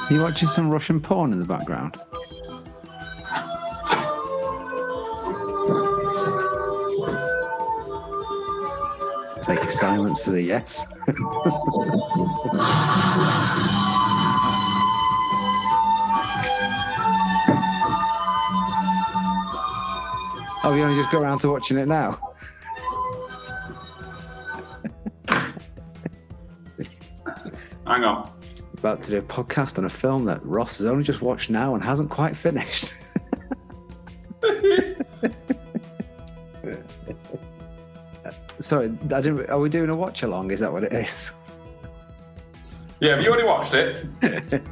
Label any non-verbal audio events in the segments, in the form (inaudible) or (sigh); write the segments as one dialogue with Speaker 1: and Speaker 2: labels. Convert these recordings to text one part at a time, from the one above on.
Speaker 1: Are you watching some Russian porn in the background? Take a silence as a yes. (laughs) oh, you only just got around to watching it now?
Speaker 2: Hang on.
Speaker 1: About to do a podcast on a film that Ross has only just watched now and hasn't quite finished. (laughs) Sorry, I didn't, are we doing a watch along? Is that what it is?
Speaker 2: Yeah, have you already watched it?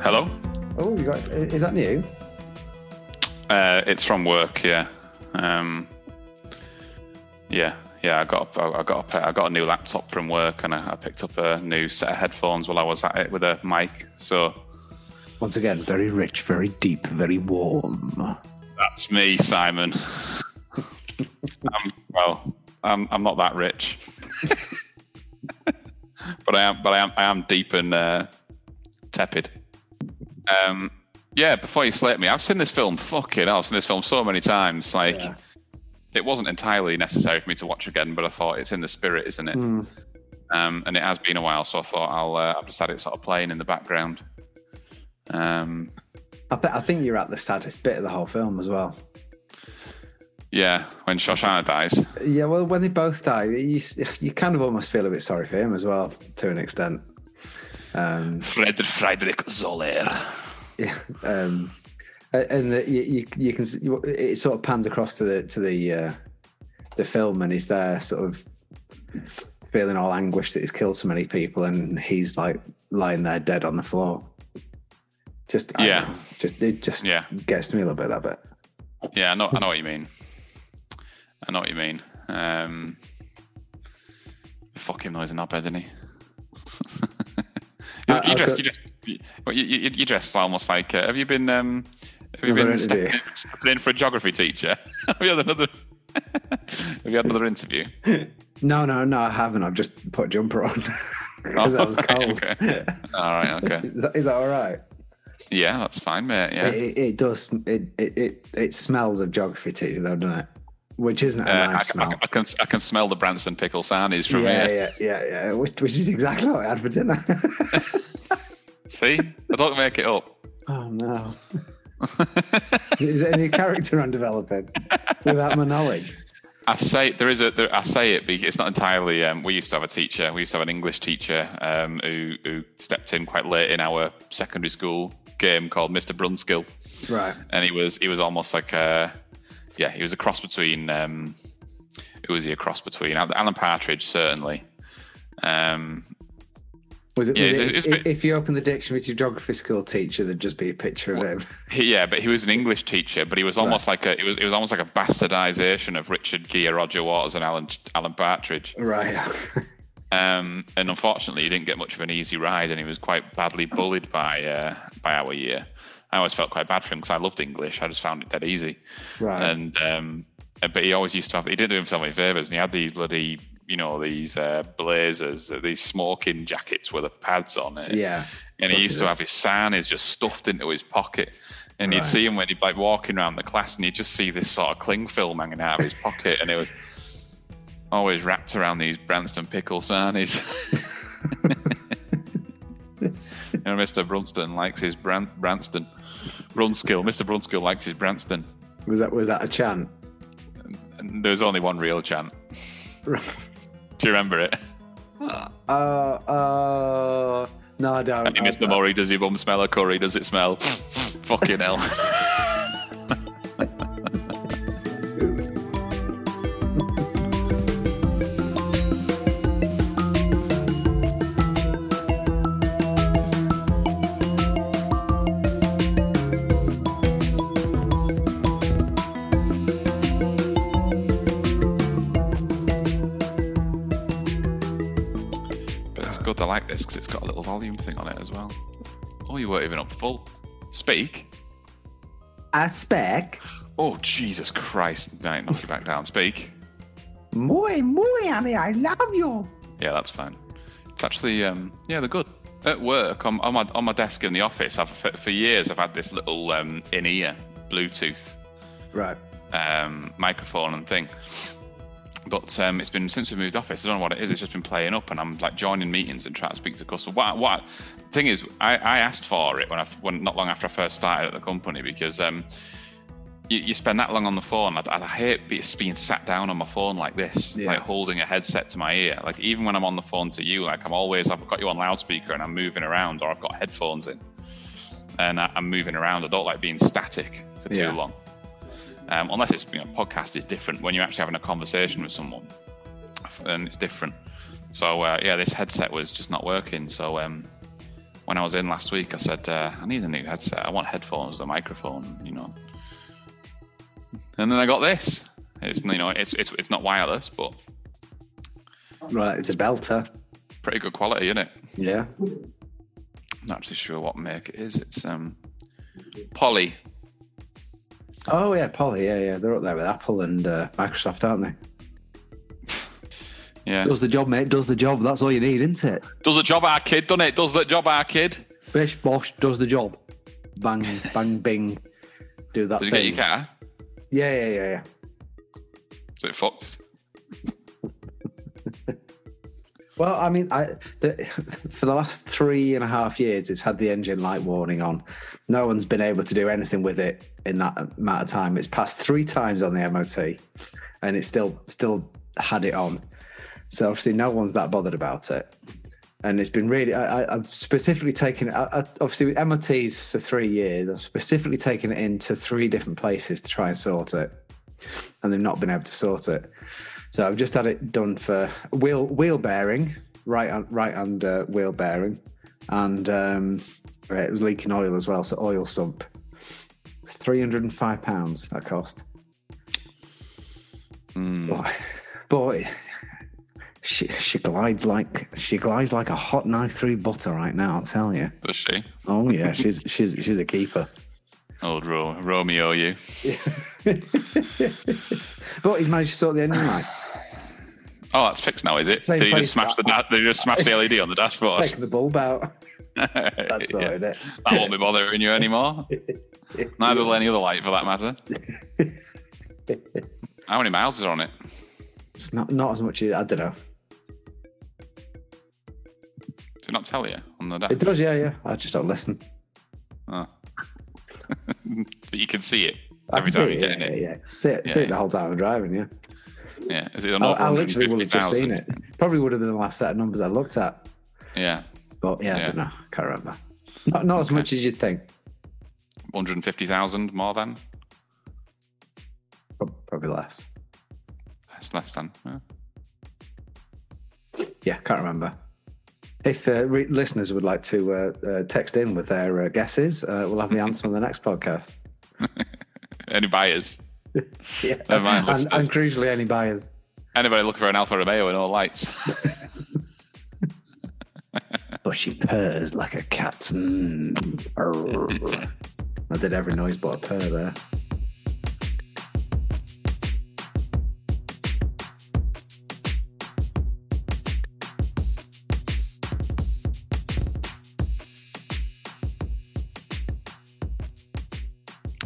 Speaker 3: Hello.
Speaker 1: Oh, you got is that new?
Speaker 3: Uh, it's from work. Yeah. Um, yeah. Yeah. I got I I got a, pair- I got a new laptop from work, and I, I picked up a new set of headphones while I was at it with a mic. So
Speaker 1: Once again, very rich, very deep, very warm.
Speaker 3: that's me, Simon. I'm, well, I'm I'm not that rich, (laughs) but I am but I am I am deep and uh, tepid. Um, yeah. Before you slate me, I've seen this film. Fucking, hell, I've seen this film so many times. Like.
Speaker 1: Yeah.
Speaker 3: It wasn't entirely necessary for me to watch again, but I thought it's in the spirit, isn't it?
Speaker 1: Hmm.
Speaker 3: um, and it has been a while, so I thought I'll uh, I've just had it sort of playing in the background. Um,
Speaker 1: I, th- I think you're at the saddest bit of the whole film as well.
Speaker 3: yeah, when Shoshana dies,
Speaker 1: Yeah, well, when they both die, you s- you kind of almost feel a bit sorry for him as well, to an extent. Um,
Speaker 3: Fred Friedrich Zoller.
Speaker 1: yeah, um, a- and the, you, you you can s- you- it sort of pans across to the to the uh, the film, and he's there sort of feeling all anguish that he's killed so many people, and he's like lying there dead on the floor. Just I don't
Speaker 3: Yeah.
Speaker 1: know, just it just
Speaker 3: Yeah.
Speaker 1: gets to me a little bit that bit.
Speaker 3: Yeah, I know, I know what you mean. I know what you mean. Um, fuck him though, he's a knobhead, isn't he? (laughs) you,
Speaker 1: I-
Speaker 3: you
Speaker 1: I've
Speaker 3: dressed,
Speaker 1: got-
Speaker 3: you dressed, you, well, you, you, you dressed almost like. Uh, have you been? Um, have you
Speaker 1: Another
Speaker 3: been stepping in,
Speaker 1: interview.
Speaker 3: stepping in for a geography teacher? (laughs) have you had another? have you had another interview?
Speaker 1: No, no, no, I haven't. I've just put a jumper on (laughs) because I was
Speaker 3: okay,
Speaker 1: cold.
Speaker 3: Oh, (laughs) okay. All right, okay.
Speaker 1: Is that- is that all right?
Speaker 3: Yeah, that's fine, mate. Yeah,
Speaker 1: It, it, it does. It, it it it smells of geography tea, though, doesn't it? Which isn't a
Speaker 3: Uh, I,
Speaker 1: nice
Speaker 3: c- I
Speaker 1: smell.
Speaker 3: c- I can I can smell the Branson pickle sarnies from
Speaker 1: yeah,
Speaker 3: here.
Speaker 1: yeah, yeah, yeah. Which, which is exactly what I had for dinner. (laughs)
Speaker 3: See, I don't make it up.
Speaker 1: oh no! Is there any character I'm developing without my knowledge?
Speaker 3: I say there is a there, I say it because it's not entirely. Um, we used to have a teacher. We used to have an English teacher um, who who stepped in quite late in our secondary school game called Mr. Brunskill,
Speaker 1: Right.
Speaker 3: and he was he was almost like a yeah he was a cross between um, who was he a cross between Alan Partridge certainly. Um,
Speaker 1: Was it? was
Speaker 3: Yeah, it's-
Speaker 1: it
Speaker 3: it's
Speaker 1: if,
Speaker 3: a bit-
Speaker 1: if you open the dictionary to geography school teacher, there'd just be a picture of him. (laughs)
Speaker 3: He- Yeah, but he was an English teacher, but he was almost like a it was it was almost like a bastardization of Richard Gere, Roger Waters, and Alan Alan Partridge.
Speaker 1: right. (laughs)
Speaker 3: Um, and unfortunately, he didn't get much of an easy ride, and he was quite badly bullied by uh, by our year. I always felt quite bad for him because I loved English. I just found it dead easy.
Speaker 1: right.
Speaker 3: And um, but he always used to have he didn't do himself any favors, and he had these bloody you know these uh, blazers, these smoking jackets with the pads on it.
Speaker 1: yeah.
Speaker 3: And he
Speaker 1: That's
Speaker 3: used
Speaker 1: it.
Speaker 3: to have his sarnies just stuffed into his pocket. And
Speaker 1: Right.
Speaker 3: you'd see him when he'd like walking around the class and you'd just see this sort of cling film hanging out of his pocket and it was always wrapped around these Branston pickle sarnies. (laughs) you know, Mr. Brunston likes his Bran- Branston. Brunskill. Mr. Brunskill likes his Branston.
Speaker 1: Was that was that a
Speaker 3: (laughs)
Speaker 1: chant?
Speaker 3: And there was only one real chant.
Speaker 1: Right.
Speaker 3: Do you remember it?
Speaker 1: Uh, uh, no, I don't.
Speaker 3: Hey,
Speaker 1: I-
Speaker 3: Mr.
Speaker 1: I-
Speaker 3: Murray, does your bum smell of curry? Does
Speaker 1: (laughs)
Speaker 3: it smell? Fucking hell. But this because it's got a little volume thing on it as well. Oh, you weren't even up full. Speak.
Speaker 1: I spec.
Speaker 3: Oh, Jesus Christ. No, knock you back down. Speak.
Speaker 1: Muy, muy, Annie, I love you.
Speaker 3: Yeah, that's fine. It's actually, um, yeah, they're good. At work, on, on my on my desk in the office, I've for, for years I've had this little um, in-ear Bluetooth
Speaker 1: Right.
Speaker 3: um, microphone and thing. But um, it's been since we moved office. I don't know what it is. It's just been playing up, and I'm like joining meetings and trying to speak to customers. What? What? Thing is, I, I asked for it when I when not long after I first started at the company because um, you, you spend that long on the phone. I, I hate be, being sat down on my phone like this,
Speaker 1: Yeah.
Speaker 3: like holding a headset to my ear. Like even when I'm on the phone to you, like I'm always I've got you on loudspeaker and I'm moving around, or I've got headphones in, and I, I'm moving around. I don't like being static for too
Speaker 1: Yeah.
Speaker 3: long um, unless it's you know, podcast is different when you're actually having a conversation with someone, and it's different. So uh, yeah, this headset was just not working. So um, when I was in last week, I said uh, I need a new headset. I want headphones, a microphone, you know. And then I got this. It's you know it's it's, it's not wireless, but
Speaker 1: Right, it's a belter.
Speaker 3: pretty good quality, isn't it?
Speaker 1: Yeah.
Speaker 3: I'm not actually sure what make it is. It's um, Poly.
Speaker 1: Oh yeah, Polly. Yeah, yeah. They're up there with Apple and uh, Microsoft, aren't they?
Speaker 3: Yeah,
Speaker 1: Does the job, mate. Does the job. That's all you need, isn't it?
Speaker 3: does the job our kid, doesn't it? Does the job our kid?
Speaker 1: Bish Bosh does the job. Bang, bang, bing. Do that.
Speaker 3: Did you
Speaker 1: thing.
Speaker 3: get your car?
Speaker 1: Yeah, yeah, yeah, yeah.
Speaker 3: Is it fucked?
Speaker 1: Well, I mean, I the, (laughs) for the last three and a half years, it's had the engine light warning on. No one's been able to do anything with it in that amount of time. It's passed three times on the MOT, and it's still still had it on. So obviously, no one's that bothered about it. And it's been really. I, I- I've specifically taken. I, I, obviously, with MOTs for three years, I've specifically taken it into three different places to try and sort it, and they've not been able to sort it. So I've just had it done for wheel wheel bearing, right hand right hand uh, wheel bearing, and um, it was leaking oil as well. So oil sump, three hundred and five pounds that cost.
Speaker 3: Hmm.
Speaker 1: But, but she she glides like she glides like a hot knife through butter right now. I'll tell you.
Speaker 3: Does she?
Speaker 1: Oh
Speaker 3: (laughs)
Speaker 1: yeah, she's she's she's a keeper.
Speaker 3: Old Ro- Romeo, you.
Speaker 1: But he's managed to sort the engine light.
Speaker 3: Oh, that's fixed now, is it?
Speaker 1: Same
Speaker 3: did he
Speaker 1: place,
Speaker 3: just smash the da- did he just smash the LED on the dashboard? (laughs)
Speaker 1: Taking the bulb out. That's
Speaker 3: Yeah.
Speaker 1: sorted it.
Speaker 3: That won't be bothering you anymore. Neither will any other light, for
Speaker 1: (laughs)
Speaker 3: that matter. How many miles is on it?
Speaker 1: It's not not as much. as I don't know.
Speaker 3: Did it not tell you on the
Speaker 1: It
Speaker 3: dashboard?
Speaker 1: does. Yeah, yeah. I just don't listen.
Speaker 3: Oh. (laughs) but you can see it
Speaker 1: I
Speaker 3: every
Speaker 1: can
Speaker 3: time
Speaker 1: see
Speaker 3: you're
Speaker 1: it,
Speaker 3: getting
Speaker 1: yeah,
Speaker 3: it.
Speaker 1: yeah, yeah. See it, see
Speaker 3: Yeah,
Speaker 1: it the whole time I'm driving. Yeah,
Speaker 3: Yeah, is it an
Speaker 1: I,
Speaker 3: over
Speaker 1: I literally would have just
Speaker 3: 150,000?
Speaker 1: seen it. Probably would have been the last set of numbers I looked at.
Speaker 3: Yeah,
Speaker 1: But yeah, I
Speaker 3: Yeah.
Speaker 1: don't know. Can't remember. Not not as much as you'd think.
Speaker 3: one hundred fifty thousand more than.
Speaker 1: Prob- Probably less.
Speaker 3: That's less than. Yeah.
Speaker 1: Yeah, can't remember. If uh, re- listeners would like to uh, uh, text in with their uh, guesses, uh, we'll have the answer on the next podcast.
Speaker 3: Any buyers?
Speaker 1: Yeah,
Speaker 3: Never mind,
Speaker 1: and,
Speaker 3: listeners.
Speaker 1: and crucially, any buyers.
Speaker 3: Anybody looking for an Alfa Romeo and all
Speaker 1: (laughs)
Speaker 3: lights?
Speaker 1: But she purrs like a cat. Mm.
Speaker 3: (laughs)
Speaker 1: Arr. I did every noise but a purr there.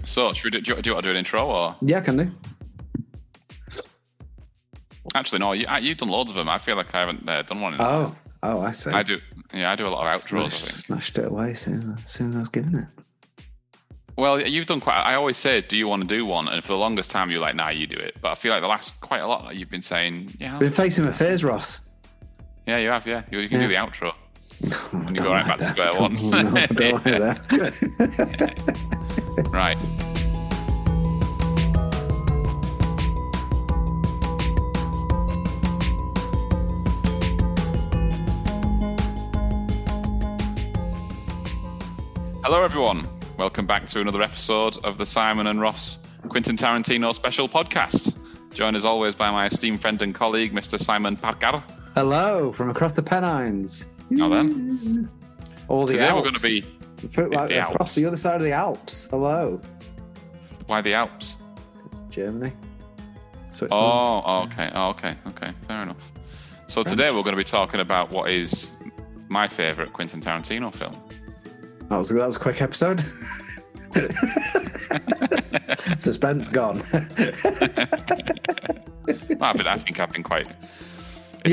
Speaker 3: so, should we do, do, you- do you want to do an intro or?
Speaker 1: Yeah, can do.
Speaker 3: Actually, no. You, I- you've done loads of them. I feel like I haven't uh, done one. In
Speaker 1: Oh, oh, I see.
Speaker 3: I do. Yeah, I do a lot of outros. I
Speaker 1: Smashed,
Speaker 3: think.
Speaker 1: smashed it away soon, as soon as I was given it.
Speaker 3: Well, you've done quite. I always say, do you want to do one? And for the longest time, you're like, nah, you do it. But I feel like the last quite a lot. You've been saying, yeah,
Speaker 1: Been facing my fears, Ross.
Speaker 3: yeah, you have, yeah. You, you can do
Speaker 1: (laughs)
Speaker 3: the outro.
Speaker 1: When
Speaker 3: you go right back to square one. (laughs)
Speaker 1: Don't like that.
Speaker 3: Right. Hello, everyone. Welcome back to another episode of the Simon and Ross Quentin Tarantino Special Podcast. Joined as always by my esteemed friend and colleague, Mr. Simon Parkar.
Speaker 1: Hello from across the Pennines.
Speaker 3: Now then,
Speaker 1: All Mm. the
Speaker 3: today
Speaker 1: Alps.
Speaker 3: we're going to be
Speaker 1: For- like,
Speaker 3: the
Speaker 1: across
Speaker 3: Alps.
Speaker 1: the other side of the Alps. Hello.
Speaker 3: why the Alps?
Speaker 1: It's Germany. So it's
Speaker 3: Oh, oh, okay, oh, okay, okay, fair enough. So today we're going to be talking about what is my favourite Quentin Tarantino film. (laughs) Oh.
Speaker 1: that was that was a quick episode. (laughs)
Speaker 3: (laughs)
Speaker 1: Suspense gone.
Speaker 3: Well, but I think I've been quite. It's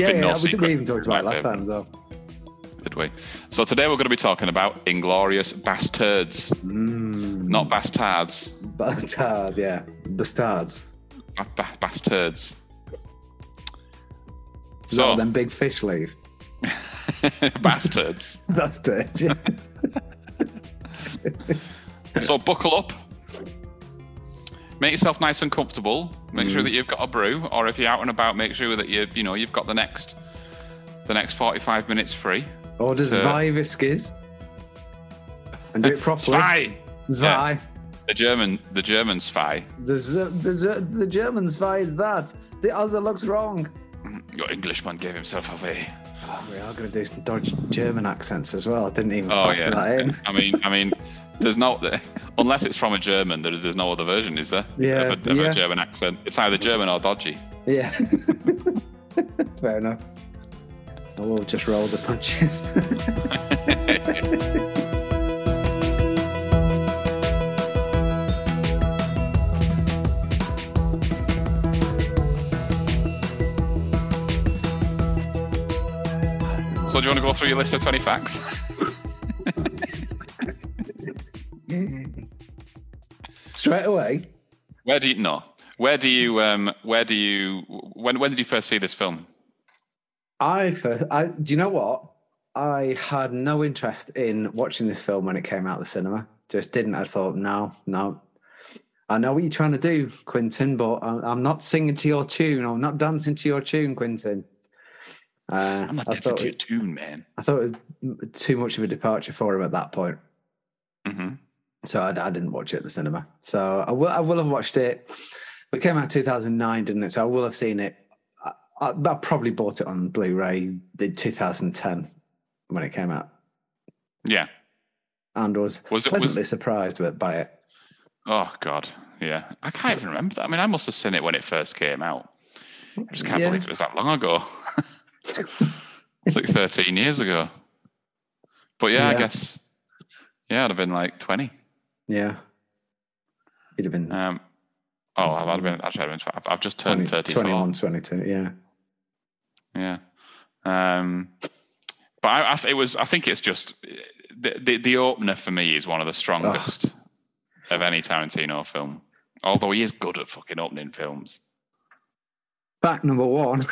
Speaker 1: (laughs) yeah,
Speaker 3: been no
Speaker 1: yeah, we,
Speaker 3: secret.
Speaker 1: did, we even talked
Speaker 3: it's my
Speaker 1: about it last
Speaker 3: favourite,
Speaker 1: time as well.
Speaker 3: did we? So today we're going to be talking about Inglorious Bastards,
Speaker 1: Mm,
Speaker 3: not bastards,
Speaker 1: bastards, yeah, bastards.
Speaker 3: ba- ba- bastards.
Speaker 1: Is that
Speaker 3: So
Speaker 1: what them big fish leave.
Speaker 3: (laughs)
Speaker 1: (laughs)
Speaker 3: bastards.
Speaker 1: That's it. yeah.
Speaker 3: So buckle up. Make yourself nice and comfortable. Make
Speaker 1: Mm.
Speaker 3: sure that you've got a brew, or if you're out and about, make sure that you you know you've got the next the next 45 minutes free.
Speaker 1: Or does
Speaker 3: Uh,
Speaker 1: Zwei Whiskies and
Speaker 3: (laughs)
Speaker 1: do it properly.
Speaker 3: Spy.
Speaker 1: Zwei.
Speaker 3: The German the German spy.
Speaker 1: The, Z- the, Z- the German Zwei is that. The other looks wrong.
Speaker 3: Your Englishman gave himself away.
Speaker 1: Oh, we are going to do some dodgy German accents as well. I didn't even
Speaker 3: Oh
Speaker 1: factor
Speaker 3: yeah.
Speaker 1: that in.
Speaker 3: I mean I mean there's no unless it's from a German. There's there's no other version, is there?
Speaker 1: Yeah,
Speaker 3: Of a, of
Speaker 1: yeah.
Speaker 3: a German accent. It's either German or dodgy.
Speaker 1: (laughs) yeah. (laughs) Fair enough. I will just roll the punches. (laughs)
Speaker 3: So do you want to go through your list of 20 facts?
Speaker 1: Straight away.
Speaker 3: Where do you no? Where do you um? Where do you when? When did you first see this film?
Speaker 1: I, fir- I do you know what? I had no interest in watching this film when it came out of the cinema. Just didn't. I thought, no, no. I know what you're trying to do, Quentin, but I'm, I'm not singing to your tune. I'm not dancing to your tune, Quentin. Uh,
Speaker 3: I'm not
Speaker 1: I
Speaker 3: dancing
Speaker 1: thought
Speaker 3: to your
Speaker 1: it,
Speaker 3: tune, man.
Speaker 1: I thought it was too much of a departure for him at that point.
Speaker 3: hmm
Speaker 1: So I, I didn't watch it at the cinema. So I will, I will have watched it. It came out 2009, didn't it? So I will have seen it. I, I, I probably bought it on Blu-ray in 2010 when it came out,
Speaker 3: Yeah.
Speaker 1: and was,
Speaker 3: Was it was?
Speaker 1: pleasantly surprised with, by it.
Speaker 3: Oh God. Yeah. I can't even remember that. I mean, I must have seen it when it first came out. I just can't
Speaker 1: Yeah.
Speaker 3: believe it was that long ago. (laughs) it's like 13 years ago. But yeah, I
Speaker 1: Yeah.
Speaker 3: guess. Yeah, I'd have been like 20.
Speaker 1: Yeah, it'd have been
Speaker 3: Um. Oh, I've I'd have been actually. I've, been, tw- I've- I've just turned
Speaker 1: 20,
Speaker 3: 34.
Speaker 1: 21, 22. Yeah,
Speaker 3: Yeah. Um, but I, I, th- it was. I think it's just the, the the opener for me is one of the strongest of any Tarantino film. Although he is good at fucking opening films.
Speaker 1: fact number
Speaker 3: (laughs)
Speaker 1: one: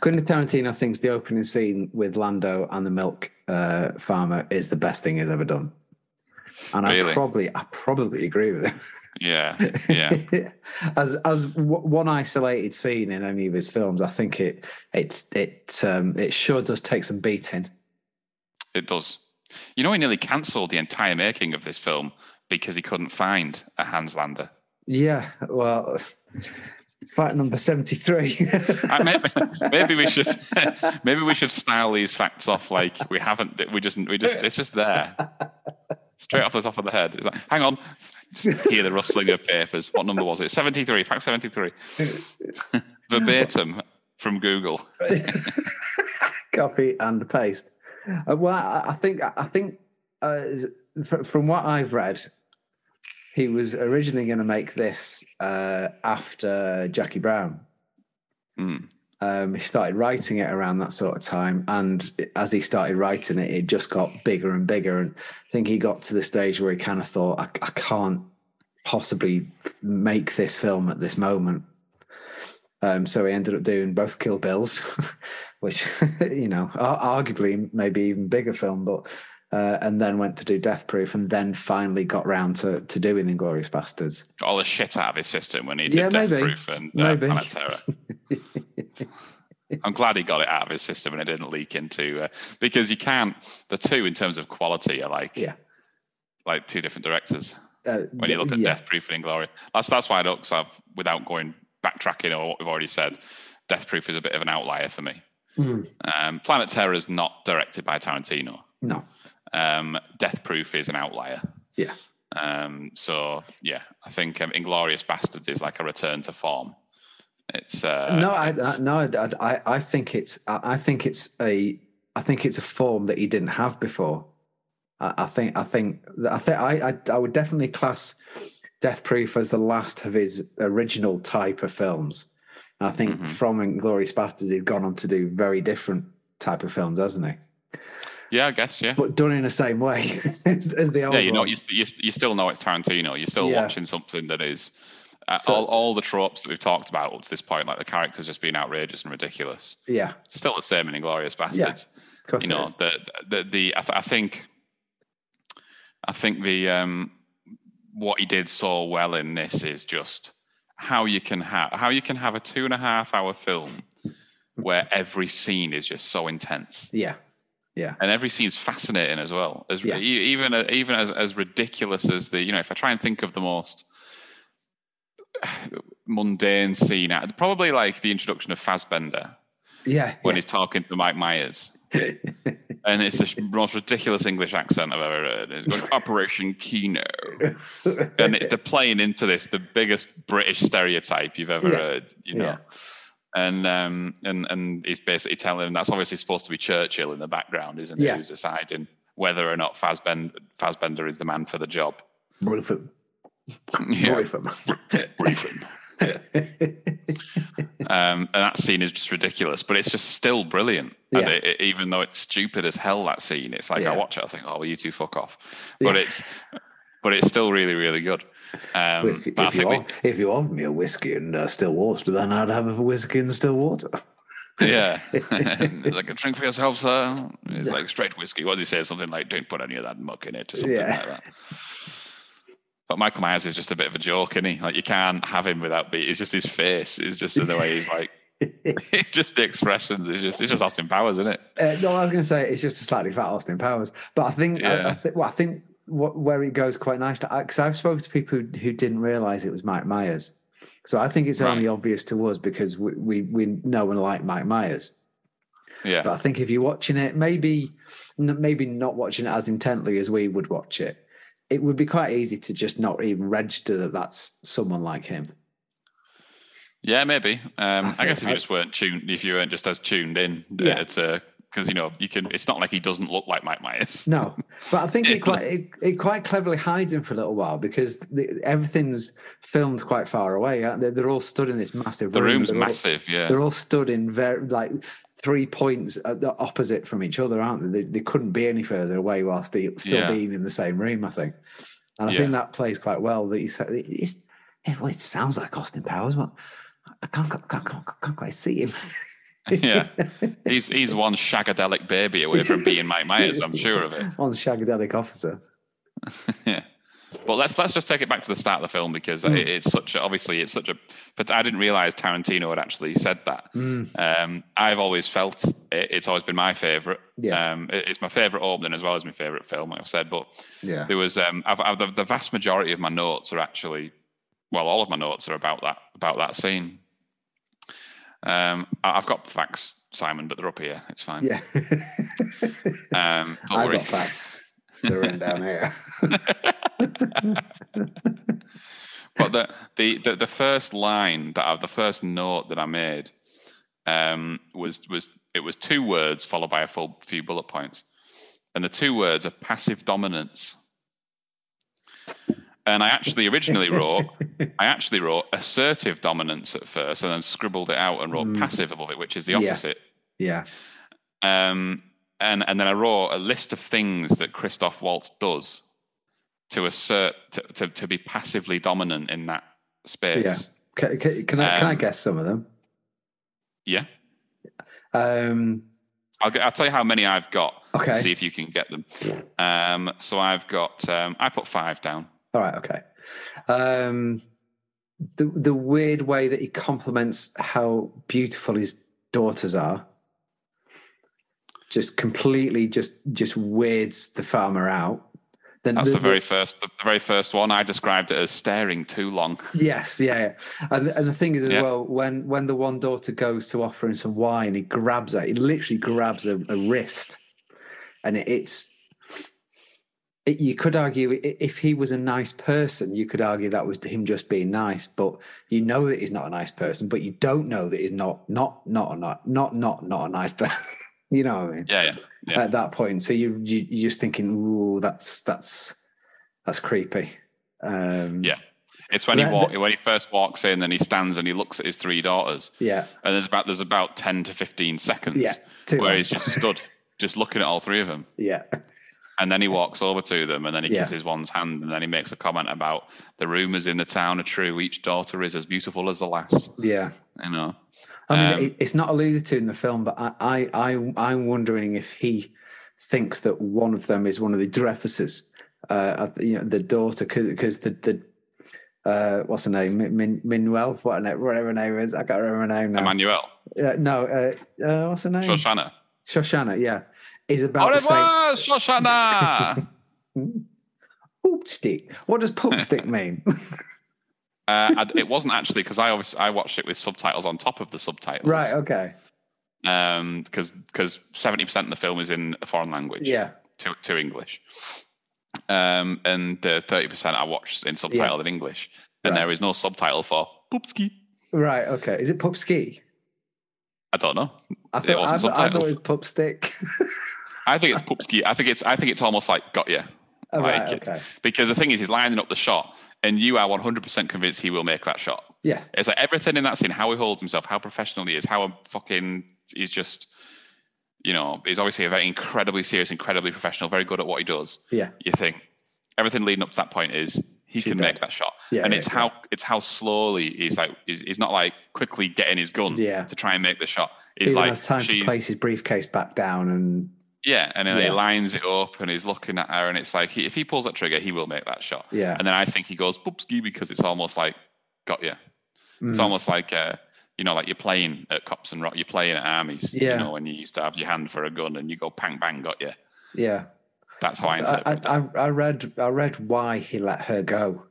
Speaker 1: Quentin Tarantino thinks the opening scene with Lando and the milk uh, farmer is the best thing he's ever done, and I
Speaker 3: Really?
Speaker 1: probably, I probably agree with him.
Speaker 3: Yeah, yeah,
Speaker 1: (laughs) as as w- one isolated scene in any of his films, I think it it's it um, it sure does take some beating.
Speaker 3: it does. You know, he nearly cancelled the entire making of this film because he couldn't find a Hans Lander.
Speaker 1: Yeah, well, (laughs) fact number seventy three.
Speaker 3: I, maybe, maybe we should (laughs) maybe we should style these facts off like we haven't. We just we just it's just there, straight off the top of the head. It's like, hang on, just hear the rustling of papers. What number was it? Seventy three. Fact seventy three. (laughs) Verbatim from Google.
Speaker 1: (laughs) Copy and paste. Uh, well, I, I think I think uh, fr- from what I've read, he was originally going to make this uh, after Jackie Brown.
Speaker 3: Mm.
Speaker 1: um, he started writing it around that sort of time. And as he started writing it, it just got bigger and bigger. And I think he got to the stage where he kind of thought, I, I can't possibly make this film at this moment. Um, so he ended up doing both Kill Bills, (laughs) which, (laughs) you know, ar- arguably maybe even bigger film, but. Uh, and then went to do Death Proof, and then finally got round to, to doing Inglorious Bastards.
Speaker 3: Got all the shit out of his system when he did
Speaker 1: Yeah,
Speaker 3: Death
Speaker 1: maybe.
Speaker 3: Proof and uh,
Speaker 1: Maybe.
Speaker 3: Planet Terror.
Speaker 1: (laughs)
Speaker 3: I'm glad he got it out of his system and it didn't leak into uh, because you can't. The two in terms of quality are like
Speaker 1: Yeah.
Speaker 3: like two different directors.
Speaker 1: Uh,
Speaker 3: when you look at Death Proof and Inglory. That's that's why I don't. Cause I've, without going backtracking or what we've already said, Death Proof is a bit of an outlier for me.
Speaker 1: Mm.
Speaker 3: Um, Planet Terror is not directed by Tarantino.
Speaker 1: No.
Speaker 3: Um, Death Proof is an outlier.
Speaker 1: Yeah.
Speaker 3: Um, so yeah, I think um, Inglorious Bastards is like a return to form. It's uh,
Speaker 1: no, I,
Speaker 3: it's-
Speaker 1: I no, I, I- I think it's, I I think it's a, I think it's a form that he didn't have before. I, I think, I think, I think, I, I, I would definitely class Death Proof as the last of his original type of films. And I think
Speaker 3: Mhm.
Speaker 1: from Inglorious Bastards, he'd gone on to do very different type of films, hasn't he?
Speaker 3: yeah, I guess yeah.
Speaker 1: But done in the same way (laughs) as, as the old
Speaker 3: yeah, you know,
Speaker 1: ones.
Speaker 3: you, st- you, st- you still know it's Tarantino. You're still
Speaker 1: Yeah.
Speaker 3: watching something that is uh,
Speaker 1: So-
Speaker 3: all, all the tropes that we've talked about up to this point, like the characters just being outrageous and ridiculous.
Speaker 1: yeah,
Speaker 3: It's still the same in Inglorious Bastards.
Speaker 1: of course
Speaker 3: you
Speaker 1: it
Speaker 3: know,
Speaker 1: is.
Speaker 3: the the, the I, th- I think I think the um, what he did so well in this is just how you can have how you can have a two and a half hour film where every scene is just so intense
Speaker 1: yeah, yeah,
Speaker 3: and every scene's fascinating as well. As
Speaker 1: Yeah.
Speaker 3: e- even even as as ridiculous as the you know, if I try and think of the most (sighs) mundane scene, uh, probably like the introduction of Fassbender
Speaker 1: yeah.
Speaker 3: when he's talking to
Speaker 1: (laughs)
Speaker 3: Mike Myers. and it's the most ridiculous English accent I've ever heard. It's going, Operation Kino.
Speaker 1: yeah.
Speaker 3: And it, they're playing into this, the biggest British stereotype you've ever
Speaker 1: Yeah.
Speaker 3: heard, you know.
Speaker 1: Yeah.
Speaker 3: And um and and he's basically telling him that's obviously supposed to be Churchill in the background, isn't it?
Speaker 1: Yeah.
Speaker 3: Who's deciding whether or not Fazbender, Fazbender is the man for the job.
Speaker 1: (laughs)
Speaker 3: (laughs)
Speaker 1: Rutherford.
Speaker 3: Yeah,
Speaker 1: Rutherford.
Speaker 3: briefing.
Speaker 1: (laughs)
Speaker 3: Um, and that scene is just ridiculous, but it's just still brilliant. And
Speaker 1: Yeah.
Speaker 3: it, it- even though it's stupid as hell, that scene, it's like
Speaker 1: Yeah.
Speaker 3: I watch it, I think, oh, well, you two fuck off. But
Speaker 1: Yeah.
Speaker 3: it's but it's still really, really good. Um,
Speaker 1: if,
Speaker 3: but I
Speaker 1: if, you
Speaker 3: think we-
Speaker 1: are, if you offered me a whiskey and uh, still water, then I'd have a whiskey and still water. (laughs)
Speaker 3: Yeah. (laughs) it's like a drink for yourself, sir. It's like straight whiskey. What does he say? Something like, don't put any of that muck in it or something
Speaker 1: Yeah.
Speaker 3: like that. But Michael Myers is just a bit of a joke, isn't he? Like you can't have him without being. It's just his face. It's just in the way he's like. (laughs) it's just the expressions. It's just it's just Austin Powers, isn't it?
Speaker 1: Uh, no, I was going to say it's just a slightly fat Austin Powers, but I think I- I,
Speaker 3: Yeah.
Speaker 1: thi- well, I think what, where it goes quite nicely because I've spoken to people who, who didn't realise it was Mike Myers, so I think it's only
Speaker 3: Right.
Speaker 1: obvious to us because we we, we know and like Mike Myers.
Speaker 3: Yeah.
Speaker 1: But I think if you're watching it, maybe n- maybe not watching it as intently as we would watch it, it would be quite easy to just not even register that that's someone like him.
Speaker 3: Yeah, maybe. Um, I,
Speaker 1: think
Speaker 3: guess if
Speaker 1: I-
Speaker 3: you just weren't tuned, if you weren't just as tuned in,
Speaker 1: Yeah.
Speaker 3: uh, to because you know you can. It's not like he doesn't look like Mike Myers.
Speaker 1: No, but I think
Speaker 3: Yeah.
Speaker 1: it quite it, it quite cleverly hides him for a little while because the, everything's filmed quite far away. Aren't they? They're all stood in this massive.
Speaker 3: The
Speaker 1: room.
Speaker 3: room's
Speaker 1: they're
Speaker 3: massive.
Speaker 1: All,
Speaker 3: Yeah.
Speaker 1: they're all stood in very like three points at the opposite from each other, aren't they? They, they couldn't be any further away while still still
Speaker 3: Yeah.
Speaker 1: being in the same room. I think, and I think that plays quite well. That you said it's, it, well, it sounds like Austin Powers, but I can't can't, can't, can't quite see him. (laughs)
Speaker 3: yeah. He's he's one shagadelic baby away from being Mike Myers, I'm sure of it.
Speaker 1: On Shagadelic Officer.
Speaker 3: Yeah. But let's let's just take it back to the start of the film because
Speaker 1: Mm.
Speaker 3: it, it's such a, obviously it's such a but I didn't realize Tarantino had actually said that.
Speaker 1: Mm.
Speaker 3: Um, I've always felt it, it's always been my favorite.
Speaker 1: Yeah.
Speaker 3: Um, it- it's my favorite opening as well as my favorite film, like I've said. But
Speaker 1: Yeah.
Speaker 3: there was um, I've, I've, the, the vast majority of my notes are actually, well, all of my notes are about that about that scene. Um, I- I've got facts, Simon, but they're up here. It's fine.
Speaker 1: Yeah. (laughs)
Speaker 3: Um, don't
Speaker 1: I've
Speaker 3: worry.
Speaker 1: got facts. (laughs) They're written down here.
Speaker 3: but the, the the the first line that I, the first note that I made um, was was it was two words followed by a full few bullet points, and the two words are passive dominance. And I actually originally wrote, I actually wrote assertive dominance at first, and then scribbled it out and wrote
Speaker 1: Mm.
Speaker 3: passive above it, which is the
Speaker 1: Yeah.
Speaker 3: opposite.
Speaker 1: Yeah.
Speaker 3: Um, and and then I wrote a list of things that Christoph Waltz does to assert to, to, to be passively dominant in that space.
Speaker 1: Yeah. Can, can, can I can I
Speaker 3: Um,
Speaker 1: guess some of them?
Speaker 3: Yeah.
Speaker 1: Um,
Speaker 3: I'll, get, I'll tell you how many I've got.
Speaker 1: okay.
Speaker 3: See if you can get them. Um, so I've got um, I put five down.
Speaker 1: All right. Okay. Um, the the weird way that he compliments how beautiful his daughters are just completely just just weirds the farmer out Then
Speaker 3: That's the very first, the very first one. I described it as staring too long.
Speaker 1: Yes, yeah, yeah. And, and the thing is as
Speaker 3: Yeah.
Speaker 1: well, when when the one daughter goes to offer him some wine, he grabs her. He literally grabs a, a wrist, and it, it's. It, you could argue i- if he was a nice person, you could argue that was him just being nice. But you know that he's not a nice person, but you don't know that he's not not not a not not not not a nice (laughs) person. you know what I mean?
Speaker 3: Yeah, yeah. Yeah.
Speaker 1: At that point, so you, you you're just thinking, "Ooh, that's that's that's creepy." Um,
Speaker 3: Yeah. It's when he
Speaker 1: That-
Speaker 3: walk, when he first walks in, and he stands and he looks at his three daughters,
Speaker 1: yeah.
Speaker 3: and there's about there's about ten to fifteen seconds
Speaker 1: Yeah, too
Speaker 3: where
Speaker 1: long.
Speaker 3: he's just stood, just looking at all three of them,
Speaker 1: yeah,
Speaker 3: and then he walks over to them, and then he
Speaker 1: Yeah.
Speaker 3: kisses one's hand, and then he makes a comment about the rumors in the town are true. Each daughter is as beautiful as the last.
Speaker 1: yeah.
Speaker 3: You know.
Speaker 1: I mean,
Speaker 3: Um,
Speaker 1: it, it's not alluded to in the film, but I, I, I, I'm wondering if he thinks that one of them is one of the Dreyfuses, uh, of- you know, the daughter, because the the uh, what's her name, Min, Min, Minuel, what her name, whatever her name is, I can't remember her name now.
Speaker 3: Emmanuel,
Speaker 1: Uh, no, uh, uh, what's her name?
Speaker 3: Shoshana.
Speaker 1: Shoshana, yeah, is
Speaker 3: Au
Speaker 1: about the same. (laughs)
Speaker 3: revoir, Shoshana. Uh,
Speaker 1: Poop stick. What does poop
Speaker 3: (laughs)
Speaker 1: stick mean? (laughs)
Speaker 3: uh, and it wasn't actually because I obviously I watched it with subtitles on top of the subtitles,
Speaker 1: right. Okay.
Speaker 3: Um, because because seventy percent of the film is in a foreign language,
Speaker 1: Yeah.
Speaker 3: to to English, um, and the thirty percent I watched in subtitled in English, and
Speaker 1: Right.
Speaker 3: there is no subtitle for Poopski.
Speaker 1: Right. Okay. Is it poop ski?
Speaker 3: I don't know.
Speaker 1: I
Speaker 3: It
Speaker 1: thought I,
Speaker 3: wasn't
Speaker 1: thought- I thought it was
Speaker 3: subtitled.
Speaker 1: poop stick. (laughs)
Speaker 3: I think it's Poopski. I think it's I think it's almost like got you.
Speaker 1: Oh,
Speaker 3: Like
Speaker 1: right,
Speaker 3: it.
Speaker 1: okay.
Speaker 3: because the thing is he's lining up the shot, and you are one hundred percent convinced he will make that shot.
Speaker 1: Yes.
Speaker 3: It's like everything in that scene, how he holds himself, how professional he is, how fucking he's just, you know, he's obviously a very incredibly serious, incredibly professional, very good at what he does.
Speaker 1: Yeah.
Speaker 3: You think everything leading up to that point is he
Speaker 1: She
Speaker 3: can
Speaker 1: did.
Speaker 3: make that shot,
Speaker 1: Yeah,
Speaker 3: and
Speaker 1: yeah,
Speaker 3: it's
Speaker 1: yeah.
Speaker 3: how it's how slowly he's like he's, he's not like quickly getting his gun
Speaker 1: Yeah.
Speaker 3: to try and make the shot. He's
Speaker 1: Even
Speaker 3: like
Speaker 1: has time to
Speaker 3: she's-
Speaker 1: place his briefcase back down and
Speaker 3: yeah, and then
Speaker 1: Yeah.
Speaker 3: he lines it up and he's looking at her, and it's like he, if he pulls that trigger, he will make that shot.
Speaker 1: yeah.
Speaker 3: And then I think he goes boopski because it's almost like got you. It's
Speaker 1: Mm.
Speaker 3: almost like uh, you know, like you're playing at cops and rock, you're playing at armies.
Speaker 1: Yeah.
Speaker 3: You know, when you used to have your hand for a gun and you go pang bang, got you.
Speaker 1: yeah.
Speaker 3: That's how I
Speaker 1: I,
Speaker 3: interpret. it.
Speaker 1: I, I- I read I read why he let her go,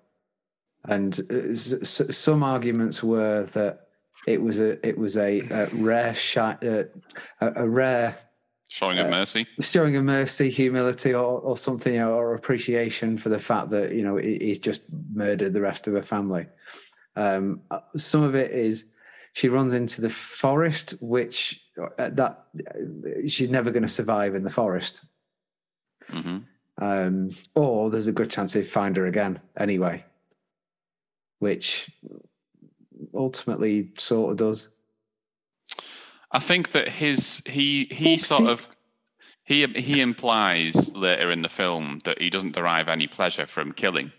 Speaker 1: and uh, s- s- some arguments were that it was a it was a, a rare shi- uh, a, a rare
Speaker 3: Showing
Speaker 1: uh,
Speaker 3: of mercy.
Speaker 1: showing of mercy, humility, or, or something, you know, or appreciation for the fact that you know he- he's just murdered the rest of her family. Um, uh, some of it is she runs into the forest, which uh, that uh, she's never going to survive in the forest.
Speaker 3: hmm
Speaker 1: Um, or there's a good chance they find her again anyway, which ultimately sort of does.
Speaker 3: I think that his he he
Speaker 1: Boopsy.
Speaker 3: sort of he he implies later in the film that he doesn't derive any pleasure from killing.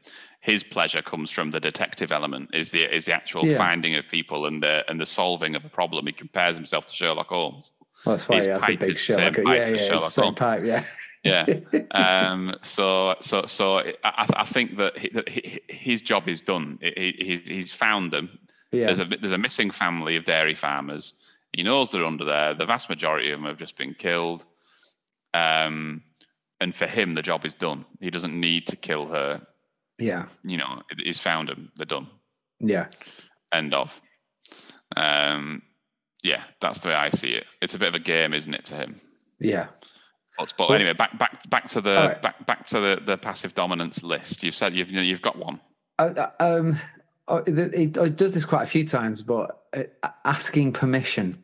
Speaker 3: His pleasure comes from the detective element, is the is the actual
Speaker 1: Yeah.
Speaker 3: finding of people and the and the solving of a problem. He compares himself to Sherlock Holmes.
Speaker 1: Well, that's why
Speaker 3: His
Speaker 1: he has the
Speaker 3: pipe
Speaker 1: big
Speaker 3: is the
Speaker 1: shell.
Speaker 3: same
Speaker 1: Like,
Speaker 3: pipe
Speaker 1: yeah,
Speaker 3: as
Speaker 1: yeah, it's the
Speaker 3: Sherlock
Speaker 1: same
Speaker 3: Holmes.
Speaker 1: pipe. Yeah, (laughs)
Speaker 3: Yeah. um, so, so, so I, I I think that, he, that he, his job is done. He- He, he's, he's found them.
Speaker 1: yeah.
Speaker 3: There's a there's a missing family of dairy farmers. He knows they're under there. The vast majority of them have just been killed. Um, and for him, the job is done. He doesn't need to kill her.
Speaker 1: yeah,
Speaker 3: You know, he's found them. They're done.
Speaker 1: yeah.
Speaker 3: End of. Um, yeah, that's the way I see it. It's a bit of a game, isn't it, to him?
Speaker 1: Yeah.
Speaker 3: But, but
Speaker 1: Well-
Speaker 3: anyway, back back back to the
Speaker 1: All right.
Speaker 3: back back to the, the passive dominance list. You've said you've you've got one.
Speaker 1: Uh, uh, um, uh, it, it- it does this quite a few times, but uh, asking permission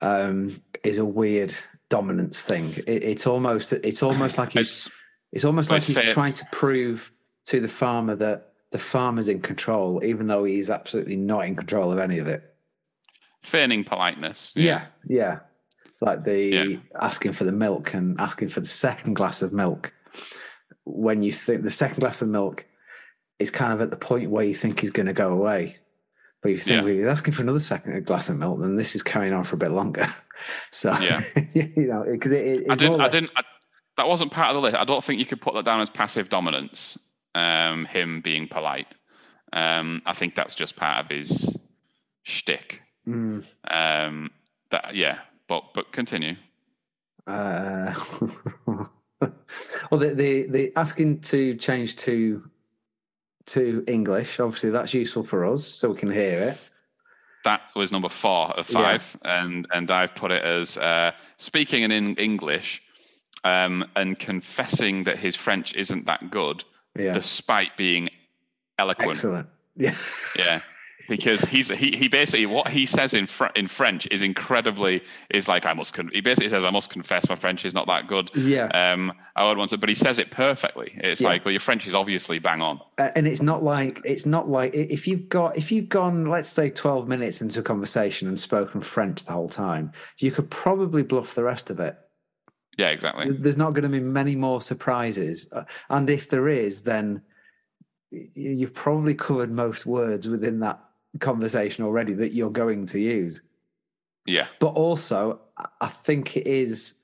Speaker 1: um, is a weird dominance thing. It, it's almost it's almost like he's
Speaker 3: It's,
Speaker 1: It's almost
Speaker 3: Well,
Speaker 1: like
Speaker 3: it's
Speaker 1: he's
Speaker 3: fair-
Speaker 1: trying to prove to the farmer that the farmer's in control, even though he's absolutely not in control of any of it.
Speaker 3: feigning politeness.
Speaker 1: Yeah, yeah. Like the
Speaker 3: Yeah.
Speaker 1: asking for the milk and asking for the second glass of milk. When you think the second glass of milk is kind of at the point where you think he's going to go away. But if you think
Speaker 3: Yeah.
Speaker 1: well, he's asking for another second glass of milk, then this is carrying on for a bit longer. (laughs) So,
Speaker 3: Yeah.
Speaker 1: (laughs) you know, because it, it,
Speaker 3: I
Speaker 1: it's more or
Speaker 3: didn't. I
Speaker 1: less-
Speaker 3: didn't. I, that wasn't part of the list. I don't think you could put that down as passive dominance. Um, him being polite. Um, I think that's just part of his shtick.
Speaker 1: Mm.
Speaker 3: Um, that yeah. But but continue.
Speaker 1: Uh, (laughs) Well, the the, the asking to change to to English. Obviously, that's useful for us, so we can hear it.
Speaker 3: That was number four of
Speaker 1: Yeah.
Speaker 3: five, and and I've put it as uh, speaking in Eng- English um, and confessing that his French isn't that good,
Speaker 1: Yeah,
Speaker 3: despite being eloquent.
Speaker 1: excellent. Yeah,
Speaker 3: Yeah, because he's he, he basically what he says in fr- in French is incredibly is like I must con- he basically says I must confess my French is not that good.
Speaker 1: yeah.
Speaker 3: Um, I would want to, but he says it perfectly. It's
Speaker 1: Yeah.
Speaker 3: like well, your French is obviously bang on.
Speaker 1: Uh, and it's not like it's not like i- if you've got if you've gone let's say 12 minutes into a conversation and spoken french the whole time you could probably bluff the rest of it
Speaker 3: Yeah, exactly.
Speaker 1: Th- there's not going to be many more surprises Uh, and if there is then y- you've probably covered most words within that conversation already that you're going to use
Speaker 3: Yeah,
Speaker 1: but also I- i think it is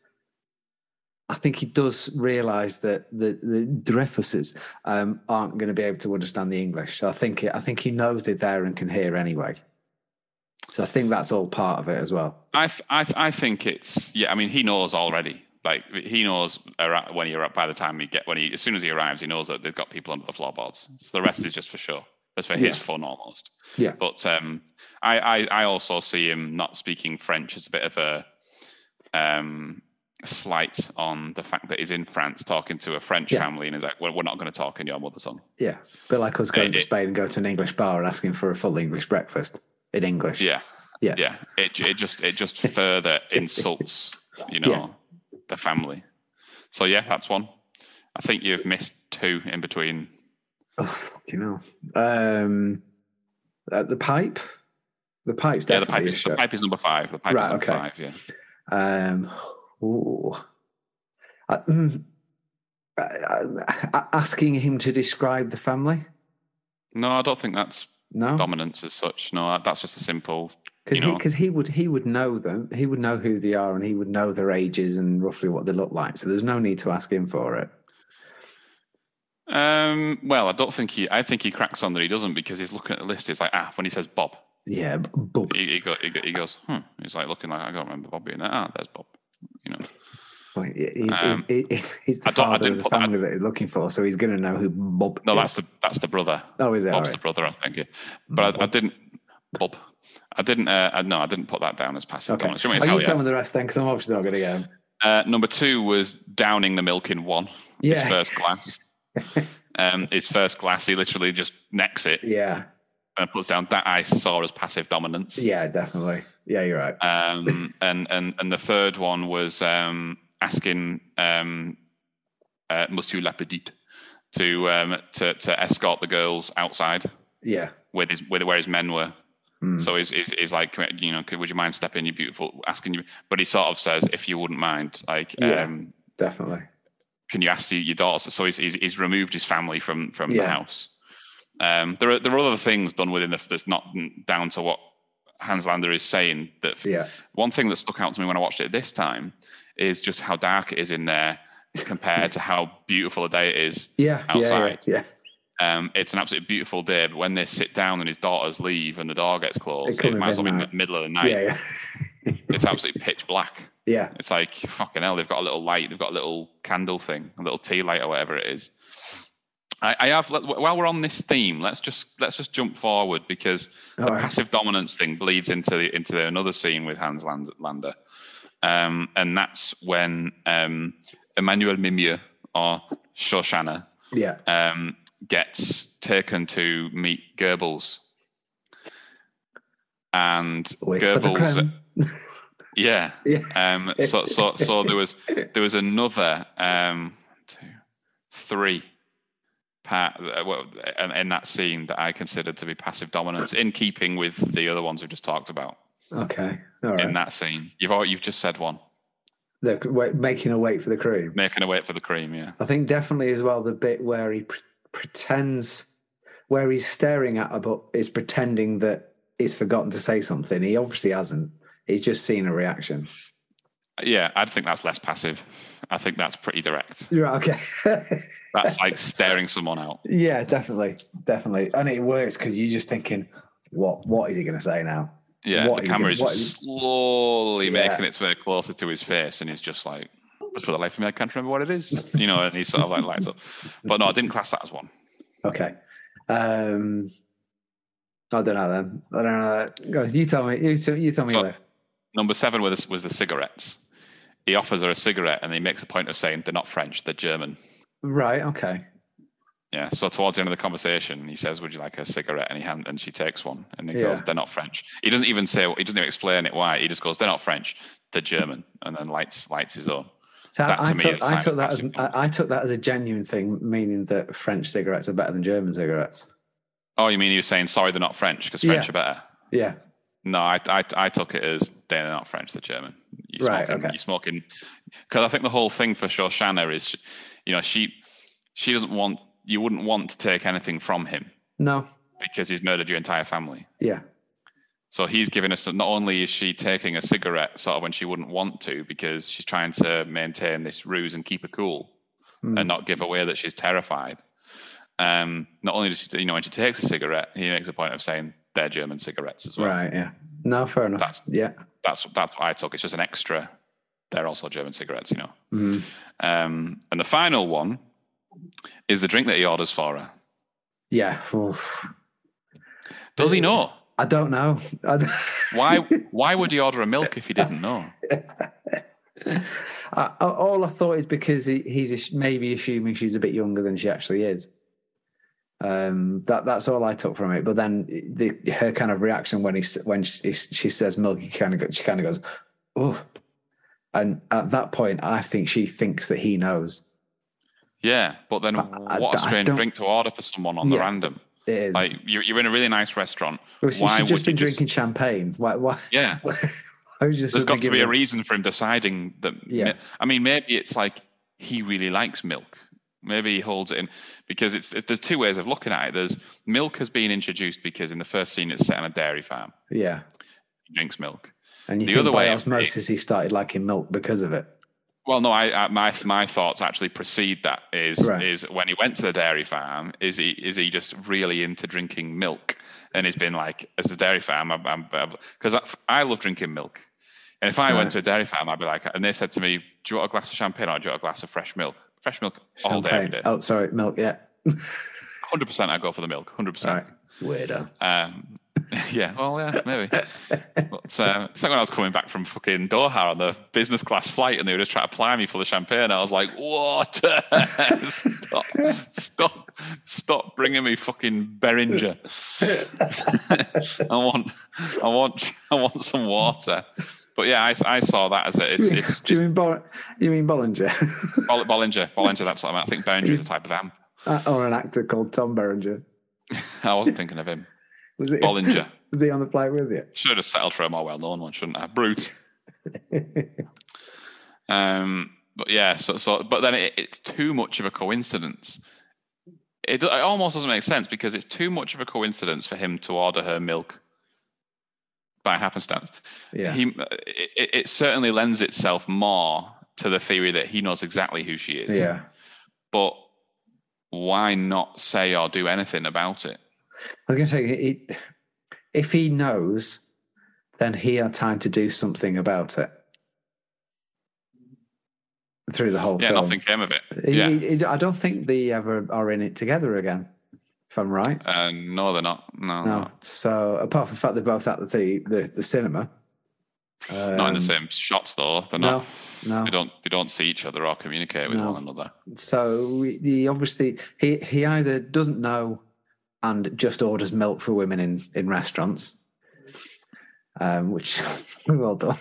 Speaker 1: i think he does realize that the the dreyfuses um, aren't going to be able to understand the english so i think it, i think he knows they're there and can hear anyway so i think that's all part of it as well
Speaker 3: I, th- I th- I think it's yeah. I mean, he knows already. Like he knows ar- when you're up. By the time he get when he as soon as he arrives, he knows that they've got people under the floorboards. So the rest is just for show. That's for his
Speaker 1: Yeah.
Speaker 3: fun almost.
Speaker 1: Yeah.
Speaker 3: But um, I, I I also see him not speaking French as a bit of a um slight on the fact that he's in France talking to a French
Speaker 1: Yeah.
Speaker 3: family and is like, we're, we're not going to talk in your mother tongue.
Speaker 1: yeah but like us going
Speaker 3: It-
Speaker 1: to
Speaker 3: it-
Speaker 1: spain and go to an english bar and asking for a full english breakfast in english
Speaker 3: Yeah.
Speaker 1: Yeah.
Speaker 3: Yeah. It it just it just
Speaker 1: (laughs)
Speaker 3: further insults, you know, the family. So yeah, that's one. I think you've missed two in between.
Speaker 1: oh fucking hell um uh, the pipe the pipe's
Speaker 3: Yeah,
Speaker 1: definitely a
Speaker 3: the pipe is the
Speaker 1: show.
Speaker 3: pipe is number five. The pipe
Speaker 1: Right,
Speaker 3: is number
Speaker 1: okay.
Speaker 3: five. Yeah.
Speaker 1: Um, ooh. Uh, mm. Uh, uh, asking him to describe the family?
Speaker 3: No, I don't think that's
Speaker 1: No,
Speaker 3: dominance as such. No, that's just a simple.
Speaker 1: because
Speaker 3: you
Speaker 1: he
Speaker 3: know.
Speaker 1: because he would he would know them. He would know who they are, and he would know their ages and roughly what they look like. So there's no need to ask him for it.
Speaker 3: Um, well, I don't think he. I think he cracks on that he doesn't because he's looking at the list. He's like, ah, when he says Bob,
Speaker 1: Yeah, b- bub.
Speaker 3: he he, go, he, go, he goes, hmm. He's like looking like I don't remember Bob being there. Ah, there's Bob. You know.
Speaker 1: Wait, He's,
Speaker 3: Um,
Speaker 1: he's, he's, he's the
Speaker 3: I don't- I
Speaker 1: father of
Speaker 3: didn't
Speaker 1: the
Speaker 3: put that-
Speaker 1: family that he's looking for, so he's going to know who Bob.
Speaker 3: No,
Speaker 1: is.
Speaker 3: that's the that's the brother.
Speaker 1: oh, is it?
Speaker 3: Bob's
Speaker 1: All right.
Speaker 3: the brother, I think. yeah. But I, I didn't, Bob. I didn't. Uh, I, no, I didn't put that down as passive
Speaker 1: Okay.
Speaker 3: dominance. Do you want me to
Speaker 1: Oh,
Speaker 3: tell
Speaker 1: you
Speaker 3: you?
Speaker 1: tell me the rest then, because I'm obviously not going to get him.
Speaker 3: Uh, number two was downing the milk in one. His
Speaker 1: Yeah, (laughs)
Speaker 3: first glass. um, his first glass. He literally just necks it
Speaker 1: yeah,
Speaker 3: and puts down that I saw as passive dominance.
Speaker 1: yeah, definitely. Yeah, you're right. (laughs)
Speaker 3: Um, and and and the third one was um, asking um, uh, Monsieur Lapidite to um, to to escort the girls outside
Speaker 1: Yeah.
Speaker 3: with his with where his men were.
Speaker 1: Mm.
Speaker 3: So he's, he's, he's like, you know, could, would you mind stepping in, you beautiful, asking you? But he sort of says, if you wouldn't mind, like,
Speaker 1: Yeah.
Speaker 3: um,
Speaker 1: Definitely.
Speaker 3: can you ask your- your daughter? So he's, he's, he's removed his family from, from
Speaker 1: Yeah.
Speaker 3: the house. Um, there are there are other things done within the, that's not down to what Hanslander is saying. That
Speaker 1: Yeah.
Speaker 3: one thing that stuck out to me when I watched it this time is just how dark it is in there
Speaker 1: (laughs)
Speaker 3: compared to how beautiful a day it is
Speaker 1: Yeah. yeah,
Speaker 3: outside.
Speaker 1: Yeah.
Speaker 3: Um, it's an absolutely beautiful day, but when they sit down and his daughters leave and the door gets closed,
Speaker 1: come
Speaker 3: it
Speaker 1: in
Speaker 3: might as well be in the
Speaker 1: midnight.
Speaker 3: middle of the
Speaker 1: Yeah.
Speaker 3: night.
Speaker 1: Yeah. Yeah.
Speaker 3: It's absolutely pitch black.
Speaker 1: yeah.
Speaker 3: It's like fucking hell. They've got a little light. They've got a little candle thing, a little tea light or whatever it is. I, I have. let- While we're on this theme, let's just let's just jump forward because
Speaker 1: All
Speaker 3: the
Speaker 1: right.
Speaker 3: passive dominance thing bleeds into the, into another scene with Hans Land- Lander, um, and that's when um, Emmanuel Mimieux or Shoshana
Speaker 1: Yeah.
Speaker 3: um, gets taken to meet Goebbels, and
Speaker 1: Wait for the
Speaker 3: Goebbels,
Speaker 1: crown.
Speaker 3: yeah.
Speaker 1: Yeah.
Speaker 3: Um, so, so, so there was there was another um, two, three part uh, well, in, in that scene that I considered to be passive dominance, in keeping with the other ones we just talked about.
Speaker 1: Okay. All right.
Speaker 3: In that scene, you've al- you've just said one,
Speaker 1: Look, wait, making a wait for the cream.
Speaker 3: making a wait for the cream. Yeah,
Speaker 1: I think definitely as well the bit where he pr- pretends, where he's staring at her, but is pretending that he's forgotten to say something. He obviously hasn't. He's just seen a reaction.
Speaker 3: yeah. I think that's less passive. I think that's pretty direct.
Speaker 1: You're right. Okay. (laughs)
Speaker 3: That's like staring someone out.
Speaker 1: yeah. Definitely. Definitely. And it works because you're just thinking, what? What is he going to say now?
Speaker 3: Yeah,
Speaker 1: What
Speaker 3: the
Speaker 1: is he gonna-
Speaker 3: camera is
Speaker 1: what
Speaker 3: just
Speaker 1: is-
Speaker 3: slowly
Speaker 1: Yeah.
Speaker 3: making its way closer to his face, and he's just like, was for the life of me, I can't remember what it is. You know, and he sort of like lights up. But no, I didn't class that as one.
Speaker 1: Okay. Um, I don't know then. I don't know. Go on, you tell me. You, tell- you tell me
Speaker 3: So-
Speaker 1: your list.
Speaker 3: Number seven was was the cigarettes. He offers her a cigarette, and he makes a point of saying they're not French, they're German.
Speaker 1: Right. Okay.
Speaker 3: Yeah. So towards the end of the conversation, he says, "Would you like a cigarette?" And he hand, and she takes one, and he
Speaker 1: Yeah.
Speaker 3: goes, "They're not French." He doesn't even say he doesn't even explain it why. He just goes, "They're not French, they're German," and then lights lights his own.
Speaker 1: So
Speaker 3: That
Speaker 1: I,
Speaker 3: to me
Speaker 1: took,
Speaker 3: is
Speaker 1: I took that as
Speaker 3: passive
Speaker 1: I, I took that as a genuine thing, meaning that French cigarettes are better than German cigarettes.
Speaker 3: Oh, you mean he was saying sorry they're not French because
Speaker 1: Yeah.
Speaker 3: French are better?
Speaker 1: Yeah.
Speaker 3: No, I, I I took it as they're not French, they're German. You're
Speaker 1: Right,
Speaker 3: Smoking,
Speaker 1: okay.
Speaker 3: You're smoking because I think the whole thing for Shoshana is, she- you know, she she doesn't want you wouldn't want to take anything from him
Speaker 1: No.
Speaker 3: because he's murdered your entire family.
Speaker 1: Yeah.
Speaker 3: So he's giving us not only is she taking a cigarette sort of when she wouldn't want to because she's trying to maintain this ruse and keep her cool
Speaker 1: Mm.
Speaker 3: and not give away that she's terrified. Um, not only does she, you know when she takes a cigarette, he makes a point of saying they're German cigarettes as well.
Speaker 1: Right. Yeah. No. Fair enough.
Speaker 3: That's-
Speaker 1: yeah.
Speaker 3: That's that's what I took. It's just an extra. They're also German cigarettes, you know.
Speaker 1: Mm.
Speaker 3: Um, and the final one is the drink that he orders for her.
Speaker 1: Yeah. Oof.
Speaker 3: Does he know?
Speaker 1: I don't know. (laughs) I don't-
Speaker 3: Why why would he order a milk if he didn't know?
Speaker 1: (laughs) I, I- all I thought is because he, he's ass- maybe assuming she's a bit younger than she actually is. Um, that that's all I took from it. But then the, her kind of reaction when he s- when she, she says milk, he kind of go, she kind of goes, oh. And at that point, I think she thinks that he knows.
Speaker 3: Yeah, but then
Speaker 1: But I-
Speaker 3: what a
Speaker 1: I
Speaker 3: strange
Speaker 1: don't-
Speaker 3: drink to order for someone on the
Speaker 1: Yeah.
Speaker 3: random.
Speaker 1: It is.
Speaker 3: Like you're, you're in a really nice restaurant.
Speaker 1: Well, she-
Speaker 3: why
Speaker 1: she's
Speaker 3: would
Speaker 1: just
Speaker 3: you
Speaker 1: been
Speaker 3: just-
Speaker 1: drinking champagne. Why? Why? (laughs)
Speaker 3: Yeah,
Speaker 1: I was just
Speaker 3: there's got to be a
Speaker 1: given-
Speaker 3: reason for him deciding that. mi-
Speaker 1: Yeah.
Speaker 3: I mean, maybe it's like he really likes milk. Maybe he holds it in because it's, it's there's two ways of looking at it. There's milk has been introduced because in the first scene it's set on a dairy farm.
Speaker 1: Yeah.
Speaker 3: He drinks milk.
Speaker 1: And you
Speaker 3: The
Speaker 1: think
Speaker 3: other
Speaker 1: by
Speaker 3: way-
Speaker 1: osmosis, he started liking milk because of it.
Speaker 3: Well, no, I, I my my thoughts actually precede that. Is
Speaker 1: Right.
Speaker 3: is when he went to the dairy farm? Is he is he just really into drinking milk? And he's been like, as a dairy farm, I'm because I, I love drinking milk. And if I
Speaker 1: Right.
Speaker 3: went to a dairy farm, I'd be like, and they said to me, "Do you want a glass of champagne or do you want a glass of fresh milk? Fresh milk all day, every
Speaker 1: Champagne.
Speaker 3: day.
Speaker 1: Oh, sorry, milk. Yeah.
Speaker 3: Hundred percent, I go for the milk. Hundred
Speaker 1: Right.
Speaker 3: percent.
Speaker 1: Weirdo.
Speaker 3: Um, (laughs) yeah, well, yeah, maybe. but uh, it's like when I was coming back from fucking Doha on the business class flight, and they were just trying to ply me full of champagne. I was like, "What? (laughs) stop! Stop! Stop bringing me fucking Beringer. (laughs) I want, I want, I want some water." But yeah, I, I saw that as a it's, it's
Speaker 1: do you mean Bol- you mean Bollinger? (laughs)
Speaker 3: Boll- Bollinger, Bollinger. That's what I meant. I think Beringer is a type of amp.
Speaker 1: Uh, or an actor called Tom Berenger?
Speaker 3: I wasn't thinking of him.
Speaker 1: Was it
Speaker 3: Bollinger.
Speaker 1: was he on the flight with you?
Speaker 3: Should have settled for a more well-known one, shouldn't I? Brute. Um, but yeah, so so but then it, it's too much of a coincidence. It, it almost doesn't make sense because it's too much of a coincidence for him to order her milk by happenstance.
Speaker 1: (laughs) yeah.
Speaker 3: He it, it- it certainly lends itself more to the theory that he knows exactly who she is.
Speaker 1: yeah.
Speaker 3: But why not say or do anything about it?
Speaker 1: I was going to say, he, if he knows, then he had time to do something about it through the whole
Speaker 3: Yeah,
Speaker 1: film.
Speaker 3: nothing came of it.
Speaker 1: He-
Speaker 3: Yeah.
Speaker 1: he- I don't think they ever are in it together again, if I'm right.
Speaker 3: Uh, no, they're not. Oh, No,
Speaker 1: No. So apart from the fact they're both at the the, the cinema.
Speaker 3: no. not in
Speaker 1: um,
Speaker 3: the same shots though. They're
Speaker 1: no,
Speaker 3: not.
Speaker 1: no.
Speaker 3: They don't. They don't see each other or communicate with
Speaker 1: No.
Speaker 3: one another.
Speaker 1: So he- he obviously he he either doesn't know and just orders milk for women in in restaurants, um, which (laughs) well done.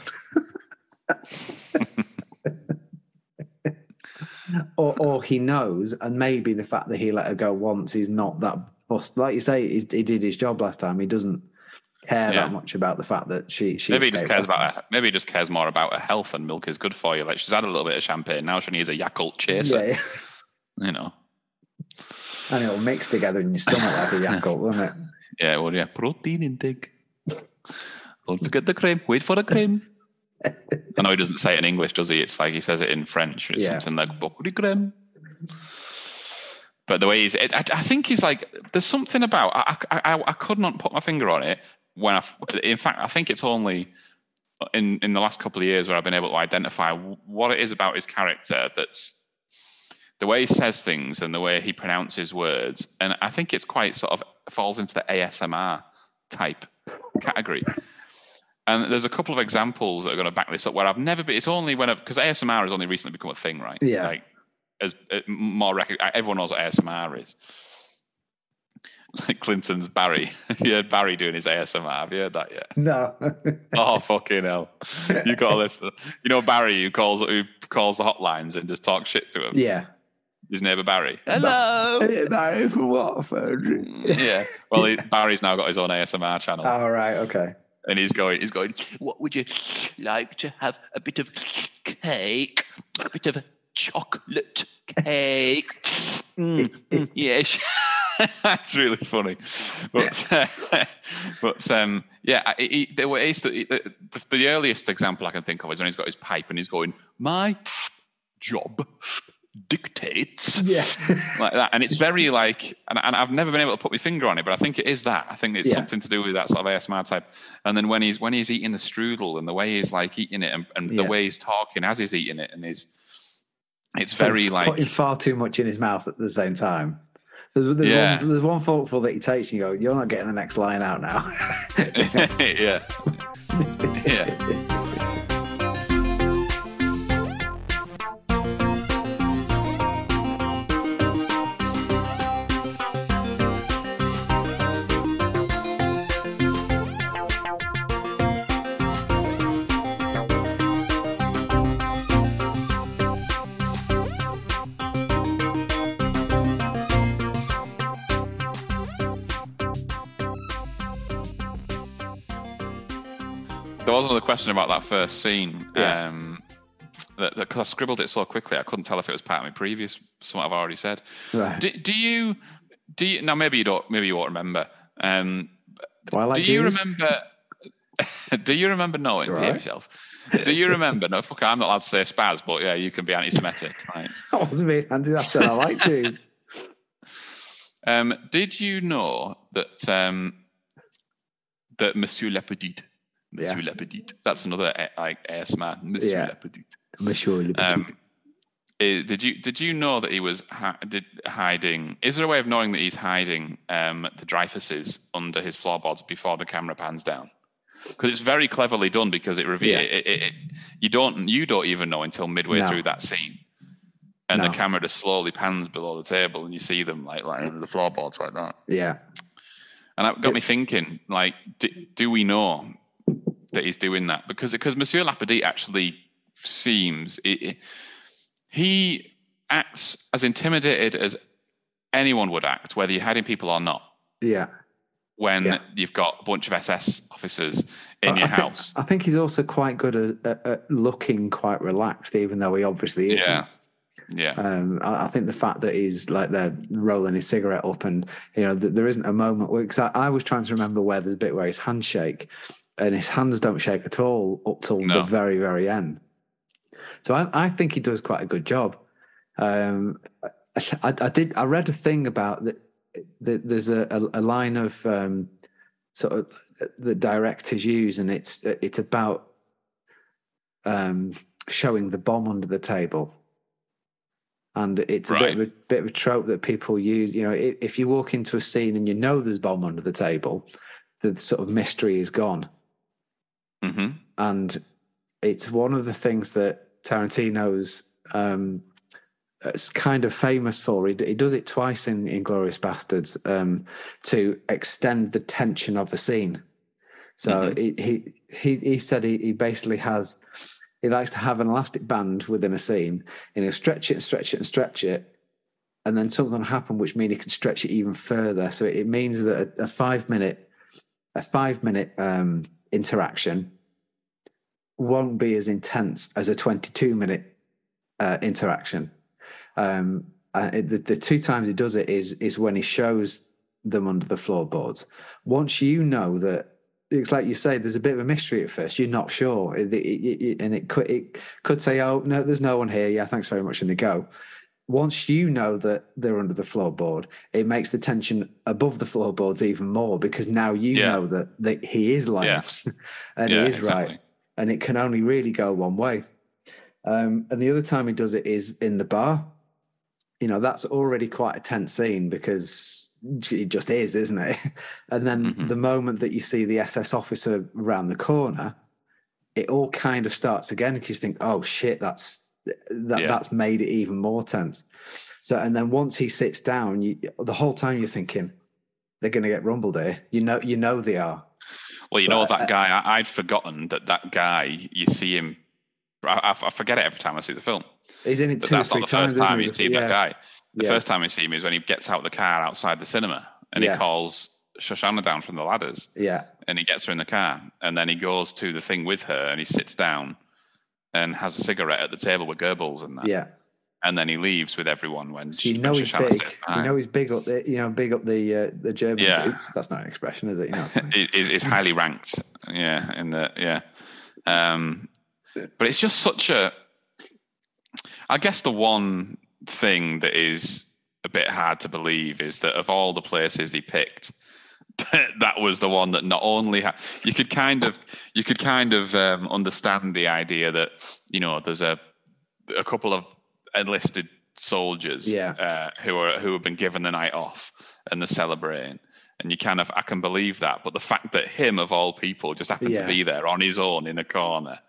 Speaker 1: or or he knows, and maybe the fact that he let her go once is not that bust. Like you say, he, he did his job last time. He doesn't care
Speaker 3: Yeah.
Speaker 1: that much about the fact that she she
Speaker 3: Maybe he just
Speaker 1: escaped
Speaker 3: cares
Speaker 1: last
Speaker 3: about her, maybe he just cares more about her health and milk is good for you. Like she's had a little bit of champagne now, she needs a Yakult
Speaker 1: time.
Speaker 3: chaser.
Speaker 1: Yeah,
Speaker 3: You know,
Speaker 1: and it'll mix together in your stomach like
Speaker 3: (laughs)
Speaker 1: a Yakult, won't it?
Speaker 3: yeah, well, yeah, protein intake. Don't forget the cream. Wait for the cream. I know he doesn't say it in English, does he? It's like he says it in French. It's
Speaker 1: Yeah.
Speaker 3: something like "beaucoup de crème." But the way he's, it, I, I think he's like, there's something about. I, I, I, I could not put my finger on it when I. In fact, I think it's only in in the last couple of years where I've been able to identify w- what it is about his character that's the way he says things and the way he pronounces words, and I think it's quite sort of falls into the ASMR type category. And there's a couple of examples that are going to back this up where I've never been. It's only when because ASMR has only recently become a thing, right?
Speaker 1: Yeah.
Speaker 3: Like as uh, more rec- everyone knows what ASMR is. Like Clinton's Barry. (laughs) you heard Barry doing his ASMR. Have you heard
Speaker 1: (laughs)
Speaker 3: that yet?
Speaker 1: No.
Speaker 3: oh fucking hell! You gotta listen. You know Barry who calls who calls the hotlines and just talks shit to him.
Speaker 1: yeah.
Speaker 3: His neighbour Barry.
Speaker 1: Hey,
Speaker 3: Hello.
Speaker 1: Barry from Watford.
Speaker 3: (laughs) yeah. Well,
Speaker 1: (laughs)
Speaker 3: he, Barry's now got his own ASMR channel,
Speaker 1: All right. Okay.
Speaker 3: and he's going. He's going.
Speaker 4: What would you like to have? A bit of cake, a bit of chocolate cake. Mm, mm, yes.
Speaker 3: (laughs) That's really funny, but (laughs) uh, but um, yeah, I- he, he- there were he's- the, the, the earliest example I can think of is when he's got his pipe and he's going, "My job dictates."
Speaker 1: Yeah.
Speaker 3: like that. And it's very like, and, and I've never been able to put my finger on it, but I think it is that. I think it's
Speaker 1: Yeah.
Speaker 3: something to do with that sort of ASMR type. And then when he's when he's eating the strudel and the way he's like eating it and, and
Speaker 1: Yeah.
Speaker 3: the way he's talking as he's eating it and he's, it's very
Speaker 1: Putting-
Speaker 3: like,
Speaker 1: putting far too much in his mouth at the same time. There's, there's,
Speaker 3: Yeah.
Speaker 1: one, there's one thoughtful that he takes and you go, you're not getting the next line out now. (laughs)
Speaker 3: (laughs) yeah, yeah. There was another question about that first scene.
Speaker 1: Yeah.
Speaker 3: Um, that because I scribbled it so quickly, I couldn't tell if it was part of my previous something I've already said.
Speaker 1: right.
Speaker 3: Do, do you? Do you? Now maybe you don't. Maybe you won't remember. Um,
Speaker 1: Do I like
Speaker 3: do you
Speaker 1: Jews? (laughs)
Speaker 3: remember? (laughs) do you remember knowing
Speaker 1: You're
Speaker 3: behave
Speaker 1: right.
Speaker 3: yourself? Do you remember? No, fuck. I'm not allowed to say spaz, but yeah, you can be anti-Semitic, (laughs) right?
Speaker 1: I wasn't being handy. I said I
Speaker 3: (laughs)
Speaker 1: like Jews.
Speaker 3: Um, did you know that um, that Monsieur Lepidite, Monsieur Lepidite, that's another eh, like ASMR, Monsieur
Speaker 1: Yeah.
Speaker 3: Lepidite.
Speaker 1: Monsieur Le Petit.
Speaker 3: Um, eh, did you did you know that he was hi- did, hiding? Is there a way of knowing that he's hiding um, the Dreyfuses under his floorboards before the camera pans down? Because it's very cleverly done. Because it reveals
Speaker 1: Yeah.
Speaker 3: it, it, it, you don't you don't even know until midway
Speaker 1: No.
Speaker 3: through that scene, and
Speaker 1: No.
Speaker 3: the camera just slowly pans below the table, and you see them like lying under the floorboards like that.
Speaker 1: yeah.
Speaker 3: And that got
Speaker 1: Yeah.
Speaker 3: me thinking, like, do, do we know that he's doing that? Because because Monsieur Lapidite actually seems it, it- he acts as intimidated as anyone would act, whether you're hiding people or not.
Speaker 1: Yeah.
Speaker 3: When
Speaker 1: Yeah. Uh,
Speaker 3: you've got a bunch of SS officers in
Speaker 1: I-
Speaker 3: your
Speaker 1: I think-
Speaker 3: house,
Speaker 1: I think he's also quite good at, at, at looking quite relaxed, even though he obviously isn't.
Speaker 3: yeah, yeah,
Speaker 1: Um, I, I think the fact that he's like there rolling his cigarette up, and you know, th- there isn't a moment where because I, I was trying to remember where there's a bit where his hands shake, and his hands don't shake at all up till the
Speaker 3: No.
Speaker 1: very, very end. So I, I think he does quite a good job. Um, I, I did. I read a thing about that. that There's a, a, a line of um, sort of that directors use, and it's uh, it's about um, showing the bomb under the table. And it's a, bit of a bit of a trope that people use. You know, if, if you walk into a scene and you know there's bomb under the table, the sort of mystery is gone.
Speaker 3: hmm
Speaker 1: And it's one of the things that Tarantino's um, it's kind of famous for. He, d- he does it twice in Inglorious Bastards um, to extend the tension of a scene. So he, he he he said he, he basically has he likes to have an elastic band within a scene, and he'll stretch it and stretch it and stretch it, and then something will happen which means he can stretch it even further. So it, means that a, a five minute a five minute um, interaction won't be as intense as a 22 minute uh, interaction. Um, uh, it- the, the two times he does it is is when he shows them under the floorboards. Once you know that, it's like you say, there's a bit of a mystery at first. You're not sure, It- it- it- it- and it could it could say, "Oh no, there's no one here." Yeah, thanks very much, and they go. Once you know that they're under the floorboard, it makes the tension above the floorboards even more because now you
Speaker 3: Yeah.
Speaker 1: know that, that he is lying
Speaker 3: Yeah.
Speaker 1: (laughs) and
Speaker 3: yeah,
Speaker 1: he is right. and it can only really go one way. Um, and the other time he does it is in the bar. You know, that's already quite a tense scene because it just is, isn't it? (laughs) And then
Speaker 3: Mhm.
Speaker 1: the moment that you see the SS officer round the corner, it all kind of starts again because you think, oh shit, that's that
Speaker 3: Yeah.
Speaker 1: that's made it even more tense. So, and then once he sits down, you, the whole time you're thinking they're going to get rumbled here. You know, you know they are.
Speaker 3: Well, you know
Speaker 1: But, uh,
Speaker 3: that guy. I, I'd forgotten that that guy. You see him. I, I- I forget it every time I see the film.
Speaker 1: He's in it
Speaker 3: But
Speaker 1: two,
Speaker 3: that's
Speaker 1: three
Speaker 3: not the
Speaker 1: times.
Speaker 3: first
Speaker 1: isn't
Speaker 3: time
Speaker 1: he?
Speaker 3: you see
Speaker 1: Yeah.
Speaker 3: that guy. The
Speaker 1: Yeah.
Speaker 3: first time you see him is when he gets out of the car outside the cinema and
Speaker 1: Yeah.
Speaker 3: he calls Shoshana down from the ladders
Speaker 1: Yeah,
Speaker 3: and he gets her in the car and then he goes to the thing with her and he sits down and has a cigarette at the table with Goebbels and that.
Speaker 1: yeah.
Speaker 3: And then he leaves with everyone when,
Speaker 1: So
Speaker 3: she,
Speaker 1: you know
Speaker 3: when
Speaker 1: he's
Speaker 3: Shoshana
Speaker 1: big.
Speaker 3: stays
Speaker 1: You
Speaker 3: behind.
Speaker 1: know he's big up the. You know, big up the uh, the German
Speaker 3: Yeah.
Speaker 1: boots. That's not an expression, is it? You know what I mean?
Speaker 3: It is it's highly ranked. Yeah, in the yeah, um, but it's just such a. I guess the one thing that is a bit hard to believe is that of all the places he picked, (laughs) that was the one that not only ha- you could kind of you could kind of um, understand the idea that you know there's a a couple of enlisted soldiers
Speaker 1: Yeah.
Speaker 3: uh, who are who have been given the night off and they're celebrating and you kind of I can believe that, but the fact that him of all people just happened
Speaker 1: Yeah.
Speaker 3: to be there on his own in a corner,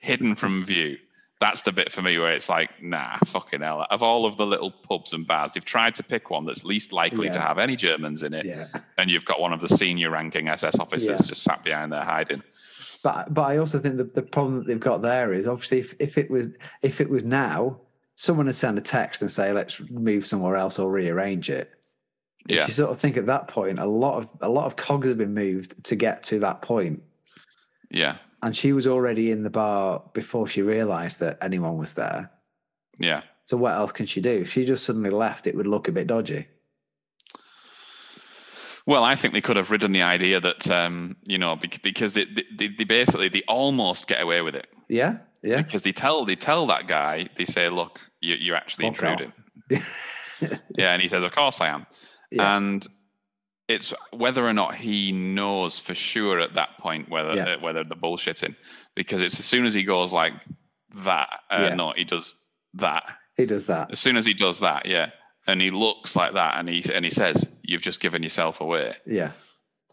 Speaker 3: hidden
Speaker 1: (laughs)
Speaker 3: from view. That's the bit for me where it's like, nah, fucking hell. Of all of the little pubs and bars, they've tried to pick one that's least likely to
Speaker 1: Yeah.
Speaker 3: have any Germans (laughs) in it,
Speaker 1: yeah.
Speaker 3: and you've got one of the senior ranking SS officers
Speaker 1: Yeah.
Speaker 3: just sat behind there hiding.
Speaker 1: But but I also think the, the problem that they've got there is obviously if, if it was if it was now, someone would send a text and say let's move somewhere else or rearrange it. If
Speaker 3: Yeah.
Speaker 1: you sort of think at that point, a lot of a lot of cogs have been moved to get to that point,
Speaker 3: Yeah.
Speaker 1: and she was already in the bar before she realised that anyone was there.
Speaker 3: Yeah.
Speaker 1: So what else can she do? If she just suddenly left, it would look a bit dodgy.
Speaker 3: Well, I think they could have ridden the idea that, um, you know, bec- because they, they, they- they basically, they almost get away with it.
Speaker 1: Yeah, yeah.
Speaker 3: because they tell they tell that guy they say look you, you're actually
Speaker 1: Fuck off.
Speaker 3: intruding yeah and he says of course i am
Speaker 1: (laughs) Yeah.
Speaker 3: and it's whether or not he knows for sure at that point whether
Speaker 1: Yeah.
Speaker 3: uh, whether they're bullshitting because it's as soon as he goes like that uh,
Speaker 1: Yeah.
Speaker 3: no he does that
Speaker 1: He does that.
Speaker 3: as soon as he does that yeah and he looks like that and he and he says you've just given yourself away
Speaker 1: Yeah.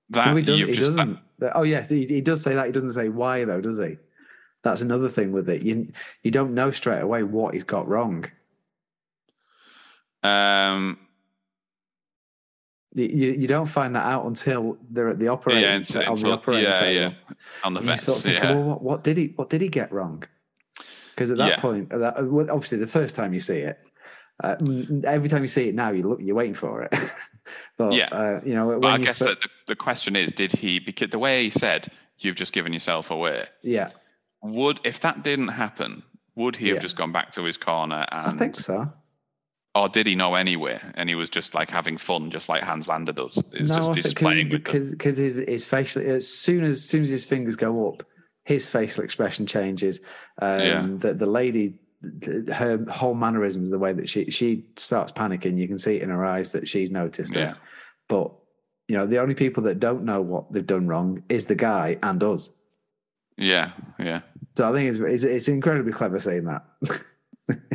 Speaker 3: that
Speaker 1: no, he doesn't.
Speaker 3: you've
Speaker 1: He
Speaker 3: just
Speaker 1: doesn't. oh yes, he, he does say that. He doesn't say why though, does he? That's another thing with it. You you don't know straight away what he's got wrong.
Speaker 3: um
Speaker 1: You, you, you don't find that out until they're at the operating
Speaker 3: yeah, until-
Speaker 1: on
Speaker 3: until-
Speaker 1: the operating
Speaker 3: yeah,
Speaker 1: table.
Speaker 3: yeah, on the
Speaker 1: And you
Speaker 3: vets
Speaker 1: sort of think,
Speaker 3: yeah
Speaker 1: well, what, what did he what did he get wrong? Because at that
Speaker 3: Yeah.
Speaker 1: point, at that, uh, well, obviously, the first time you see it, uh, mm, every time you see it now, you look, you're waiting for it. (laughs) but
Speaker 3: Yeah.
Speaker 1: uh, you know,
Speaker 3: But
Speaker 1: when
Speaker 3: I
Speaker 1: you
Speaker 3: guess
Speaker 1: fir-
Speaker 3: that the, the question is, did he? Because the way he said, "You've just given yourself away."
Speaker 1: yeah,
Speaker 3: Would if that didn't happen, would he
Speaker 1: Yeah.
Speaker 3: have just gone back to his corner?
Speaker 1: I
Speaker 3: And
Speaker 1: think so.
Speaker 3: or did he know anyway? And he was just like having fun, just like Hans Lander does. It's
Speaker 1: no,
Speaker 3: just
Speaker 1: I
Speaker 3: he's
Speaker 1: think
Speaker 3: playing with them.
Speaker 1: because because his his facial as soon as, soon as his fingers go up, his facial expression changes. Um,
Speaker 3: Yeah.
Speaker 1: The the lady, th- her whole mannerisms, the way that she she starts panicking, you can see it in her eyes that she's noticed
Speaker 3: Yeah.
Speaker 1: it. But you know, the only people that don't know what they've done wrong is the guy and us.
Speaker 3: Yeah, yeah.
Speaker 1: So I think it's it's, it's incredibly clever seeing that.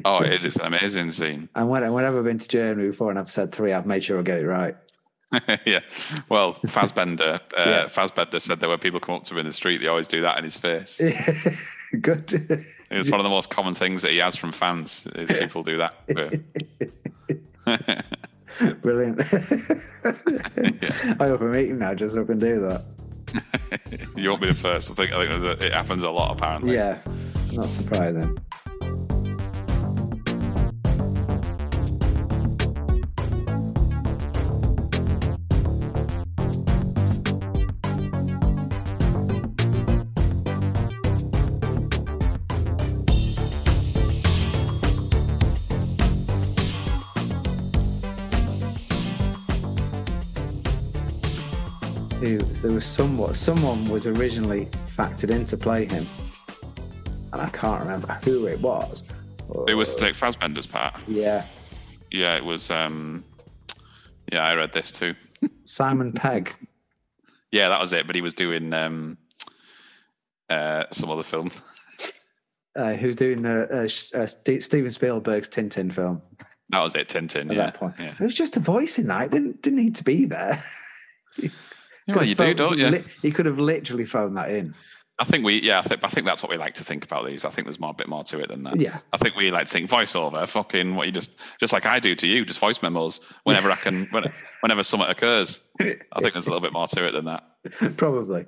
Speaker 3: Oh, it is. It's an amazing scene. (laughs)
Speaker 1: and when, whenever I've been to Germany before and I've said three, I've made sure I get it right. (laughs)
Speaker 3: yeah. Well, Fassbender, uh,
Speaker 1: Yeah.
Speaker 3: Fassbender said that when people come up to him in the street, they always do that in his face.
Speaker 1: Good.
Speaker 3: It's one of the most common things that he has from fans
Speaker 1: (laughs)
Speaker 3: is people do that. But- (laughs)
Speaker 1: Brilliant. (laughs) I hope I'm eating now just so I can do that.
Speaker 3: you won't be the first. I think, I think there's a, it happens a lot apparently.
Speaker 1: Yeah, not surprising. Who- There was somewhat, someone was originally factored in to play him, and I can't remember who it was.
Speaker 3: It was to take Fassbender's part.
Speaker 1: yeah,
Speaker 3: Yeah, it was. Um, yeah, I read this too.
Speaker 1: Simon Pegg.
Speaker 3: Yeah, that was it. But he was doing. Um, uh, some other film.
Speaker 1: Uh, who's doing uh, uh, S- uh, Ste Steven Spielberg's Tintin film
Speaker 3: That was it, Tintin.
Speaker 1: at
Speaker 3: yeah.
Speaker 1: that point?
Speaker 3: yeah.
Speaker 1: It was just a voice in that. It didn't, didn't need to be there.
Speaker 3: Well, you do, don't you?
Speaker 1: Li- he could have literally phoned that in.
Speaker 3: I think we, yeah, I think, I think that's what we like to think about these. I think there's more, a bit more to it than that.
Speaker 1: Yeah. (laughs)
Speaker 3: I think we like to think voiceover, fucking what you just, just like I do to you, just voice memos whenever I can,
Speaker 1: (laughs)
Speaker 3: when, whenever something occurs. I think there's a little bit more to it than that.
Speaker 1: Probably.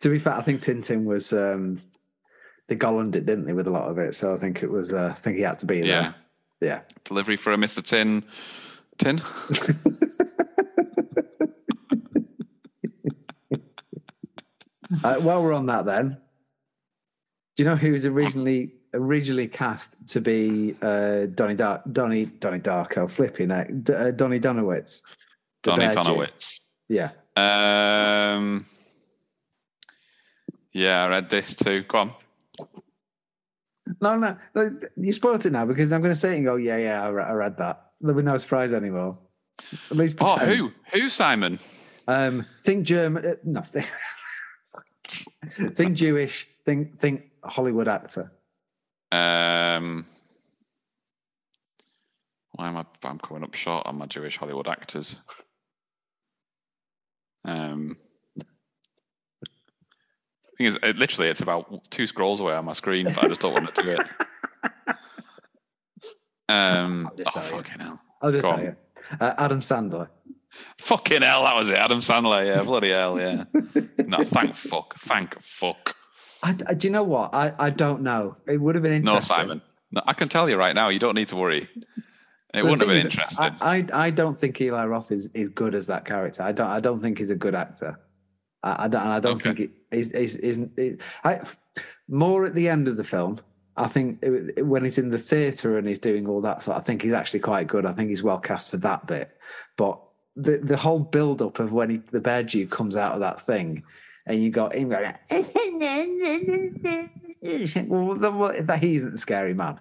Speaker 1: To be fair, I think Tintin was um they gollanded it, didn't they, with a lot of it. So I think it was uh, I think he had to be
Speaker 3: Yeah.
Speaker 1: there.
Speaker 3: Delivery for a Mr. Tin, Tin.
Speaker 1: Yeah. Uh, while we're on that then, do you know who was originally originally cast to be uh Donnie Dar- Donnie Donnie Darko flipping it, D- uh, Donnie Donowitz? The
Speaker 3: Donny
Speaker 1: bear Jew.
Speaker 3: Donowitz.
Speaker 1: Yeah.
Speaker 3: Um, yeah, I read this too. Go on.
Speaker 1: No, no, no, you spoiled it now because I'm going to say it and go, yeah, yeah, I, re- I read that. There'll be no surprise anymore. At least
Speaker 3: Oh,
Speaker 1: pretend.
Speaker 3: who? Who, Simon?
Speaker 1: Um, think German, uh, no, think, (laughs) think Jewish, think think Hollywood actor.
Speaker 3: Um, why am I? I'm coming up short on my Jewish Hollywood actors. Um, thing is, it, literally, it's about two scrolls away on my screen, but I just don't want to do it. Um,
Speaker 1: I'll just
Speaker 3: oh
Speaker 1: tell you.
Speaker 3: fucking hell!
Speaker 1: I'll just
Speaker 3: Go
Speaker 1: tell
Speaker 3: on.
Speaker 1: you, uh, Adam Sandler.
Speaker 3: Fucking hell! That was it, Adam Sandler. Yeah, bloody hell!
Speaker 1: (laughs)
Speaker 3: Yeah. No, thank fuck. Thank fuck.
Speaker 1: I, I- do you know what? I, I don't know. It would have been interesting.
Speaker 3: No, Simon. No, I can tell you right now. You don't need to worry. It
Speaker 1: The
Speaker 3: wouldn't have
Speaker 1: thing
Speaker 3: been
Speaker 1: is,
Speaker 3: interesting.
Speaker 1: I, I I don't think Eli Roth is, is good as that character. I don't I don't think he's a good actor. I, I don't and I don't
Speaker 3: Okay.
Speaker 1: think he is is isn't. It, I more at the end of the film. I think it- it- when he's in the theater and he's doing all that sort, I think he's actually quite good. I think he's well cast for that bit. But the the whole build up of when he, the bear Jew comes out of that thing, and you got him going, (laughs) you think, well, the- what- that he isn't a scary man.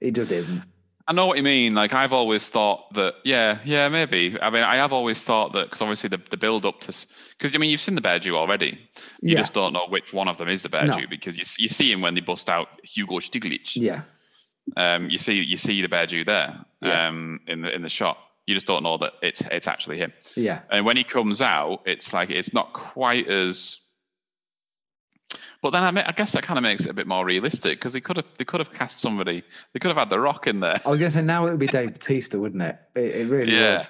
Speaker 1: He just isn't.
Speaker 3: I know what you mean. Like I've always thought that. Yeah, yeah, maybe. I mean, I have always thought that because obviously the, the build up to because I mean you've seen the Bear Jew already. You
Speaker 1: Yeah.
Speaker 3: just don't know which one of them is the Bear
Speaker 1: No.
Speaker 3: Jew because you s- you see him when they bust out Hugo Stiglitz.
Speaker 1: Yeah.
Speaker 3: Um, you see you see the Bear Jew there.
Speaker 1: Yeah.
Speaker 3: Um, in the in the shot. You just don't know that it's it's actually him.
Speaker 1: Yeah.
Speaker 3: And when he comes out, it's like it's not quite as. But then I, mean, I guess that kind of makes it a bit more realistic because they could have they could have cast somebody. They could have had The Rock in there,
Speaker 1: I was going to say now it would be Dave Batista, wouldn't it? It, it really
Speaker 3: Yeah.
Speaker 1: would.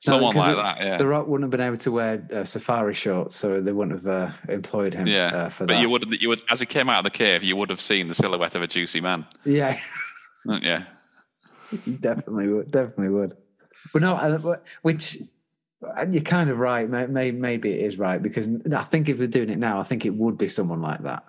Speaker 3: someone
Speaker 1: 'cause
Speaker 3: like
Speaker 1: it-
Speaker 3: that. Yeah.
Speaker 1: The Rock wouldn't have been able to wear uh, safari shorts, so they wouldn't have uh, employed him
Speaker 3: Yeah,
Speaker 1: uh, for
Speaker 3: But
Speaker 1: that.
Speaker 3: you would, you would, as he came out of the cave, you would have seen the silhouette of a juicy man.
Speaker 1: yeah, (laughs)
Speaker 3: wouldn't you?
Speaker 1: you definitely would. Definitely would. But no, uh, but- which and you're kind of right. May, may, maybe it is right because I think if they're doing it now, I think it would be someone like that.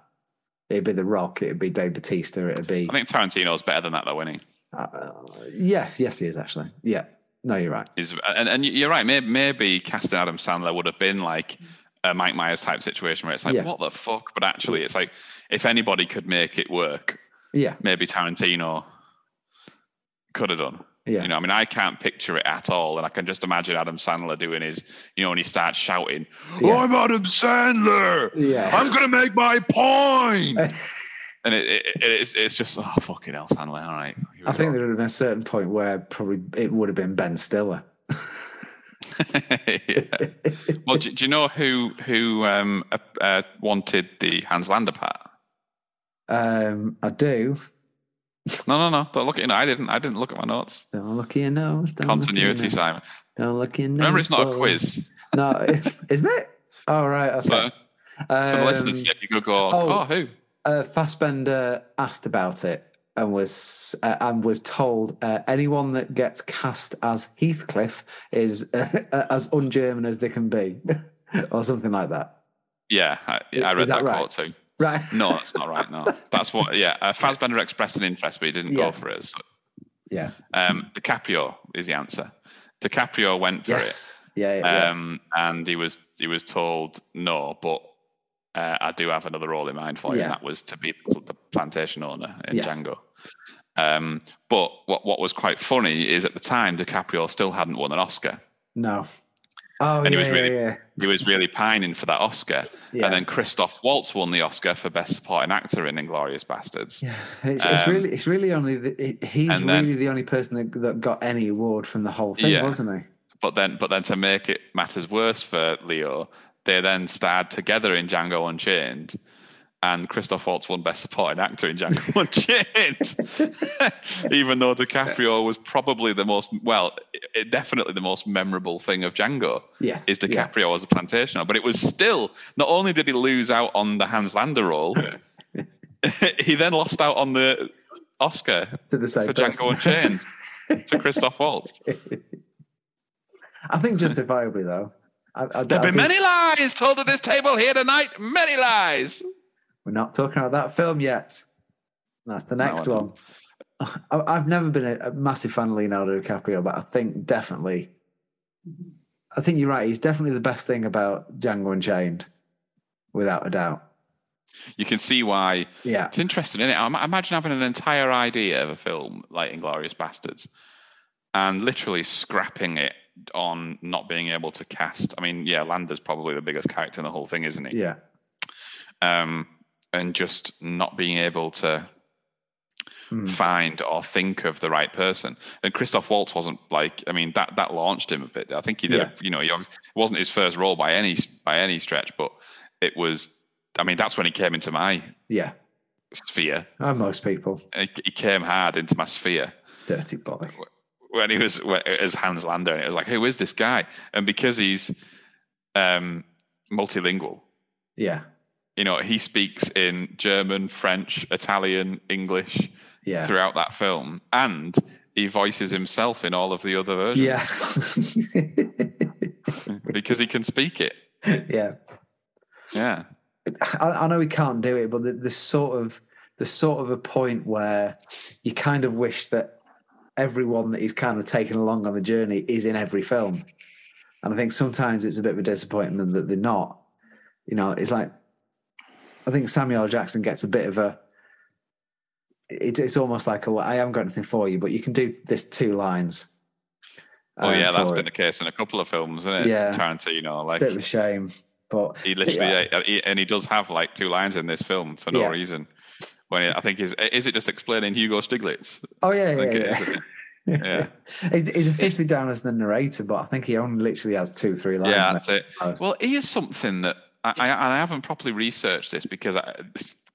Speaker 1: It'd be The Rock. It'd be Dave Batista. It'd be
Speaker 3: I think Tarantino's better than that, though, isn't he?
Speaker 1: uh, yes, yes, he is actually. Yeah. No, you're right.
Speaker 3: He's, and, and you're right. Maybe, maybe casting Adam Sandler would have been like a Mike Myers type situation where it's like,
Speaker 1: Yeah.
Speaker 3: what the fuck? But actually, it's like if anybody could make it work,
Speaker 1: Yeah,
Speaker 3: maybe Tarantino could have done.
Speaker 1: yeah,
Speaker 3: You know, I mean, I can't picture it at all, and I can just imagine Adam Sandler doing his, you know, when he starts shouting,
Speaker 1: Yeah.
Speaker 3: "I'm Adam Sandler."
Speaker 1: yeah.
Speaker 3: I'm gonna make my
Speaker 1: (laughs)
Speaker 3: point. and it, it, it- it's it's just oh fucking hell, Sandler. All right, here we
Speaker 1: I think
Speaker 3: go.
Speaker 1: there would have been a certain point where probably it would have been Ben Stiller.
Speaker 3: (laughs) Yeah. Well, do, do you know who who um uh, uh, wanted the Hans Lander part?
Speaker 1: (laughs) um, I do.
Speaker 3: No, no, no. Don't look at you know, I didn't. I didn't look at my notes.
Speaker 1: Don't look in your nose. Don't Look
Speaker 3: Continuity,
Speaker 1: in your nose,
Speaker 3: Simon.
Speaker 1: don't look in your
Speaker 3: Remember,
Speaker 1: nose,
Speaker 3: it's not a
Speaker 1: boy.
Speaker 3: quiz.
Speaker 1: (laughs) No, it- isn't it? All right.
Speaker 3: So
Speaker 1: Okay.
Speaker 3: for the listeners,
Speaker 1: Um,
Speaker 3: if you could go,
Speaker 1: oh.
Speaker 3: oh, who?
Speaker 1: uh, Fassbender asked about it and was uh, and was told uh, anyone that gets cast as Heathcliff is (laughs) uh, as un-German as they can be, (laughs) or something like that.
Speaker 3: Yeah, I,
Speaker 1: Is-
Speaker 3: I read
Speaker 1: is that
Speaker 3: that,
Speaker 1: right?
Speaker 3: quote too.
Speaker 1: Right?
Speaker 3: No, that's not right. No, that's what. Yeah, uh, Fassbender expressed an interest, but he didn't
Speaker 1: Yeah.
Speaker 3: go for it. So,
Speaker 1: (laughs) yeah.
Speaker 3: um, DiCaprio is the answer. DiCaprio went for it.
Speaker 1: Yes. Yeah. yeah, yeah.
Speaker 3: um, and he was he was told no, but uh, I do have another role in mind for you.
Speaker 1: Yeah.
Speaker 3: And that was to be the, the plantation owner in
Speaker 1: Yes.
Speaker 3: Django. Um, but what what was quite funny is at the time DiCaprio still hadn't won an Oscar,
Speaker 1: no. Oh,
Speaker 3: And he
Speaker 1: yeah,
Speaker 3: was
Speaker 1: yeah,
Speaker 3: really-
Speaker 1: yeah.
Speaker 3: He was really pining for that Oscar.
Speaker 1: Yeah.
Speaker 3: And then Christoph Waltz won the Oscar for Best Supporting Actor in Inglorious Bastards.
Speaker 1: Yeah, and it's, it's
Speaker 3: Um,
Speaker 1: really, it's really only the, it, he's
Speaker 3: and then-
Speaker 1: really the only person that, that got any award from the whole thing,
Speaker 3: Yeah.
Speaker 1: wasn't
Speaker 3: But then, but then to make it matters worse for Leo, they then starred together in Django Unchained, and Christoph Waltz won Best Supporting Actor
Speaker 1: (laughs)
Speaker 3: in Django Unchained, (laughs) even though DiCaprio was probably the most well, it, definitely the most memorable thing of Django
Speaker 1: he? Yes,
Speaker 3: is
Speaker 1: yeah.
Speaker 3: DiCaprio as a plantation owner. But it was still not only did he lose out on the Hans Lander
Speaker 1: (laughs)
Speaker 3: role, (laughs) he then lost out on the Oscar
Speaker 1: to the same
Speaker 3: for
Speaker 1: person.
Speaker 3: Django Unchained to Christoph Waltz.
Speaker 1: (laughs) I
Speaker 3: (laughs)
Speaker 1: think justifiably though. I, I, I
Speaker 3: There'll be
Speaker 1: do-
Speaker 3: many lies told at this table here tonight. Many lies.
Speaker 1: We're not talking about that film yet. That's the
Speaker 3: No,
Speaker 1: next
Speaker 3: I
Speaker 1: one. I, I've never been a, a massive fan of Leonardo DiCaprio, but I think definitely, I think you're right. He's definitely the best thing about Django Unchained, without a doubt.
Speaker 3: You can see why.
Speaker 1: Yeah,
Speaker 3: It's interesting, isn't it? I im- imagine having an entire idea of a film like Inglorious Bastards and literally scrapping it on not being able to cast. I mean, yeah, Lander's probably the biggest character in the whole thing, isn't he?
Speaker 1: yeah,
Speaker 3: um, and just not being able to
Speaker 1: Mm.
Speaker 3: find or think of the right person. And Christoph Waltz wasn't like, I mean, that that launched him a bit. I think he did, a-
Speaker 1: Yeah.
Speaker 3: you know, he obvi- it wasn't his first role by any by any stretch, but it was. I mean, that's when he came into my
Speaker 1: yeah.
Speaker 3: sphere.
Speaker 1: And most people,
Speaker 3: He he came hard into my sphere
Speaker 1: dirty boy.
Speaker 3: when he was when, as Hans Lander, and it was like, who is this guy? And because he's um, multilingual,
Speaker 1: Yeah,
Speaker 3: you know, he speaks in German, French, Italian, English
Speaker 1: yeah,
Speaker 3: throughout that film, and he voices himself in all of the other versions
Speaker 1: yeah,
Speaker 3: because he can speak it.
Speaker 1: (laughs) yeah.
Speaker 3: Yeah,
Speaker 1: I, I know he can't do it, but th- there's sort of there's sort of a point where you kind of wish that everyone that he's kind of taken along on the journey is in every film, and I think sometimes it's a bit of a disappointment that they're not. You know, it's like I think Samuel L. Jackson gets a bit of a. It, it's almost like a, well, I haven't got anything for you, but you can do this two lines.
Speaker 3: oh
Speaker 1: uh,
Speaker 3: yeah, that's
Speaker 1: for
Speaker 3: been the
Speaker 1: it.
Speaker 3: case in a couple of films, isn't it?
Speaker 1: Yeah.
Speaker 3: Tarantino, like
Speaker 1: bit of a shame, but
Speaker 3: he literally, uh, he- and he does have like two lines in this film for no
Speaker 1: Yeah.
Speaker 3: reason. When he, I think is is it just explaining Hugo Stiglitz?
Speaker 1: oh yeah,
Speaker 3: I
Speaker 1: yeah,
Speaker 3: think it
Speaker 1: yeah.
Speaker 3: is, isn't it? Yeah,
Speaker 1: (laughs) He's, he's officially down as the narrator, but I think he only literally has two, three lines.
Speaker 3: yeah,
Speaker 1: left
Speaker 3: that's it.
Speaker 1: most.
Speaker 3: Well, here's something that I, I and I haven't properly researched this because I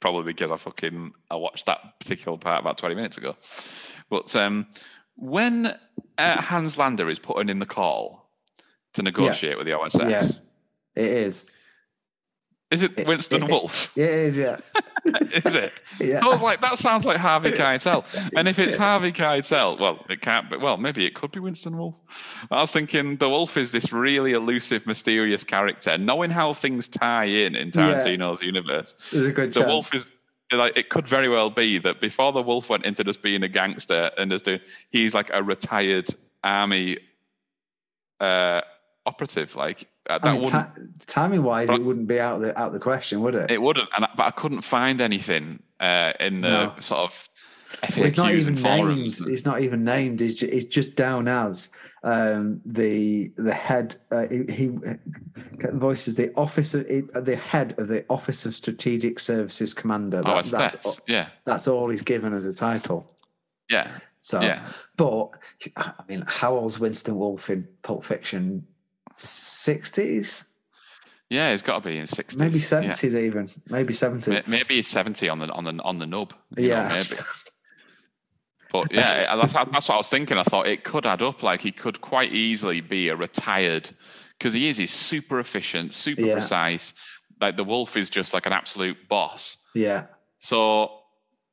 Speaker 3: probably because I fucking I watched that particular part about 20 minutes ago. But um, when uh, Hans Lander is putting in the call to negotiate with the OSS,
Speaker 1: Yeah. it is.
Speaker 3: is it
Speaker 1: It-
Speaker 3: Winston
Speaker 1: it- (laughs)
Speaker 3: Wolfe?
Speaker 1: It is. Yeah.
Speaker 3: is it?
Speaker 1: Yeah.
Speaker 3: I was like, that sounds like Harvey Keitel. And if it's Harvey Keitel, well, it can't be. Well, maybe it could be Winston Wolfe. I was thinking the Wolf is this really elusive, mysterious character. Knowing how things tie in in
Speaker 1: Yeah.
Speaker 3: Tarantino's universe,
Speaker 1: (laughs) There's a good
Speaker 3: the
Speaker 1: chance.
Speaker 3: Wolf is like it could very well be that before the Wolf went into just being a gangster and just doing, he's like a retired army uh, operative. Like uh, that
Speaker 1: I mean,
Speaker 3: wouldn't
Speaker 1: ti- timing wise, it wouldn't be out the out the question, would it?
Speaker 3: it wouldn't. And I, but I couldn't find anything uh, in the
Speaker 1: No.
Speaker 3: sort of.
Speaker 1: Well, it's not
Speaker 3: FAQs
Speaker 1: even
Speaker 3: and
Speaker 1: named.
Speaker 3: forums.
Speaker 1: It's not even named. It's just, it's just down as um, the the head. Uh, he, he uh, voices the office of the head of the Office of Strategic Services Commander.
Speaker 3: Oh,
Speaker 1: That-
Speaker 3: it's
Speaker 1: that's
Speaker 3: that's, yeah,
Speaker 1: that's all he's given as a title.
Speaker 3: yeah,
Speaker 1: So
Speaker 3: yeah.
Speaker 1: But I mean, how old's Winston Wolfe in Pulp Fiction? Sixties,
Speaker 3: Yeah, it's got to be in sixties.
Speaker 1: maybe seventies, even maybe seventies.
Speaker 3: Maybe he's seventy on the on the on the nub. you know,
Speaker 1: Yeah,
Speaker 3: maybe.
Speaker 1: (laughs)
Speaker 3: But yeah, I- that's, that's what I was thinking. I thought it could add up. Like he could quite easily be a retired, because he is. He's super efficient, super
Speaker 1: Yeah.
Speaker 3: precise. Like the wolf is just like an absolute boss.
Speaker 1: yeah,
Speaker 3: So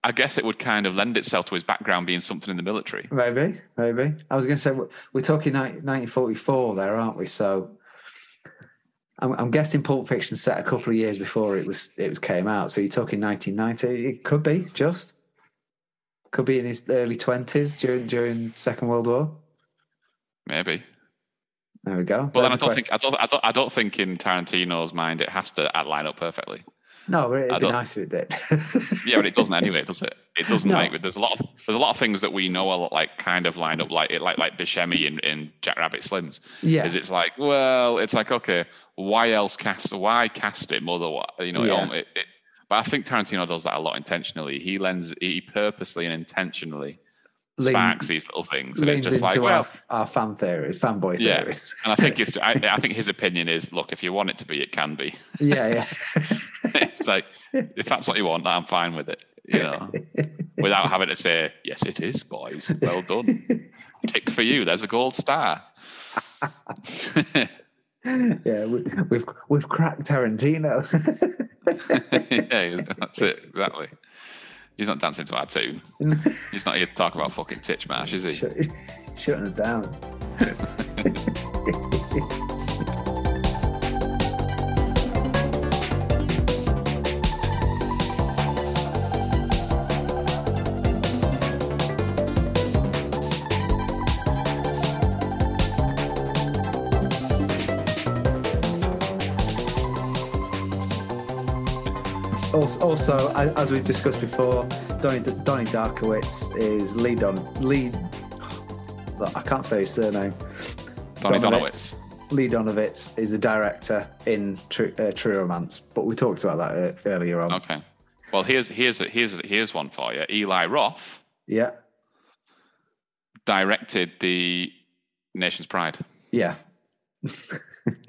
Speaker 3: I guess it would kind of lend itself to his background being something in the military.
Speaker 1: maybe, maybe. I was going to say we're- we're talking nineteen forty-four there, aren't we? So I'm, I'm guessing Pulp Fiction set a couple of years before it was it was came out. So you're talking nineteen ninety. It could be just could be in his early twenties during during Second World War.
Speaker 3: Maybe.
Speaker 1: There we go.
Speaker 3: But
Speaker 1: There's
Speaker 3: then I
Speaker 1: a
Speaker 3: don't
Speaker 1: que-
Speaker 3: think I don't, I don't I don't think in Tarantino's mind it has to uh, line up perfectly.
Speaker 1: No, but it'd be
Speaker 3: don't-
Speaker 1: nice if it did. (laughs)
Speaker 3: Yeah, but it doesn't anyway, does it? It doesn't
Speaker 1: No.
Speaker 3: like. There's a lot of there's a lot of things that we know are like kind of lined up like it like like Buscemi in, in Jack Rabbit Slims.
Speaker 1: yeah.
Speaker 3: Is it's like well, it's like okay, why else cast why cast him otherwise? You know, it
Speaker 1: Yeah.
Speaker 3: al- it, it, but I think Tarantino does that a lot intentionally. He lends he purposely and intentionally
Speaker 1: Lean-
Speaker 3: sparks these little things, and
Speaker 1: leans
Speaker 3: it's just
Speaker 1: into
Speaker 3: like
Speaker 1: our,
Speaker 3: well,
Speaker 1: our fan theories, fanboy
Speaker 3: Yeah.
Speaker 1: theories. (laughs)
Speaker 3: and I think it's I, I think his opinion is look, if you want it to be, it can be.
Speaker 1: yeah,
Speaker 3: (laughs) it's like if that's what you want, I'm fine with it. You know, without having to say yes, it is, boys. Well done, tick for you. There's a gold star. (laughs)
Speaker 1: yeah, yeah. We, we've we've cracked Tarantino. (laughs)
Speaker 3: yeah, that's it exactly. He's not dancing to our tune. He's not here to talk about fucking Titchmarsh, is he?
Speaker 1: Shut, (laughs) shutting it down. Also, also a- as we've discussed before, Donny, Donny Darkowitz is Lee Don Lee. Look, I can't say his surname.
Speaker 3: Donny
Speaker 1: Donovitz.
Speaker 3: Donowitz.
Speaker 1: Lee Donovitz is the director in True, uh, True Romance, but we talked about that uh, earlier on.
Speaker 3: Okay. Well, here's here's here's here's one for you. Eli Roth
Speaker 1: Yeah,
Speaker 3: directed the Nation's Pride.
Speaker 1: yeah,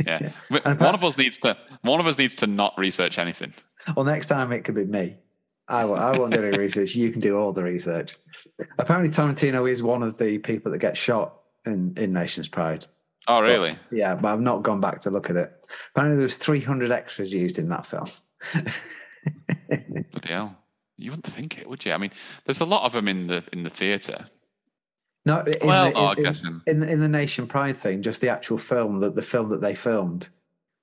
Speaker 3: Yeah. But
Speaker 1: And
Speaker 3: One
Speaker 1: apart-
Speaker 3: of us needs to one of us needs to not research anything.
Speaker 1: Well, next time it could be me. I won't, I won't do any research. You can do all the research. Apparently, Tarantino is one of the people that gets shot in, in Nation's Pride.
Speaker 3: Oh, really?
Speaker 1: Yeah, but I've not gone back to look at it. Apparently, there was 300 extras used in that film.
Speaker 3: Bloody hell. You wouldn't think it, would you? I mean, there's a lot of them in the in the theatre.
Speaker 1: No, in
Speaker 3: Well,
Speaker 1: the,
Speaker 3: oh, I
Speaker 1: in- in-
Speaker 3: guess in-
Speaker 1: in, the- in the Nation Pride thing, just the actual film that the film that they filmed.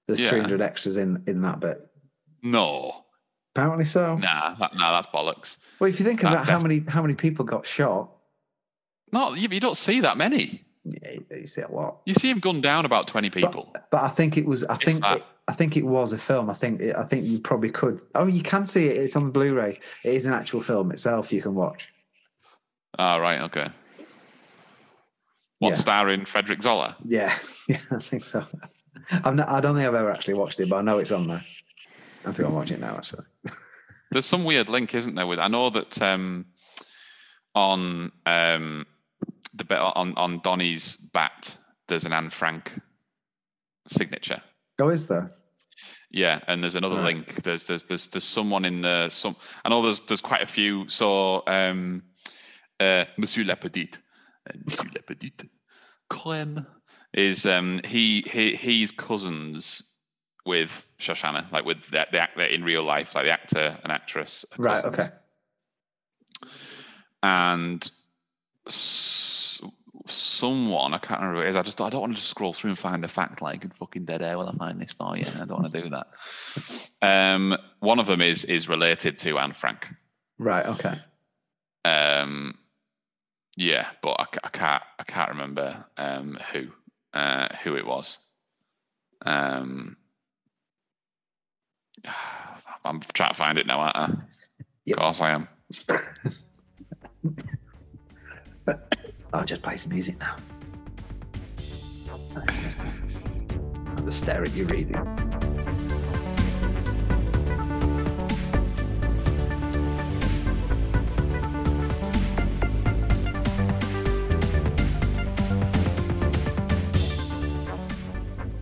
Speaker 1: There's
Speaker 3: Yeah.
Speaker 1: 300 extras in in that bit.
Speaker 3: No,
Speaker 1: Apparently so.
Speaker 3: nah, that, nah, that's bollocks.
Speaker 1: Well, if you think
Speaker 3: That
Speaker 1: about how
Speaker 3: def-
Speaker 1: many how many people got shot,
Speaker 3: No, you, you don't see that many.
Speaker 1: yeah, you- you see a lot.
Speaker 3: You see him gun down about 20 people.
Speaker 1: But I think it was. I think
Speaker 3: that.
Speaker 1: it, I think it was a film. I think it, I think you probably could. Oh, you can see it. It's on Blu-ray. It is an actual film itself. You can watch.
Speaker 3: Ah, right, okay. What
Speaker 1: Yeah.
Speaker 3: starring Frederick Zoller?
Speaker 1: Yeah, (laughs) yeah, I think so. I've not, I don't think I've ever actually watched it, but I know it's on there. I'm to go and watch it now. Actually,
Speaker 3: There's some weird link, isn't there? With I know that um, on um, the bit on on Donny's bat, there's an Anne Frank signature.
Speaker 1: oh, is there?
Speaker 3: Yeah, and there's another
Speaker 1: Right.
Speaker 3: link. There's there's there's there's someone in there. Some I know there's there's quite a few. So um, uh, Monsieur Lapedite, and Monsieur Lapedite, Clem is um he he he's cousins with Shoshana, like with that the actor in real life, like the actor and actress. are
Speaker 1: Right.
Speaker 3: cousins.
Speaker 1: Okay.
Speaker 3: And s- someone I can't remember who it is. I just I don't want to just scroll through and find the fact like good fucking dead air while I find this for you. I don't want to do that. Um, one of them is is related to Anne Frank.
Speaker 1: Right. Okay.
Speaker 3: Um, yeah, but I, ca- I can't I can't remember um, who uh, who it was. Um, (sighs) I'm trying to find it now, aren't I?
Speaker 1: Yep.
Speaker 3: Of course I am.
Speaker 1: I'll just play some music now. Nice, isn't it? The stare at you reading.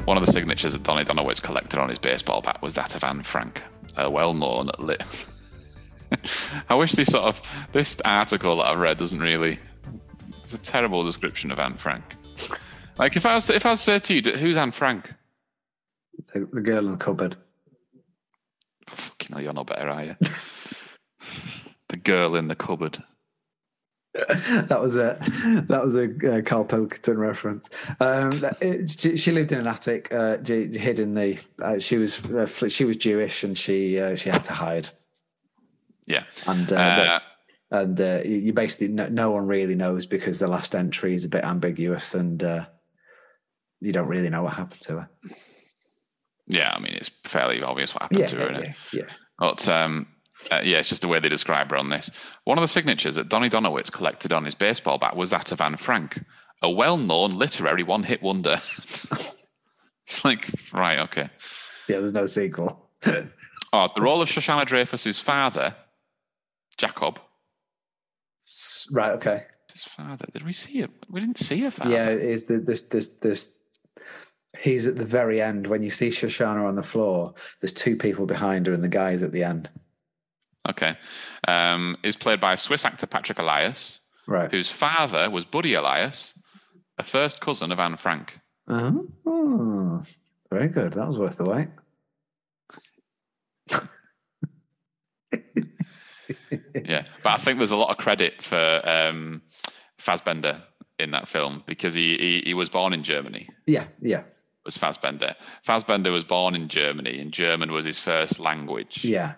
Speaker 3: One of the signatures that Donny Donowitz collected on his baseball bat was that of Anne Frank, a well-known lit. (laughs) I wish this sort of this article that I've read doesn't really. It's a terrible description of Anne Frank. Like if I was to, if I was to say to you, "D- who's Anne Frank?
Speaker 1: The, the girl in the cupboard.
Speaker 3: Oh, Fucking hell, you're not better, are you? the girl in the cupboard.
Speaker 1: that was a that was a uh, Carl Pilkington reference. Um, that- it- she, she lived in an attic, uh, d- hid in the. Uh, she was uh, fl- she was Jewish and she uh, she had to hide.
Speaker 3: Yeah.
Speaker 1: And uh,
Speaker 3: Uh,
Speaker 1: the- and uh, you you basically no, no one really knows because the last entry is a bit ambiguous and uh, you don't really know what happened to her.
Speaker 3: yeah, I mean it's fairly obvious what happened to her.
Speaker 1: yeah,
Speaker 3: innit?
Speaker 1: yeah, yeah.
Speaker 3: But um, uh, yeah, it's just the way they describe her on this. One of the signatures that Donny Donowitz collected on his baseball bat was that of Anne Frank, a well known literary one hit wonder. (laughs) it's like, right, okay.
Speaker 1: Yeah, there's no sequel.
Speaker 3: Oh, the role of Shoshana Dreyfus's father, Jacob.
Speaker 1: S- Right. Okay.
Speaker 3: His father. Did we see it? We didn't see her father.
Speaker 1: Yeah, is the this this this he's at the very end when you see Shoshana on the floor, there's two people behind her and the guy's at the end.
Speaker 3: Okay. Um, is played by Swiss actor Patrick Elias,
Speaker 1: Right.
Speaker 3: whose father was Buddy Elias, a first cousin of Anne Frank. Uh-huh.
Speaker 1: Oh, very good. That was worth the wait.
Speaker 3: yeah, but I think there's a lot of credit for um, Fassbender in that film because he, he he was born in Germany.
Speaker 1: Yeah, yeah,
Speaker 3: Was Fassbender? Fassbender was born in Germany, and German was his first language.
Speaker 1: yeah.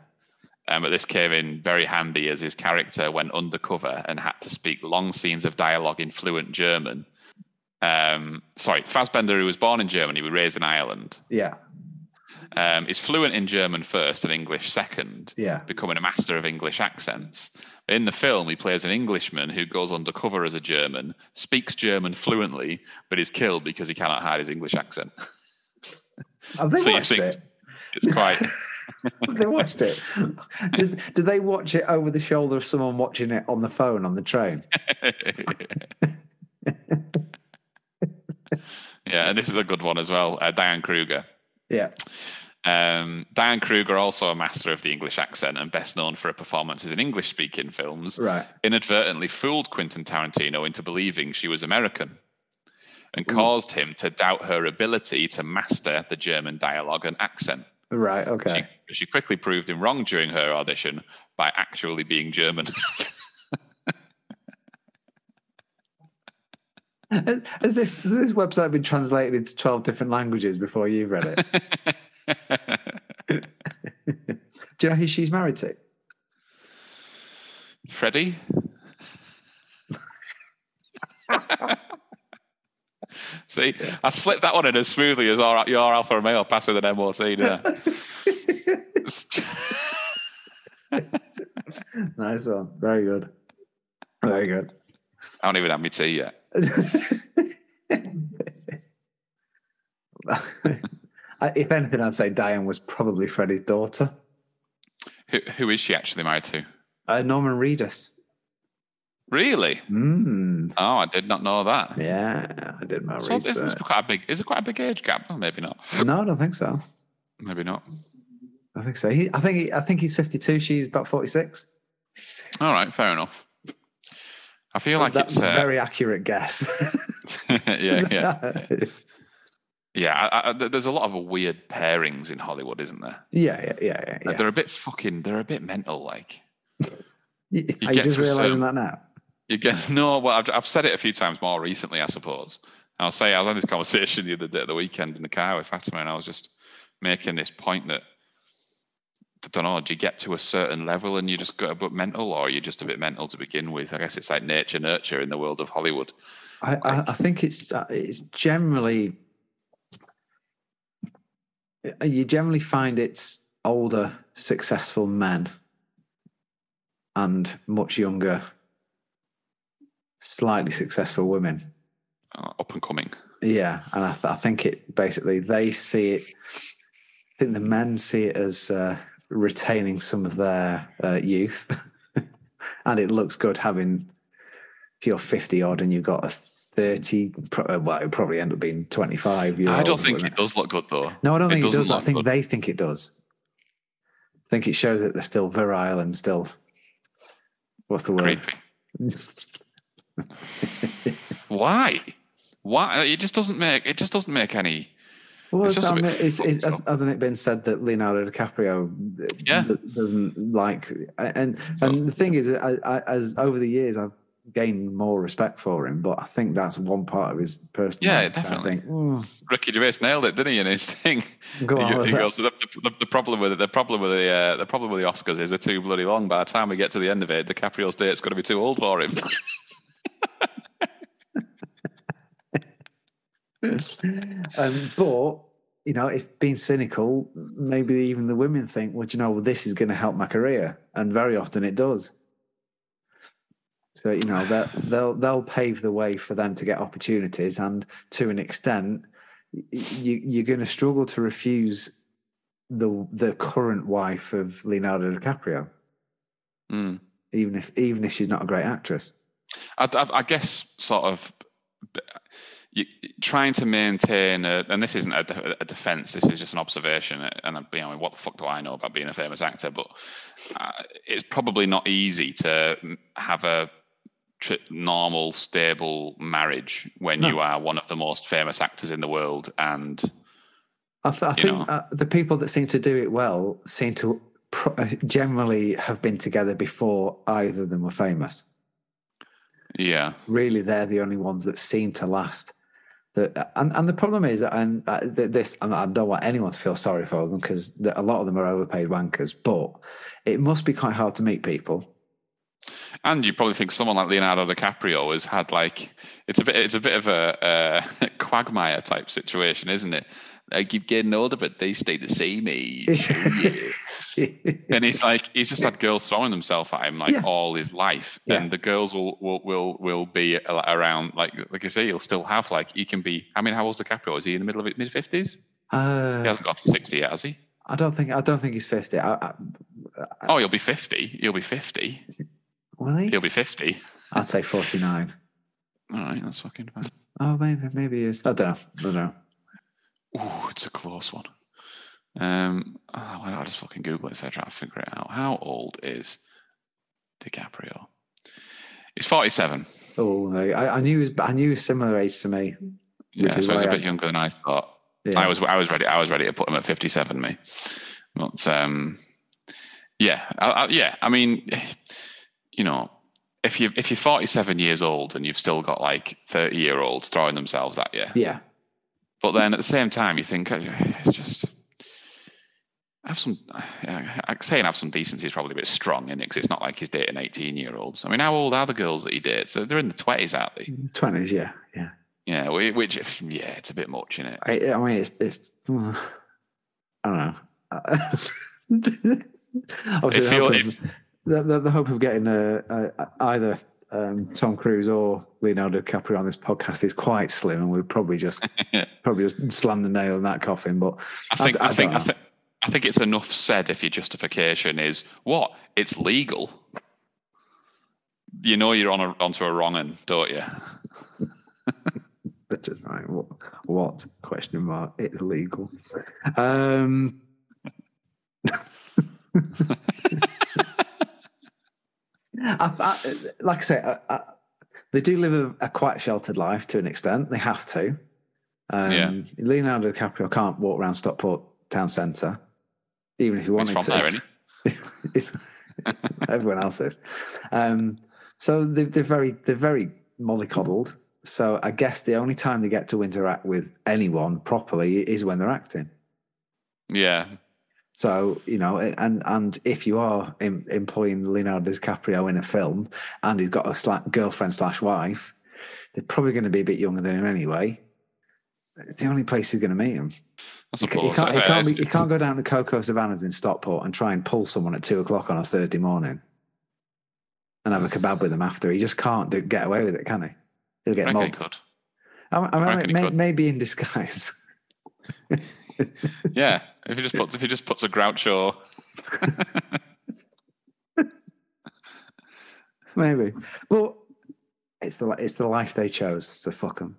Speaker 3: Um, but this came in very handy as his character went undercover and had to speak long scenes of dialogue in fluent German. Um, sorry, Fassbender, who was born in Germany, was raised in Ireland,
Speaker 1: Yeah,
Speaker 3: um, is fluent in German first and English second
Speaker 1: yeah.
Speaker 3: becoming a master of English accents. In the film, he plays an Englishman who goes undercover as a German, speaks German fluently, but is killed because he cannot hide his English accent. (laughs)
Speaker 1: Have they
Speaker 3: So you
Speaker 1: watched
Speaker 3: think-
Speaker 1: it?
Speaker 3: It's quite.
Speaker 1: Have they watched
Speaker 3: (laughs)
Speaker 1: it? Did, did they watch it over the shoulder of someone watching it on the phone on the
Speaker 3: (laughs)
Speaker 1: train?
Speaker 3: yeah, and this is a good one as well. Uh, Diane Kruger.
Speaker 1: Yeah.
Speaker 3: Um, Diane Kruger, also a master of the English accent and best known for her performances in English speaking films,
Speaker 1: Right.
Speaker 3: inadvertently fooled Quentin Tarantino into believing she was American and caused him to doubt her ability to master the German dialogue and accent.
Speaker 1: Right. Okay.
Speaker 3: She, she quickly proved him wrong during her audition by actually being German. (laughs)
Speaker 1: Has- Has this this website been translated into twelve different languages before you've read
Speaker 3: (laughs)
Speaker 1: it? Do you know who she's married to?
Speaker 3: Freddie? (laughs) See, I slipped that one in as smoothly as our, your Alfa Romeo passed with an MOT. didn't I?
Speaker 1: (laughs) Nice one. Very good. Very good. (laughs)
Speaker 3: I don't even have my tea yet.
Speaker 1: I- if anything, I'd say Diane was probably Freddie's daughter.
Speaker 3: Who, who is she actually married to?
Speaker 1: Uh, Norman Reedus.
Speaker 3: Really?
Speaker 1: Mm.
Speaker 3: Oh, I did not know that.
Speaker 1: Yeah, I did my
Speaker 3: So is
Speaker 1: research.
Speaker 3: this quite a big? Is it quite a big age gap? Well, maybe not.
Speaker 1: No, I don't think so.
Speaker 3: Maybe not.
Speaker 1: I think so. He, I think he, I think he's fifty-two. She's about forty-six.
Speaker 3: All right, fair enough. I feel like
Speaker 1: That's
Speaker 3: it's
Speaker 1: a
Speaker 3: uh,
Speaker 1: very accurate guess.
Speaker 3: (laughs)
Speaker 1: (laughs)
Speaker 3: yeah, yeah, yeah. I, I, there's a lot of weird pairings in Hollywood, isn't there?
Speaker 1: yeah, yeah, yeah, yeah.
Speaker 3: They're a bit fucking. They're a bit mental. Like
Speaker 1: You-
Speaker 3: You
Speaker 1: Are you
Speaker 3: get
Speaker 1: just
Speaker 3: to a
Speaker 1: realizing
Speaker 3: certain-
Speaker 1: that now?
Speaker 3: you get (laughs) no. Well, I've, I've said it a few times more recently, I suppose. I'll say I was on this conversation (laughs) the other day, the weekend in the car with Fatima, and I was just making this point that I don't know. Do you get to a certain level and you just got a bit mental, or you're just a bit mental to begin with? I guess it's like nature nurture in the world of Hollywood.
Speaker 1: I, I, I think it's uh, it's generally uh, you generally find it's older successful men and much younger slightly successful women
Speaker 3: uh, up and coming.
Speaker 1: yeah and i, th- I think it basically they see it i think the men see it as uh, retaining some of their uh, youth (laughs) and it looks good having if you're 50 odd and you've got a 30 pro- uh, well it'll probably end up being 25 year
Speaker 3: I don't
Speaker 1: old,
Speaker 3: think
Speaker 1: wouldn't
Speaker 3: it does look good though.
Speaker 1: no i don't
Speaker 3: it
Speaker 1: think it does
Speaker 3: doesn't
Speaker 1: but i
Speaker 3: look
Speaker 1: think
Speaker 3: good.
Speaker 1: they think it does i think it shows that they're still virile and still what's the word
Speaker 3: Creepy. Why? Why? It just doesn't make it just doesn't make any.
Speaker 1: Well,
Speaker 3: It's just a
Speaker 1: I
Speaker 3: bit
Speaker 1: mean, it's, it's,
Speaker 3: fucked
Speaker 1: has- hasn't it been said that Leonardo DiCaprio uh,
Speaker 3: Yeah.
Speaker 1: d- doesn't like and and the thing is, I, I, as over the years I've gained more respect for him, but I think that's one part of his personal.
Speaker 3: Yeah,
Speaker 1: life that
Speaker 3: definitely.
Speaker 1: I think, mm,
Speaker 3: Ricky Gervais nailed it, didn't he? In his thing, (laughs)
Speaker 1: go
Speaker 3: he,
Speaker 1: on,
Speaker 3: go-
Speaker 1: what's
Speaker 3: he
Speaker 1: that?
Speaker 3: goes. The, the, the problem with it, the problem with the uh, the problem with the Oscars is they're too bloody long. By the time we get to the end of it, DiCaprio's date's going to be too old for him. (laughs)
Speaker 1: um, but you know, if being cynical, maybe even the women think, well, do you know, well, this is going to help my career, and very often it does. So you know that they'll they'll pave the way for them to get opportunities, and to an extent, y- you, you're going to struggle to refuse the the current wife of Leonardo DiCaprio,
Speaker 3: Mm.
Speaker 1: even if even if she's not a great actress.
Speaker 3: I, I, I guess sort of b- you, trying to maintain, a, and this isn't a, de- a defense. This is just an observation. And you know, what the fuck do I know about being a famous actor? But uh, it's probably not easy to m- have a tr- normal, stable marriage when
Speaker 1: No.
Speaker 3: you are one of the most famous actors in the world. And
Speaker 1: I, th- I
Speaker 3: You
Speaker 1: think
Speaker 3: know.
Speaker 1: uh, the people that seem to do it well seem to pro- uh, generally have been together before either of them were famous.
Speaker 3: yeah,
Speaker 1: really they're the only ones that seem to last. That and, and the problem is that and uh, th- this and I don't want anyone to feel sorry for them because a lot of them are overpaid wankers. But it must be quite hard to meet people.
Speaker 3: And you probably think someone like Leonardo DiCaprio has had like it's a bit it's a bit of a uh, (laughs) quagmire type situation, isn't it? I keep getting older, but they stay the
Speaker 1: (laughs)
Speaker 3: same age. and he's like, he's just had girls throwing themselves at him like
Speaker 1: Yeah.
Speaker 3: all his life,
Speaker 1: Yeah.
Speaker 3: and the girls will will will will be uh, around like like I say, he'll still have like he can be. I mean, how old's DiCaprio? Is he in the middle of it, mid fifties? He
Speaker 1: uh,
Speaker 3: hasn't got to sixty yet, has he?
Speaker 1: I don't think I don't think he's fifty. I, I,
Speaker 3: Oh, he'll be fifty. He'll be fifty.
Speaker 1: will uh, he?
Speaker 3: He'll be fifty.
Speaker 1: I'd say forty nine.
Speaker 3: All right, that's fucking fine.
Speaker 1: Oh, maybe maybe he is. I don't know. I don't know.
Speaker 3: Ooh, it's a close one. Um, oh, why don't I just fucking Google it so I try to figure it out? How old is DiCaprio? He's 47.
Speaker 1: Oh, no. I, I knew he was. I knew he was similar age to me.
Speaker 3: Yeah,
Speaker 1: Which
Speaker 3: so
Speaker 1: is
Speaker 3: he's a
Speaker 1: why I-
Speaker 3: bit younger than I thought.
Speaker 1: Yeah.
Speaker 3: I was I was ready I was ready to put him at 57 me. But um yeah, I, I, yeah, I mean you know, if you if you're 47 years old and you've still got like 30 year olds throwing themselves at you,
Speaker 1: yeah.
Speaker 3: But then at the same time, you think "Oh, yeah, it's just have some. uh, I- I- Saying have some decency is probably a bit strong, isn't it? 'Cause it's not like he's dating eighteen-year-olds. I mean, how old are the girls that he dates? They're- They're in the twenties, aren't they?
Speaker 1: Twenties. Yeah. Yeah.
Speaker 3: Yeah, whi- which if- yeah, it's a bit much, isn't it?
Speaker 1: I, I mean, it's, it's I don't know. (laughs) Obviously, the
Speaker 3: If
Speaker 1: hope,
Speaker 3: you're-
Speaker 1: of, the, the, the hope of getting uh uh either um, Tom Cruise or Leonardo DiCaprio on this podcast is quite slim, and we'd probably
Speaker 3: (laughs)
Speaker 1: just probably just slam the nail in that coffin. But I
Speaker 3: I think
Speaker 1: d-
Speaker 3: I,
Speaker 1: I
Speaker 3: think
Speaker 1: don't
Speaker 3: I think I think it's enough said if your justification is what it's legal. You know you're on a, onto a wrong end, don't you?
Speaker 1: That's just right. What, what question mark? It's legal. (laughs) Um, I, I, like I say, I, I, they do live a, a quite sheltered life to an extent. They have to. Um,
Speaker 3: Yeah.
Speaker 1: Leonardo DiCaprio can't walk around Stockport town centre, even if he
Speaker 3: He's
Speaker 1: wanted
Speaker 3: from
Speaker 1: to.
Speaker 3: there, isn't he?
Speaker 1: It's- (laughs) it's- everyone else is. Um, so they, they're very they're very mollycoddled. So I guess the only time they get to interact with anyone properly is when they're acting.
Speaker 3: Yeah,
Speaker 1: So you know, and and if you are em- employing Leonardo DiCaprio in a film and he's got a sla- girlfriend slash wife, they're probably going to be a bit younger than him anyway. It's the only place he's going to meet him.
Speaker 3: I
Speaker 1: You ca-
Speaker 3: suppose.
Speaker 1: you can't, you
Speaker 3: Uh,
Speaker 1: can't,
Speaker 3: it's-
Speaker 1: be- you can't go down to Coco Savannah's in Stockport and try and pull someone at two o'clock on a Thursday morning and have a kebab with them after. He just can't do, get away with it, can he? He'll
Speaker 3: I
Speaker 1: get
Speaker 3: reckon he
Speaker 1: mobbed.
Speaker 3: could.
Speaker 1: I, I,
Speaker 3: I
Speaker 1: I,
Speaker 3: reckon he
Speaker 1: may,
Speaker 3: could.
Speaker 1: maybe in disguise. (laughs)
Speaker 3: Yeah, if he just puts if he just puts a Groucho.
Speaker 1: maybe. Well, it's the li- it's the life they chose, so fuck them.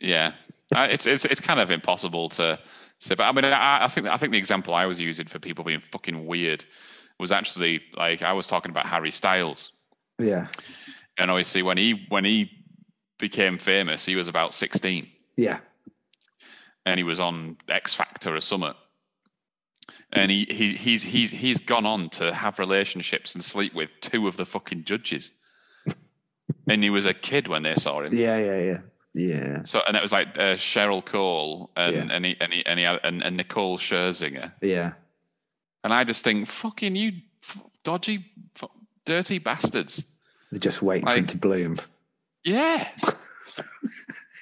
Speaker 3: Yeah, Uh, it's it's it's kind of impossible to say. But I mean, I, I think I think the example I was using for people being fucking weird was actually like I was talking about Harry Styles,
Speaker 1: Yeah,
Speaker 3: and obviously when he when he became famous, he was about sixteen,
Speaker 1: yeah,
Speaker 3: and he was on X Factor or something. And he, he he's he's he's gone on to have relationships and sleep with two of the fucking judges. and he was a kid when they saw him.
Speaker 1: yeah, yeah, yeah, yeah,
Speaker 3: So and it was like uh, Cheryl Cole and
Speaker 1: Yeah.
Speaker 3: and, he, and, he, and, he, had- and and Nicole Scherzinger,
Speaker 1: yeah.
Speaker 3: and I just think, fucking you, f- dodgy, f- dirty bastards.
Speaker 1: They're just waiting for him
Speaker 3: Like-
Speaker 1: to bloom.
Speaker 3: Yeah. (laughs)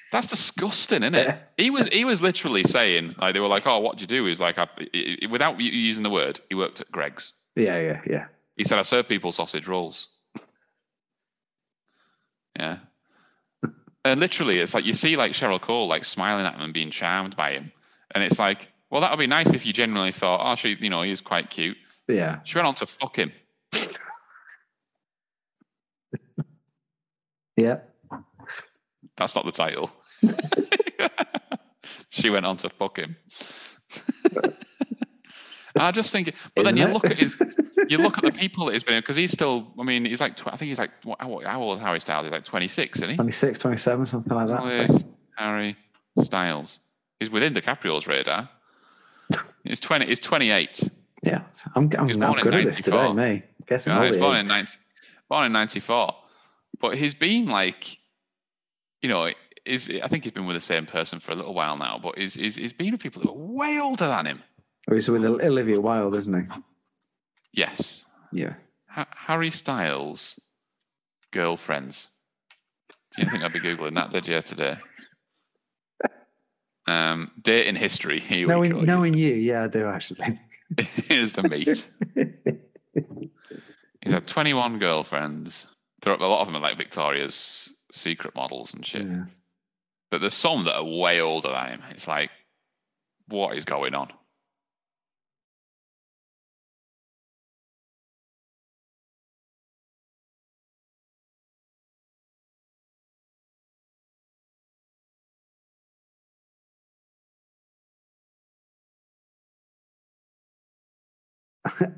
Speaker 3: That's disgusting, isn't it? He was he was literally saying like they were like, "Oh, what do you do?" He's like, I, i- i- without you using the word, he worked at Greg's.
Speaker 1: Yeah, yeah, yeah.
Speaker 3: He said, "I serve people sausage rolls." (laughs) Yeah, and literally, it's like you see like Cheryl Cole like smiling at him and being charmed by him, and it's like, well, that would be nice if you genuinely thought, "Oh, she, you know, he's quite cute."
Speaker 1: Yeah.
Speaker 3: She went on to fuck him.
Speaker 1: Yeah.
Speaker 3: That's not the title. (laughs) she went on to fuck him. (laughs) I just think, but then you
Speaker 1: Isn't
Speaker 3: look
Speaker 1: it? (laughs)
Speaker 3: at his, you look at the people that he's been because he's still. I mean, he's like, tw- I think he's like, what, how, how old is Harry Styles? He's like twenty six, isn't he?
Speaker 1: 26, 27, something like that.
Speaker 3: How old is Harry Styles? He's within DiCaprio's radar. He's twenty. He's twenty eight.
Speaker 1: Yeah. I'm, I'm,
Speaker 3: He was
Speaker 1: I'm
Speaker 3: born in
Speaker 1: good at this today,
Speaker 3: 94.
Speaker 1: me. Guessing
Speaker 3: No,
Speaker 1: all
Speaker 3: he was
Speaker 1: the
Speaker 3: born
Speaker 1: age.
Speaker 3: in 90, born in ninety four, but he's been like, you know, is I think he's been with the same person for a little while now, but he's he's, he's been with people that are way older than him.
Speaker 1: Oh, He's with Olivia Wilde, isn't
Speaker 3: Yes,
Speaker 1: he? Yeah.
Speaker 3: ha- Harry Styles girlfriends. Do you think I'd be googling that? Did you today? Um, dating history. Here we go.
Speaker 1: Knowing,
Speaker 3: (laughs)
Speaker 1: knowing you, yeah, I do actually.
Speaker 3: Here's the meat. He's had 21 girlfriends. There are, a lot of them are like Victoria's Secret models and shit.
Speaker 1: Yeah.
Speaker 3: But there's some that are way older than him. It's like, what is going on?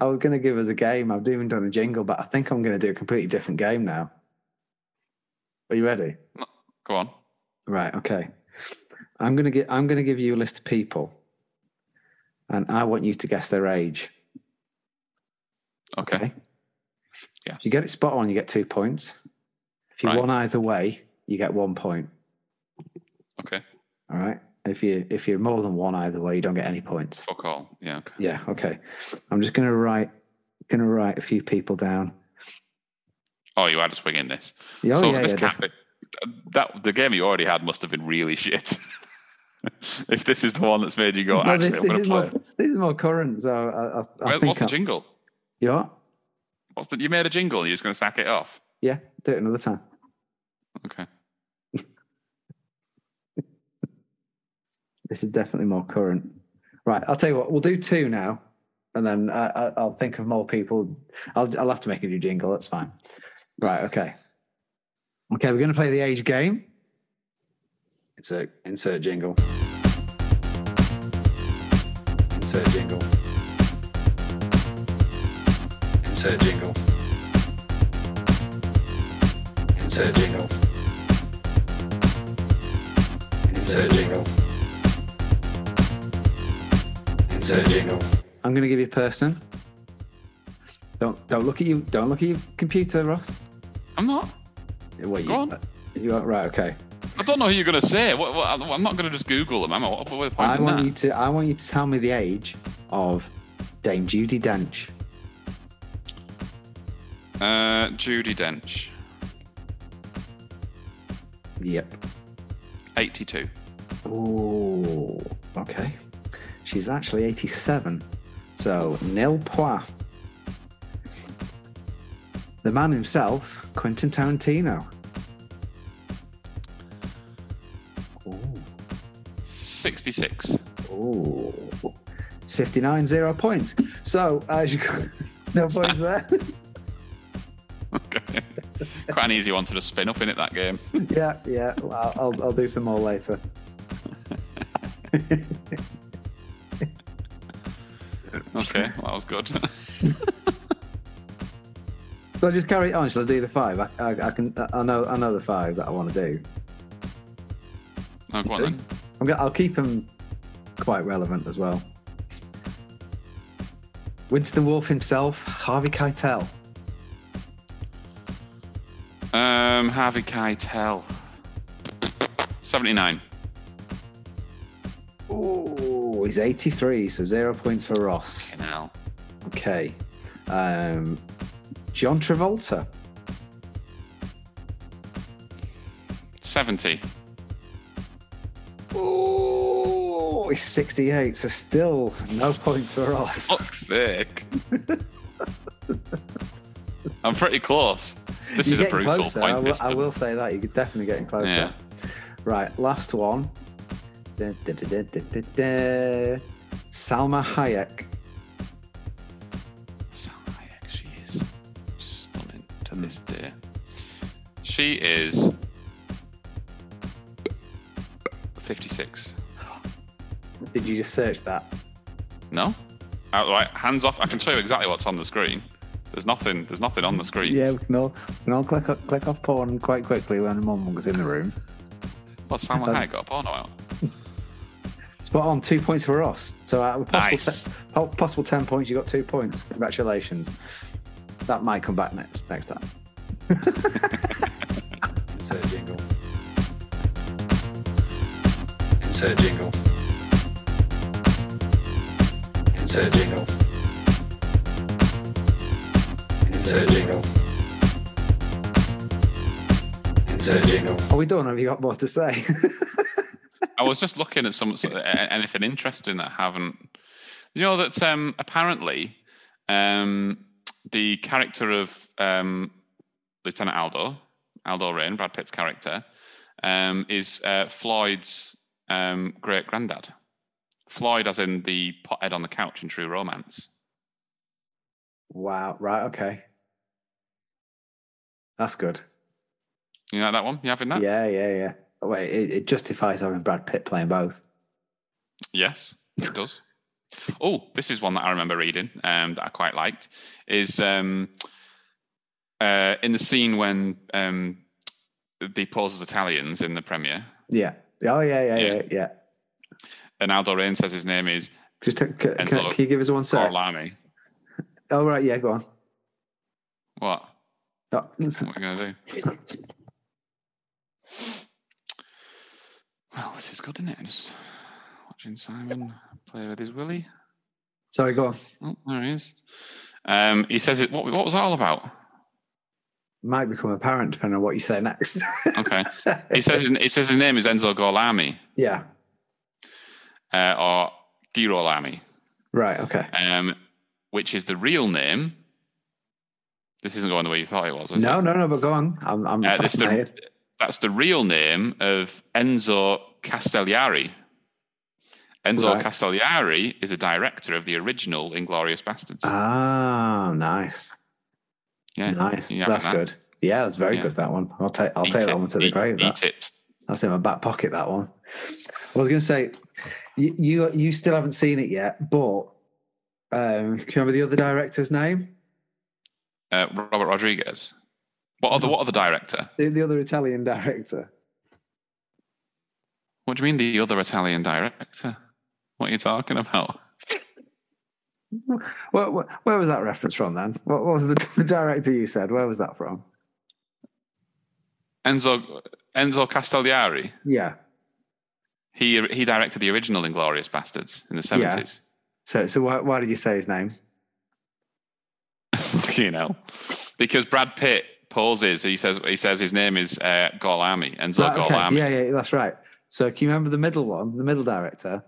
Speaker 1: I was going to give us a game. I've even done a jingle, but I think I'm going to do a completely different game now. Are you ready?
Speaker 3: Go on.
Speaker 1: Right. Okay. I'm going to get. I'm going to give you a list of people, and I want you to guess their age.
Speaker 3: Okay. Yeah.
Speaker 1: If you get it spot on, you get two points. If you
Speaker 3: Right.
Speaker 1: won either way, you get one point.
Speaker 3: Okay.
Speaker 1: All right. If you if you're more than one either way, you don't get any points.
Speaker 3: Fuck all. Yeah. Okay.
Speaker 1: Yeah. Okay. I'm just going to write. Going to write a few people down.
Speaker 3: Oh, you had a swing in this.
Speaker 1: Yeah, Oh
Speaker 3: so
Speaker 1: yeah.
Speaker 3: this
Speaker 1: yeah
Speaker 3: can't
Speaker 1: definitely.
Speaker 3: be, that the game you already had must have been really (laughs) shit. if this is the one that's made you go,
Speaker 1: No,
Speaker 3: actually,
Speaker 1: this,
Speaker 3: I'm
Speaker 1: this
Speaker 3: going
Speaker 1: is
Speaker 3: to play.
Speaker 1: more, this is more current. So I, I, I
Speaker 3: Where-
Speaker 1: think
Speaker 3: what's the
Speaker 1: I-
Speaker 3: jingle?
Speaker 1: you are.
Speaker 3: What's the, you made a jingle. You're just going to sack it off.
Speaker 1: Yeah, do it another time.
Speaker 3: Okay.
Speaker 1: This is definitely more current. Right, I'll tell you what. We'll do two now, and then I, I, I'll think of more people. I'll, I'll have to make a new jingle. That's fine. Right. Okay. Okay, we're going to play the age game. Insert insert jingle. Insert jingle. Insert jingle. Insert jingle. Insert jingle. Insert jingle. I'm going to give you a person. Don't don't look at you. Don't look at your computer, Ross.
Speaker 3: I'm not.
Speaker 1: What
Speaker 3: Go
Speaker 1: you,
Speaker 3: on.
Speaker 1: You are, right? Okay.
Speaker 3: I don't know who you're going to say. What, what, I'm not going to just Google them. I'm not. What's the point
Speaker 1: I
Speaker 3: in
Speaker 1: want
Speaker 3: that?
Speaker 1: you to. I want you to tell me the age of Dame Judy Dench.
Speaker 3: Uh, Judy Dench,
Speaker 1: Yep.
Speaker 3: 82.
Speaker 1: Oh. Okay. She's actually 87. So nil pois. The man himself, Quentin Tarantino. Ooh.
Speaker 3: 66.
Speaker 1: Ooh. It's 59, zero points. So, as you (laughs) no points (laughs) there.
Speaker 3: (laughs) Okay. Quite an easy one to just spin up in it
Speaker 1: (laughs)
Speaker 3: that game.
Speaker 1: yeah, yeah. Well, I'll, I'll do some more later. (laughs)
Speaker 3: Okay, well, that was good. (laughs)
Speaker 1: So I just carry on. Shall I do the five? I, I, I can. I know. I know the five that I want to do.
Speaker 3: no, go on then.
Speaker 1: I'm gonna, I'll keep them quite relevant as well. Winston Wolfe himself, Harvey Keitel.
Speaker 3: Um, Harvey Keitel, 79.
Speaker 1: Oh, he's 83, so zero points for Ross.
Speaker 3: Fucking hell.
Speaker 1: Okay. Um, John Travolta.
Speaker 3: 70.
Speaker 1: Ooh, it's 68, so still no points for us.
Speaker 3: Fuck's
Speaker 1: (laughs)
Speaker 3: sake. I'm pretty close. This
Speaker 1: You're
Speaker 3: is a
Speaker 1: getting
Speaker 3: brutal
Speaker 1: closer.
Speaker 3: point
Speaker 1: I, will,
Speaker 3: system.
Speaker 1: I will say that. You're definitely getting closer.
Speaker 3: Yeah.
Speaker 1: Right, last one. Da, da, da, da, da, da, da. Salma Hayek.
Speaker 3: Salma Hayek, she is stunning to this day. She is 56.
Speaker 1: Did you just search that?
Speaker 3: No? Uh, Right, hands off. I can show you exactly what's on the screen. There's nothing. There's nothing on the screen.
Speaker 1: Yeah, we can all, we can all click, o- click off porn quite quickly when mum was in the room.
Speaker 3: What's Salma Hayek got a porno out?
Speaker 1: Spot on, two points for us. So out of possible,
Speaker 3: Nice.
Speaker 1: te- po- possible 10 points, you got two points. Congratulations. That might come back next next time. Insert jingle. Insert jingle. Insert jingle. Insert jingle. Insert jingle. Are we done? Have you got more to say? (laughs)
Speaker 3: I was just looking at some so- a- anything interesting that I haven't. You know that um, apparently um, the character of um, Lieutenant Aldo, Aldo Rain, Brad Pitt's character, um, is uh, Floyd's um, great granddad. Floyd, as in the pothead on the couch in True Romance.
Speaker 1: Wow. Right. Okay. That's good.
Speaker 3: You know that one? You having that?
Speaker 1: Yeah. Yeah. Yeah. Oh, Wait, it, it justifies having Brad Pitt playing both.
Speaker 3: Yes, it does. Oh, this is one that I remember reading um, that I quite liked. Is um, uh, in the scene when um, the poses Italians in the premiere,
Speaker 1: Yeah. Oh yeah. Yeah.
Speaker 3: Yeah.
Speaker 1: Yeah. Yeah.
Speaker 3: and Aldo Rain says his name is
Speaker 1: Just t- c- can,
Speaker 3: Enzo
Speaker 1: can you give us one sec?
Speaker 3: Corlami.
Speaker 1: Oh right. Yeah. Go on. Oh,
Speaker 3: What?
Speaker 1: No, it's-
Speaker 3: What are you gonna do? Well, this is good, isn't it? Just watching Simon play with his willy.
Speaker 1: Sorry. Go on.
Speaker 3: Oh, there he is. Um, he says it. What, what was that all about?
Speaker 1: Might become apparent depending on what you say next. (laughs)
Speaker 3: Okay. He says his, he says his name is Enzo Gorlami.
Speaker 1: yeah.
Speaker 3: uh, or Girolami,
Speaker 1: Right. Okay.
Speaker 3: um, which is the real name. This isn't going the way you thought it was. Is
Speaker 1: No.
Speaker 3: it?
Speaker 1: No. No. But go on. I'm. I'm
Speaker 3: Uh, this is the,
Speaker 1: fascinated.
Speaker 3: that's the real name of Enzo Castellari. Enzo
Speaker 1: Right.
Speaker 3: Castellari is the director of the original Inglorious Bastards.
Speaker 1: Ah. Nice.
Speaker 3: yeah,
Speaker 1: Nice.
Speaker 3: you having
Speaker 1: That's
Speaker 3: that?
Speaker 1: good. Yeah. That's very
Speaker 3: Yeah.
Speaker 1: good. That one. I'll take. I'll
Speaker 3: Eat
Speaker 1: take
Speaker 3: it,
Speaker 1: that one to the
Speaker 3: eat-
Speaker 1: grave. that.
Speaker 3: Eat it.
Speaker 1: That's in my back pocket. That one. I was going to say, you, you you still haven't seen it yet, but um, can you remember the other director's name?
Speaker 3: Uh, Robert Rodriguez. What other? What other director?
Speaker 1: The, the other Italian director.
Speaker 3: What do you mean the other Italian director? What are you talking about?
Speaker 1: Where, where, where was that reference from then? What, what was the, the (laughs) director you said? Where was that from?
Speaker 3: Enzo Enzo Castellari.
Speaker 1: Yeah.
Speaker 3: He he directed the original Inglorious Bastards in the
Speaker 1: Yeah.
Speaker 3: seventies. (laughs)
Speaker 1: So so why, why did you say his name?
Speaker 3: you know, because Brad Pitt pauses. He says he says his name is uh, Golami. Enzo
Speaker 1: Right, Ah, okay.
Speaker 3: Golami.
Speaker 1: Yeah, yeah, that's right. So can you remember the middle one, the middle director?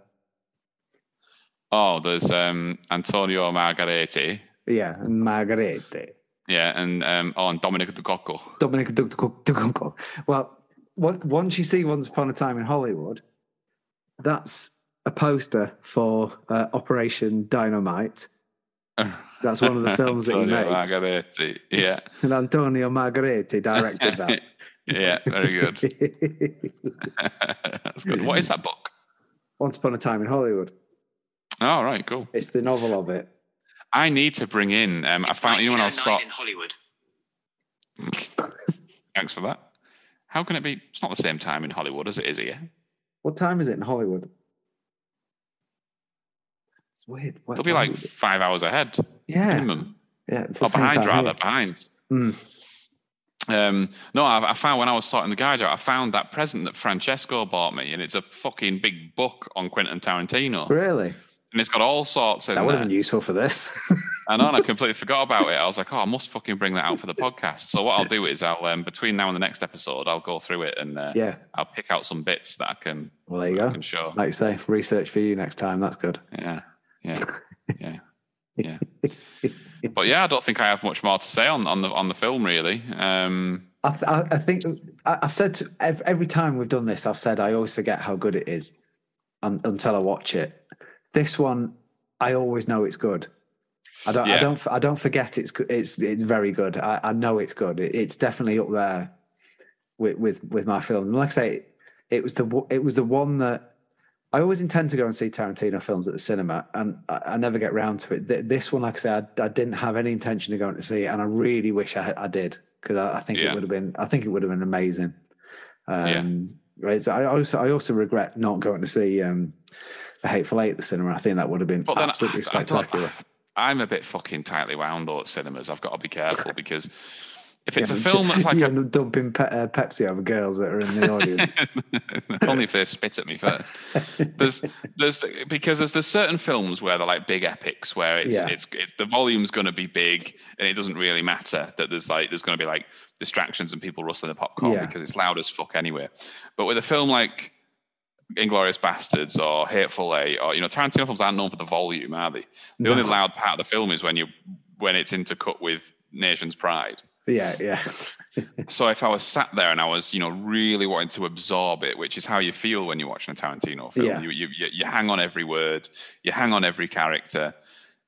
Speaker 3: Oh, there's um, Antonio Margaretti.
Speaker 1: Yeah, Margarete.
Speaker 3: Yeah, and um, oh, and Dominic De Cocco.
Speaker 1: Dominic Dukunko. Well, on- once you see Once Upon a Time in Hollywood, that's a poster for uh, Operation Dynamite. That's one
Speaker 3: (laughs)
Speaker 1: of (laughs) the films that he
Speaker 3: Antonio
Speaker 1: makes.
Speaker 3: Margaretti. Yeah,
Speaker 1: (laughs) And Antonio Margheriti directed that.
Speaker 3: yeah, very good. (laughs) That's good. What is that book?
Speaker 1: Once Upon a Time in Hollywood.
Speaker 3: Oh, right, cool.
Speaker 1: It's the novel of it.
Speaker 3: I need to bring in. Um, I
Speaker 5: It's
Speaker 3: found you when I
Speaker 5: 1909
Speaker 3: saw.
Speaker 5: in Hollywood.
Speaker 3: Thanks for that. How can it be? It's not the same time in Hollywood as it is here.
Speaker 1: What time is it in Hollywood? It's weird. What-
Speaker 3: They'll be
Speaker 1: why
Speaker 3: like
Speaker 1: would it-
Speaker 3: five hours ahead
Speaker 1: yeah,
Speaker 3: minimum,
Speaker 1: yeah, it's the
Speaker 3: or
Speaker 1: same
Speaker 3: behind
Speaker 1: time
Speaker 3: rather
Speaker 1: here.
Speaker 3: behind.
Speaker 1: Mm.
Speaker 3: Um, no, I, I found when I was sorting the guide out, I found that present that Francesco bought me, and it's a fucking big book on Quentin Tarantino.
Speaker 1: Really?
Speaker 3: and it's got all sorts in
Speaker 1: That would
Speaker 3: there.
Speaker 1: have been useful for this. (laughs)
Speaker 3: I know, and I completely forgot about it. I was like, oh, I must fucking bring that out for the podcast. So what I'll do is I'll um, between now and the next episode, I'll go through it and uh,
Speaker 1: yeah.
Speaker 3: I'll pick out some bits that I can,
Speaker 1: Well, there you
Speaker 3: I
Speaker 1: go.
Speaker 3: can show.
Speaker 1: Like you say, research for you next time. That's good.
Speaker 3: Yeah, yeah,
Speaker 1: (laughs)
Speaker 3: yeah, yeah. but yeah, I don't think I have much more to say on, on the on the film really. Um,
Speaker 1: I, th- I, I think I, I've said to, ev- every time we've done this, I've said I always forget how good it is un, until I watch it. This one, I always know it's good. I don't. I
Speaker 3: Yeah.
Speaker 1: don't. f- I don't forget it's go- it's it's very good. I, I know it's good. It, it's definitely up there with with with my films. And like I say, it was the wo- it was the one that I always intend to go and see Tarantino films at the cinema, and I, I never get round to it. Th- This one, like I said, I, I didn't have any intention of going to see, it, and I really wish I, had- I did because I, I think
Speaker 3: Yeah.
Speaker 1: it would have been I think it would have been amazing. Um, right, so I also I also regret not going to see um, the Hateful Eight at the cinema. I think that would have been
Speaker 3: but then I-
Speaker 1: absolutely
Speaker 3: I, don't-
Speaker 1: spectacular.
Speaker 3: I'm a bit fucking tightly wound though at cinemas. I've got to be careful because if
Speaker 1: Yeah,
Speaker 3: (laughs) it's a
Speaker 1: but
Speaker 3: film that's
Speaker 1: (laughs)
Speaker 3: like
Speaker 1: you
Speaker 3: a
Speaker 1: end up dumping pe- uh, Pepsi over girls that are in the
Speaker 3: (laughs)
Speaker 1: audience.
Speaker 3: Only if they spit at me first. There's, there's because there's, there's certain films where they're like big epics where it's
Speaker 1: Yeah.
Speaker 3: it's, it's the volume's going to be big and it doesn't really matter that there's like there's going to be like distractions and people rustling the popcorn
Speaker 1: Yeah.
Speaker 3: because it's loud as fuck anyway. But with a film like Inglorious Bastards or Hateful Eight or you know Tarantino films aren't known for the volume, are they? The
Speaker 1: No.
Speaker 3: only loud part of the film is when you when it's intercut with Nation's Pride.
Speaker 1: yeah, yeah,
Speaker 3: So if I was sat there and I was, you know, really wanting to absorb it, which is how you feel when you're watching a Tarantino film,
Speaker 1: Yeah.
Speaker 3: you, you you you hang on every word, you hang on every character.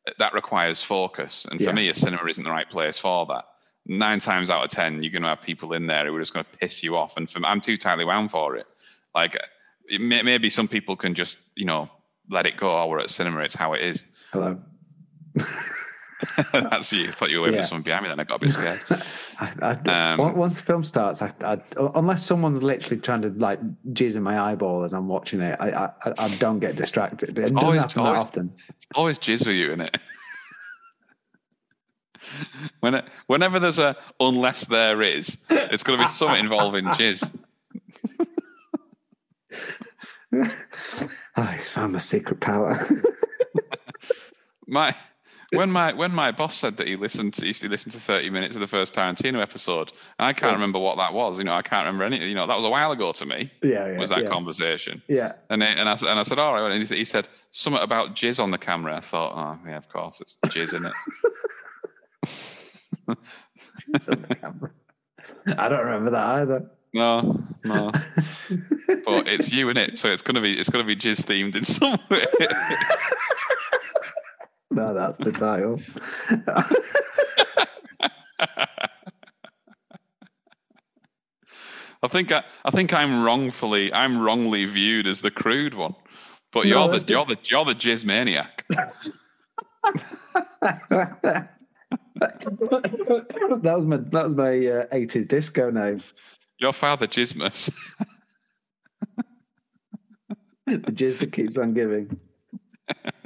Speaker 3: uh, That requires focus, and for
Speaker 1: Yeah.
Speaker 3: me, a cinema isn't the right place for that. Nine times out of ten, you're going to have people in there who are just going to piss you off, and for, I'm too tightly wound for it. Like uh, it may, maybe some people can just, you know, let it go. Oh, we're at cinema; it's how it is. (laughs)
Speaker 1: hello.
Speaker 3: That's you. thought you were waving
Speaker 1: Yeah.
Speaker 3: at someone behind me. Then I got a bit scared.
Speaker 1: I, I,
Speaker 3: Um,
Speaker 1: on- once the film starts, I, I, unless someone's literally trying to like jizz in my eyeball as I'm watching it, I, I, I don't get distracted. It doesn't
Speaker 3: always-
Speaker 1: happen that
Speaker 3: always-
Speaker 1: often.
Speaker 3: always jizz with you in it. when whenever there's a unless there is, it's going to be something involving jizz.
Speaker 1: Oh, he's found my secret power. (laughs)
Speaker 3: My when my when my boss said that he listened to he listened to 30 minutes of the first Tarantino episode, and I can't
Speaker 1: Oh.
Speaker 3: remember what that was. You know, I can't remember any. You know, that was a while ago to me.
Speaker 1: yeah, yeah,
Speaker 3: Was that
Speaker 1: yeah.
Speaker 3: conversation?
Speaker 1: yeah.
Speaker 3: And it, and I s- and I said, all right. And he, said- he said something about jizz on the camera. I thought, oh yeah, of course, it's jizz in it.
Speaker 1: It's on the camera. (laughs) I don't remember that either.
Speaker 3: No,
Speaker 1: (laughs)
Speaker 3: no. but it's you in it, so it's gonna be it's gonna be jizz themed in some (laughs) way.
Speaker 1: No, that's the title. (laughs)
Speaker 3: I think I, I think I'm wrongfully I'm wrongly viewed as the crude one, but
Speaker 1: No,
Speaker 3: you're
Speaker 1: that's
Speaker 3: the
Speaker 1: good.
Speaker 3: you're the you're the
Speaker 1: (laughs)
Speaker 3: jizz maniac.
Speaker 1: that was my that was my uh, 80s disco name.
Speaker 3: Your father Jismus.
Speaker 1: the jizz that keeps on giving.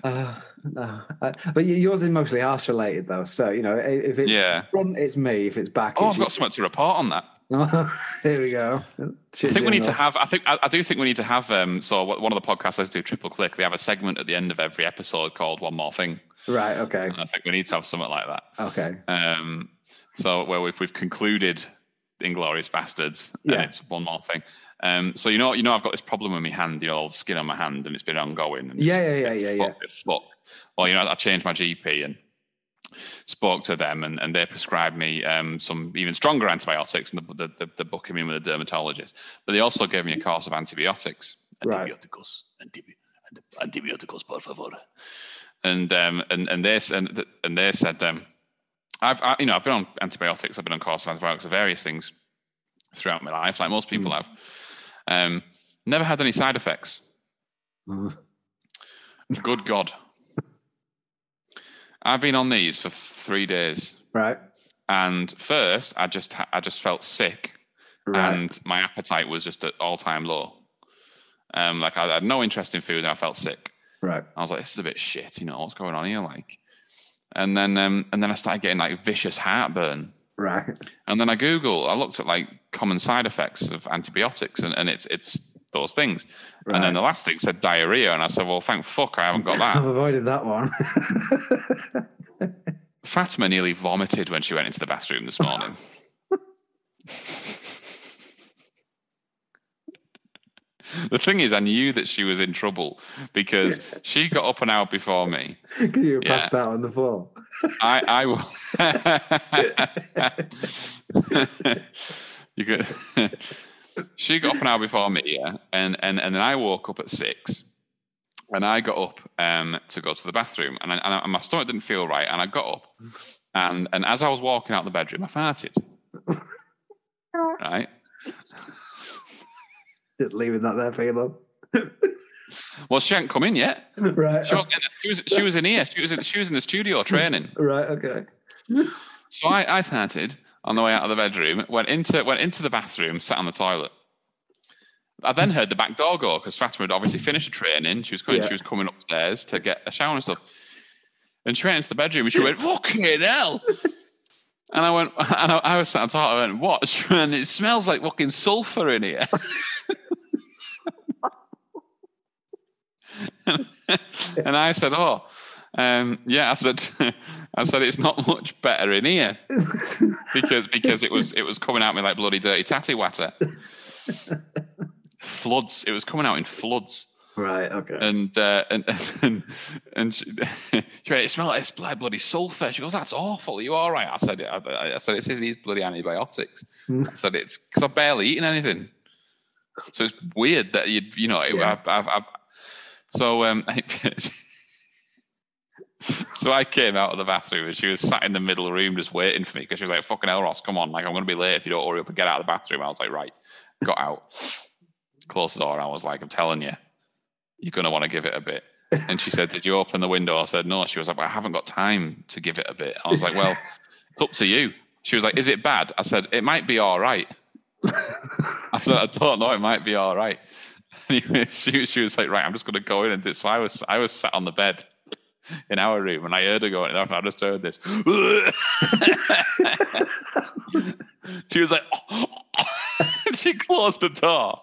Speaker 1: Uh, no, I, but y- yours is mostly arse related though. So you know, i- if it's
Speaker 3: Yeah.
Speaker 1: front, it's me. If it's back,
Speaker 3: Oh,
Speaker 1: it's
Speaker 3: I've got something to report on that.
Speaker 1: you. (laughs) Oh, Here we go.
Speaker 3: I think we need to have. I think I, I do think we need to have. Um, so wh- one of the podcasts let's do triple click. They have a segment at the end of every episode called "One More Thing,"
Speaker 1: right. Okay.
Speaker 3: and I think we need to have something like that.
Speaker 1: Okay.
Speaker 3: Um, so where we've, we've concluded Inglorious Bastards,
Speaker 1: Yeah.
Speaker 3: and it's one more thing. Um, so you know, you know, I've got this problem with my hand, you know, old skin on my hand, and it's been ongoing. And
Speaker 1: Yeah,
Speaker 3: it's-
Speaker 1: yeah, yeah,
Speaker 3: it's
Speaker 1: yeah, yeah.
Speaker 3: fucked- It's fucked. Well, you know, I changed my GP and spoke to them, and, and they prescribed me um, some even stronger antibiotics, and the, the, the, the booking me with a dermatologist. But they also gave me a course of antibiotics.
Speaker 1: Right.
Speaker 4: Antibióticos, antibi- ant- antibióticos, por favor.
Speaker 3: and um, and and they s- and th- and they said, um, I've I, you know I've been on antibiotics, I've been on course of antibiotics for various things throughout my life, like most people have. Um, never had any side effects.
Speaker 1: Mm.
Speaker 3: Good God, I've been on these for f- three days,
Speaker 1: Right.
Speaker 3: and first I just ha- I just felt sick,
Speaker 1: Right.
Speaker 3: and my appetite was just at all time low. Um, like I had no interest in food, and I felt sick.
Speaker 1: right.
Speaker 3: I was like, this is a bit shit, you know, what's going on here? Like, and then, um, and then I started getting like vicious heartburn.
Speaker 1: Right.
Speaker 3: And then I Googled, I looked at like common side effects of antibiotics and, and it's, it's those things.
Speaker 1: Right.
Speaker 3: And then the last thing said diarrhea, and I said, well, thank fuck, I haven't got
Speaker 1: (laughs) I've
Speaker 3: that.
Speaker 1: avoided that one.
Speaker 3: Fatima nearly vomited when she went into the bathroom this morning. the thing is, I knew that she was in trouble because she got up an hour before me.
Speaker 1: Can you
Speaker 3: Yeah.
Speaker 1: pass that on the floor?
Speaker 3: I, I w- you could. she got up an hour before me, yeah, and and and then I woke up at six, and I got up um to go to the bathroom, and I, and, I, and my stomach didn't feel right, and I got up, and and as I was walking out the bedroom, I farted. right.
Speaker 1: Just leaving that there, Caleb.
Speaker 3: Well, she hadn't come in yet.
Speaker 1: (laughs) Right.
Speaker 3: She, wasn't in there. she was she was in here. She was in, she was in the studio training.
Speaker 1: Right. Okay.
Speaker 3: So I, I farted on the way out of the bedroom, went into went into the bathroom, sat on the toilet. I then heard the back door go because Fatima had obviously finished her training. She was coming,
Speaker 1: Yeah.
Speaker 3: she was coming upstairs to get a shower and stuff. And she went into the bedroom and she went, "Fucking hell!" And I went, (laughs) and I, I was sat on the toilet. I went, (laughs) "What?" And it smells like fucking sulfur in here. (laughs) and I said, "Oh, um, yeah." I said, (laughs) "I said it's not much better in here." because because it was it was coming at me like bloody dirty tatty watter. floods. It was coming out in floods,
Speaker 1: right. Okay.
Speaker 3: and uh, and (laughs) and and she, (laughs) she went, "It smelled like it's bloody bloody sulphur." She goes, "That's awful. Are you all right?" I said, "I, I said it's these bloody antibiotics."
Speaker 1: Mm.
Speaker 3: I said, "It's because I've barely eaten anything." So it's weird that you you know it,
Speaker 1: Yeah.
Speaker 3: I've, I've, I've so um. (laughs) So I came out of the bathroom and she was sat in the middle room just waiting for me because she was like, fucking hell, Ross, come on. Like, I'm going to be late if you don't hurry up and get out of the bathroom. I was like, right. Got out, closed the door. And I was like, I'm telling you, you're going to want to give it a bit. And she said, did you open the window? I said, no. She was like, well, I haven't got time to give it a bit. I was like, well, it's up to you. She was like, is it bad? I said, it might be all right. (laughs) I said, I don't know. It might be all right. (laughs) Anyway, she, she was like, right, I'm just going to go in and do it. So I was, I was sat on the bed (laughs) in our room and I heard her going, and I just heard this. (laughs) she was like, (laughs) she closed the door.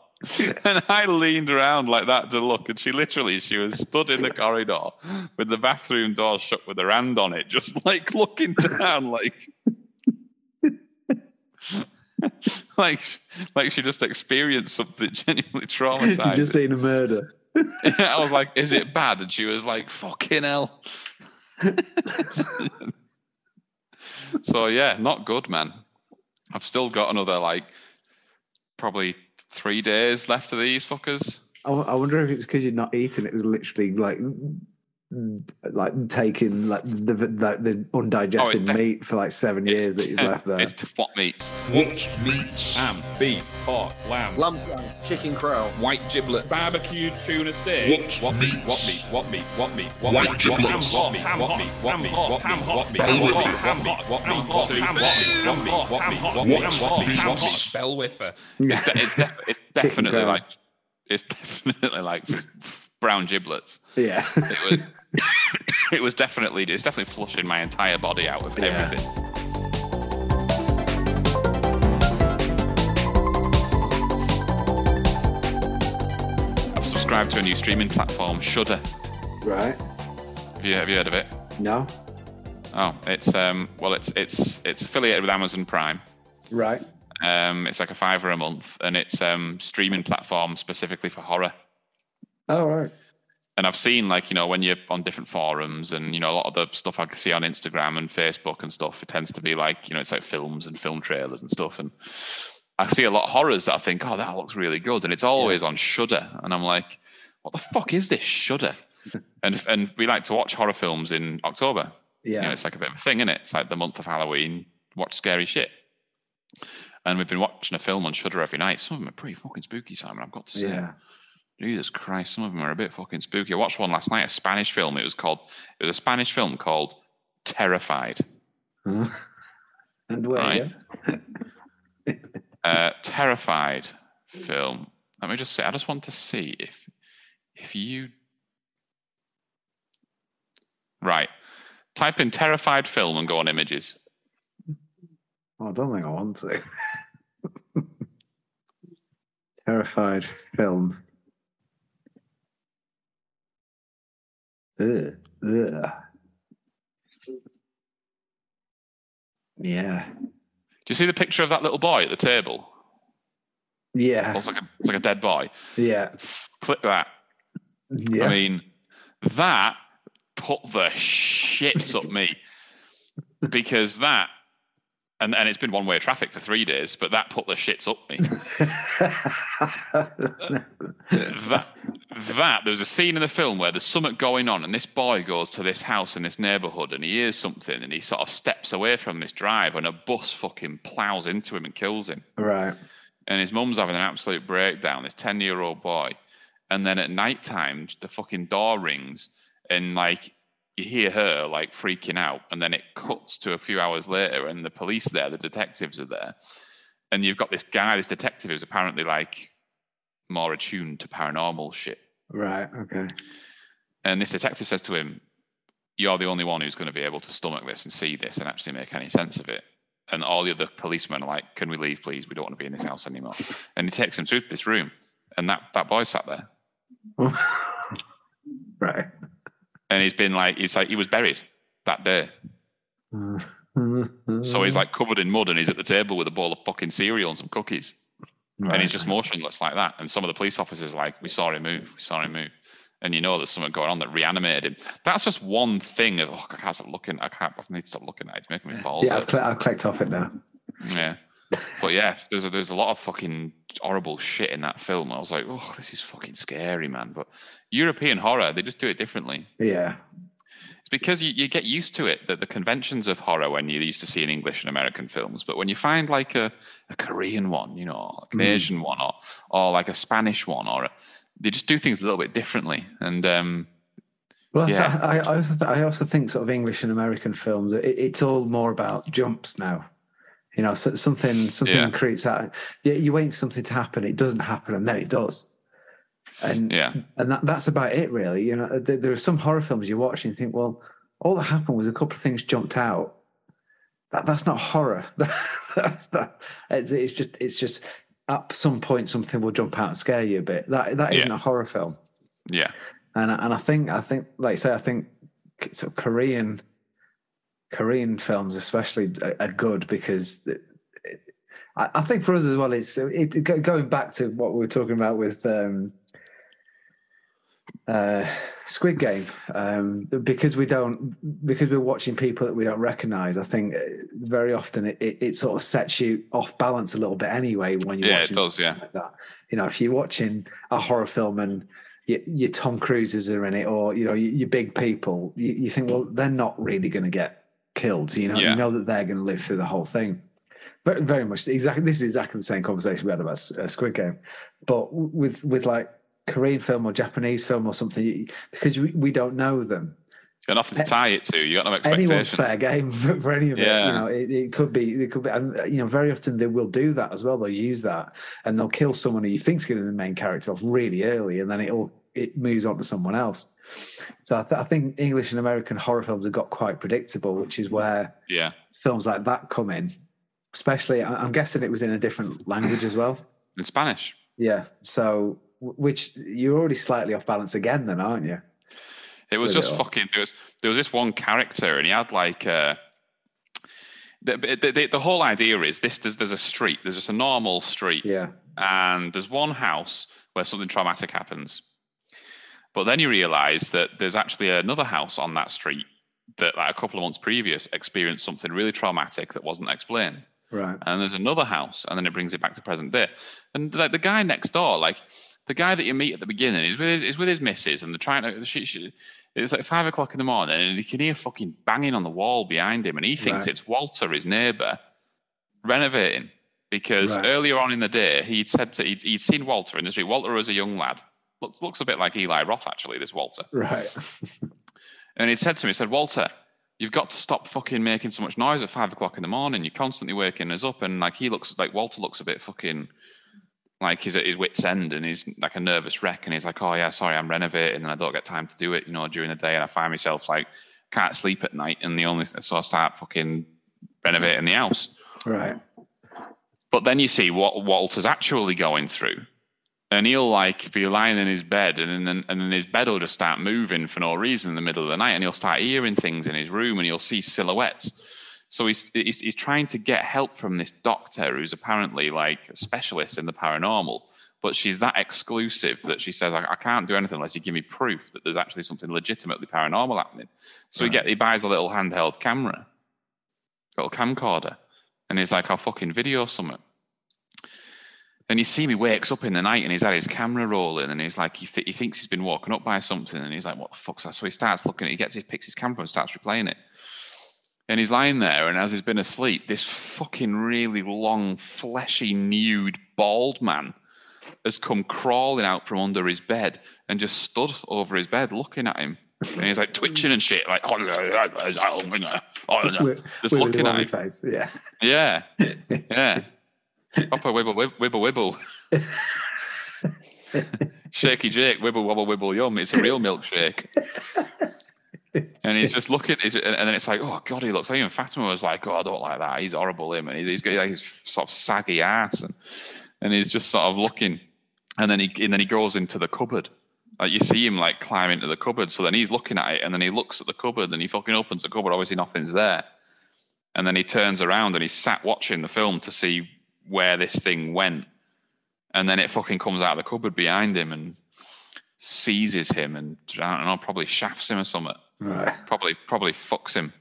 Speaker 3: And I leaned around like that to look, and she literally she was stood in the corridor with the bathroom door shut with her hand on it, just like looking (laughs) down, like like like she just experienced something (laughs) genuinely traumatizing.
Speaker 1: You just seen a murder.
Speaker 3: (laughs) I was like, "Is it bad?" And she was like, "Fucking hell." (laughs) so yeah, not good, man. I've still got another like probably three days left of these fuckers.
Speaker 1: I, w- I wonder if it's because you'd not eaten. It was literally like, mm, like taking like the the, the undigested
Speaker 3: def-
Speaker 1: meat for like seven years that you've left there.
Speaker 3: Oh, It's t- what meats?
Speaker 5: What meats?
Speaker 6: Ham, beef, pork, lamb,
Speaker 7: Lump chicken crow.
Speaker 6: white giblets, barbecued tuna steak.
Speaker 5: What
Speaker 6: What meat?
Speaker 5: meats?
Speaker 6: What meat? What meat? What meat? What
Speaker 5: White
Speaker 6: meat?
Speaker 5: giblets.
Speaker 6: What meat? What meat? What meat? What meat? What meat? What meat? What meat? What meat? What meat? What meat? What meat? What meat? What meat? What meat? What meat? What meat? Bell whiffer.
Speaker 3: It's, de- it's, def- it's definitely
Speaker 1: curry.
Speaker 3: like it's definitely like brown giblets. (laughs)
Speaker 1: yeah.
Speaker 3: It was. (coughs) It was definitely it's definitely flushing my entire body out with
Speaker 1: Yeah.
Speaker 3: everything. I've subscribed to a new streaming platform, Shudder.
Speaker 1: (laughs) right.
Speaker 3: Have you, have you heard of it?
Speaker 1: No.
Speaker 3: Oh, it's um, well, it's it's it's affiliated with Amazon Prime.
Speaker 1: Right.
Speaker 3: Um, it's like a fiver a month, and it's um, streaming platform specifically for horror.
Speaker 1: Oh right.
Speaker 3: and I've seen like you know when you're on different forums and you know a lot of the stuff I can see on Instagram and Facebook and stuff, it tends to be like you know it's like films and film trailers and stuff, and I see a lot of horrors that I think, oh, that looks really good, and it's always on Shudder, and I'm like, what the fuck is
Speaker 1: (laughs)
Speaker 3: this Shudder? and and we like to watch horror films in October.
Speaker 1: Yeah.
Speaker 3: You know, it's like a bit of a thing, is it? It's like the month of Halloween. Watch scary shit. And we've been watching a film on Shudder every night. Some of them are pretty fucking spooky, Simon. I've got to say.
Speaker 1: yeah.
Speaker 3: Jesus Christ, some of them are a bit fucking spooky. I watched one last night, a Spanish film. It was called, it was a Spanish film called Terrified.
Speaker 1: Huh? and where?
Speaker 3: Right.
Speaker 1: yeah?
Speaker 3: Uh, terrified film. Let me just say, I just want to see if, if you, right, type in terrified film and go on images.
Speaker 1: Oh, I don't think I want to. (laughs) Terrified film. Ugh. Ugh. Yeah.
Speaker 3: Do you see the picture of that little boy at the table?
Speaker 1: Yeah.
Speaker 3: Looks like a, it's like a dead boy.
Speaker 1: Yeah.
Speaker 3: Click that.
Speaker 1: Yeah.
Speaker 3: I mean, that put the shits up me because that, and, and it's been one way of traffic for three days, but that put the shits up me. that, that there was a scene in the film where there's something going on, and this boy goes to this house in this neighborhood, and he hears something, and he sort of steps away from this drive, and a bus fucking plows into him and kills him
Speaker 1: right.
Speaker 3: and his mum's having an absolute breakdown, this 10 year old boy. And then at night time, the fucking door rings and like you hear her like freaking out. And then it cuts to a few hours later and the police there, the detectives are there. And you've got this guy, this detective who's apparently like more attuned to paranormal shit.
Speaker 1: Right. Okay. (laughs)
Speaker 3: And this detective says to him, You're the only one who's going to be able to stomach this and see this and actually make any sense of it. And all the other policemen are like, Can we leave, please? We don't want to be in this house anymore. And he takes him through to this room. And that, that boy sat there.
Speaker 1: right.
Speaker 3: And he's been like, he's like, he was buried that day. So he's like covered in mud and he's at the table with a bowl of fucking cereal and some cookies.
Speaker 1: Right.
Speaker 3: And he's just motionless like that. And some of the police officers are like, we saw him move, we saw him move. And you know there's something going on that reanimated him. That's just one thing of oh, I can't stop looking. I can't I need to stop looking at it. It's making me balls.
Speaker 1: yeah, I've,
Speaker 3: hurt.
Speaker 1: cl- I've clicked off it now.
Speaker 3: yeah. But yeah, there's a, there's a lot of fucking horrible shit in that film. I was like, oh, this is fucking scary, man. But European horror, they just do it differently.
Speaker 1: Yeah.
Speaker 3: It's because you, you get used to it that the conventions of horror when you're used to seeing English and American films, but when you find like a, a Korean one, you know, like an
Speaker 1: Mm.
Speaker 3: Asian one, or or like a Spanish one, or a, they just do things a little bit differently. And um,
Speaker 1: Well,
Speaker 3: Yeah.
Speaker 1: I, I also th- I also think sort of English and American films. It, it's all more about jumps now. You know, so, something something
Speaker 3: Yeah.
Speaker 1: creeps out. Yeah, you wait for something to happen. It doesn't happen, and then it does. And
Speaker 3: yeah,
Speaker 1: and that, that's about it, really. You know, there, there are some horror films you watch and you think, well, all that happened was a couple of things jumped out. That that's not horror. (laughs) that's that. It's, it's just it's just at some point something will jump out and scare you a bit. That that isn't
Speaker 3: Yeah.
Speaker 1: a horror film
Speaker 3: yeah,
Speaker 1: and I- and I think I think like I say I think k- sort of Korean Korean films especially are, are good because th- I, I think for us as well it's it, it- go- going back to what we were talking about with um, uh, Squid Game um, because we don't because we're watching people that we don't recognize I think uh, very often it, it, it sort of sets you off balance a little bit anyway when you're
Speaker 3: yeah, it
Speaker 1: watching
Speaker 3: does, yeah,
Speaker 1: like that. You know, if you're watching a horror film and your, your Tom Cruises are in it, or you know, your, your big people, you, you think, well, they're not really going to get killed. You know,
Speaker 3: Yeah.
Speaker 1: you know that they're going to live through the whole thing. But very much exactly. This is exactly the same conversation we had about uh, Squid Game, but w- with with like Korean film or Japanese film or something, you- because we, we don't know them.
Speaker 3: got nothing to tie it to. You got no
Speaker 1: Anyone's
Speaker 3: expectation.
Speaker 1: fair game (laughs) for, for any of it.
Speaker 3: Yeah.
Speaker 1: You know, it, it could be, it could be, and, you know, very often they will do that as well. They'll use that and they'll kill someone who you think's going to be the main character off really early, and then it all it moves on to someone else. So I, th- I think English and American horror films have got quite predictable, which is where
Speaker 3: Yeah,
Speaker 1: films like that come in. Especially, I- I'm guessing it was in a different language as well.
Speaker 3: in Spanish.
Speaker 1: Yeah. So, w- which you're already slightly off balance again, then, aren't you?
Speaker 3: It was
Speaker 1: Really
Speaker 3: just
Speaker 1: are.
Speaker 3: fucking. There was there was this one character, and he had like uh, the, the, the the whole idea is this. There's, there's a street. There's just a normal street,
Speaker 1: Yeah.
Speaker 3: and there's one house where something traumatic happens. But then you realise that there's actually another house on that street that, like a couple of months previous, experienced something really traumatic that wasn't explained
Speaker 1: Right.
Speaker 3: and there's another house, and then it brings it back to present day. And like the guy next door, like the guy that you meet at the beginning, is with his, is with his missus, and they're trying to. She, she, it's like five o'clock in the morning, and he can hear fucking banging on the wall behind him, and he thinks
Speaker 1: Right.
Speaker 3: it's Walter, his neighbour, renovating because
Speaker 1: Right.
Speaker 3: earlier on in the day he'd said to he'd, he'd seen Walter in the street. Walter was a young lad. Looks, looks a bit like Eli Roth, actually, this Walter.
Speaker 1: Right.
Speaker 3: And he said to me, he said, Walter, you've got to stop fucking making so much noise at five o'clock in the morning. You're constantly waking us up. And like he looks like Walter looks a bit fucking like he's at his wits end and he's like a nervous wreck. And he's like, oh yeah, sorry, I'm renovating and I don't get time to do it, you know, during the day. And I find myself like can't sleep at night. And the only so I start fucking renovating the house.
Speaker 1: Right.
Speaker 3: But then you see what Walter's actually going through. and he'll like be lying in his bed, and then and then his bed will just start moving for no reason in the middle of the night, and he'll start hearing things in his room, and he'll see silhouettes. So he's he's, he's trying to get help from this doctor who's apparently like a specialist in the paranormal, but she's that exclusive that she says I, I can't do anything unless you give me proof that there's actually something legitimately paranormal happening. So he get he buys a little handheld camera, little camcorder, and he's like, I'll fucking video something. And you see me wakes up in the night and he's had his camera rolling and he's like, he, th- he thinks he's been walking up by something and he's like, what the fuck's that? So he starts looking, he gets his, picks his camera and starts replaying it. And he's lying there and as he's been asleep, this fucking really long, fleshy, nude, bald man has come crawling out from under his bed and just stood over his bed looking at him. And he's like twitching and shit, like, (laughs) "Oh,
Speaker 1: With- with
Speaker 3: just
Speaker 1: a
Speaker 3: looking at
Speaker 1: lovely
Speaker 3: him.
Speaker 1: face. Yeah.
Speaker 3: Yeah. Yeah. Proper wibble wib- wibble wibble. Shaky Jake, wibble wobble wibble yum. It's a real milkshake. And he's just looking, he's, and and then it's like, oh god, he looks. Even Fatima was like, oh, I don't like that. He's horrible, him, and he's, he's got like his sort of saggy ass, and, and he's just sort of looking, and then he and then he goes into the cupboard. Like you see him like climb into the cupboard, so then he's looking at it, and then he looks at the cupboard, and he fucking opens the cupboard. Obviously, nothing's there and then he turns around and he's sat watching the film to see where this thing went and then it fucking comes out of the cupboard behind him and seizes him and I don't know probably shafts him or something
Speaker 1: Right.
Speaker 3: probably probably fucks him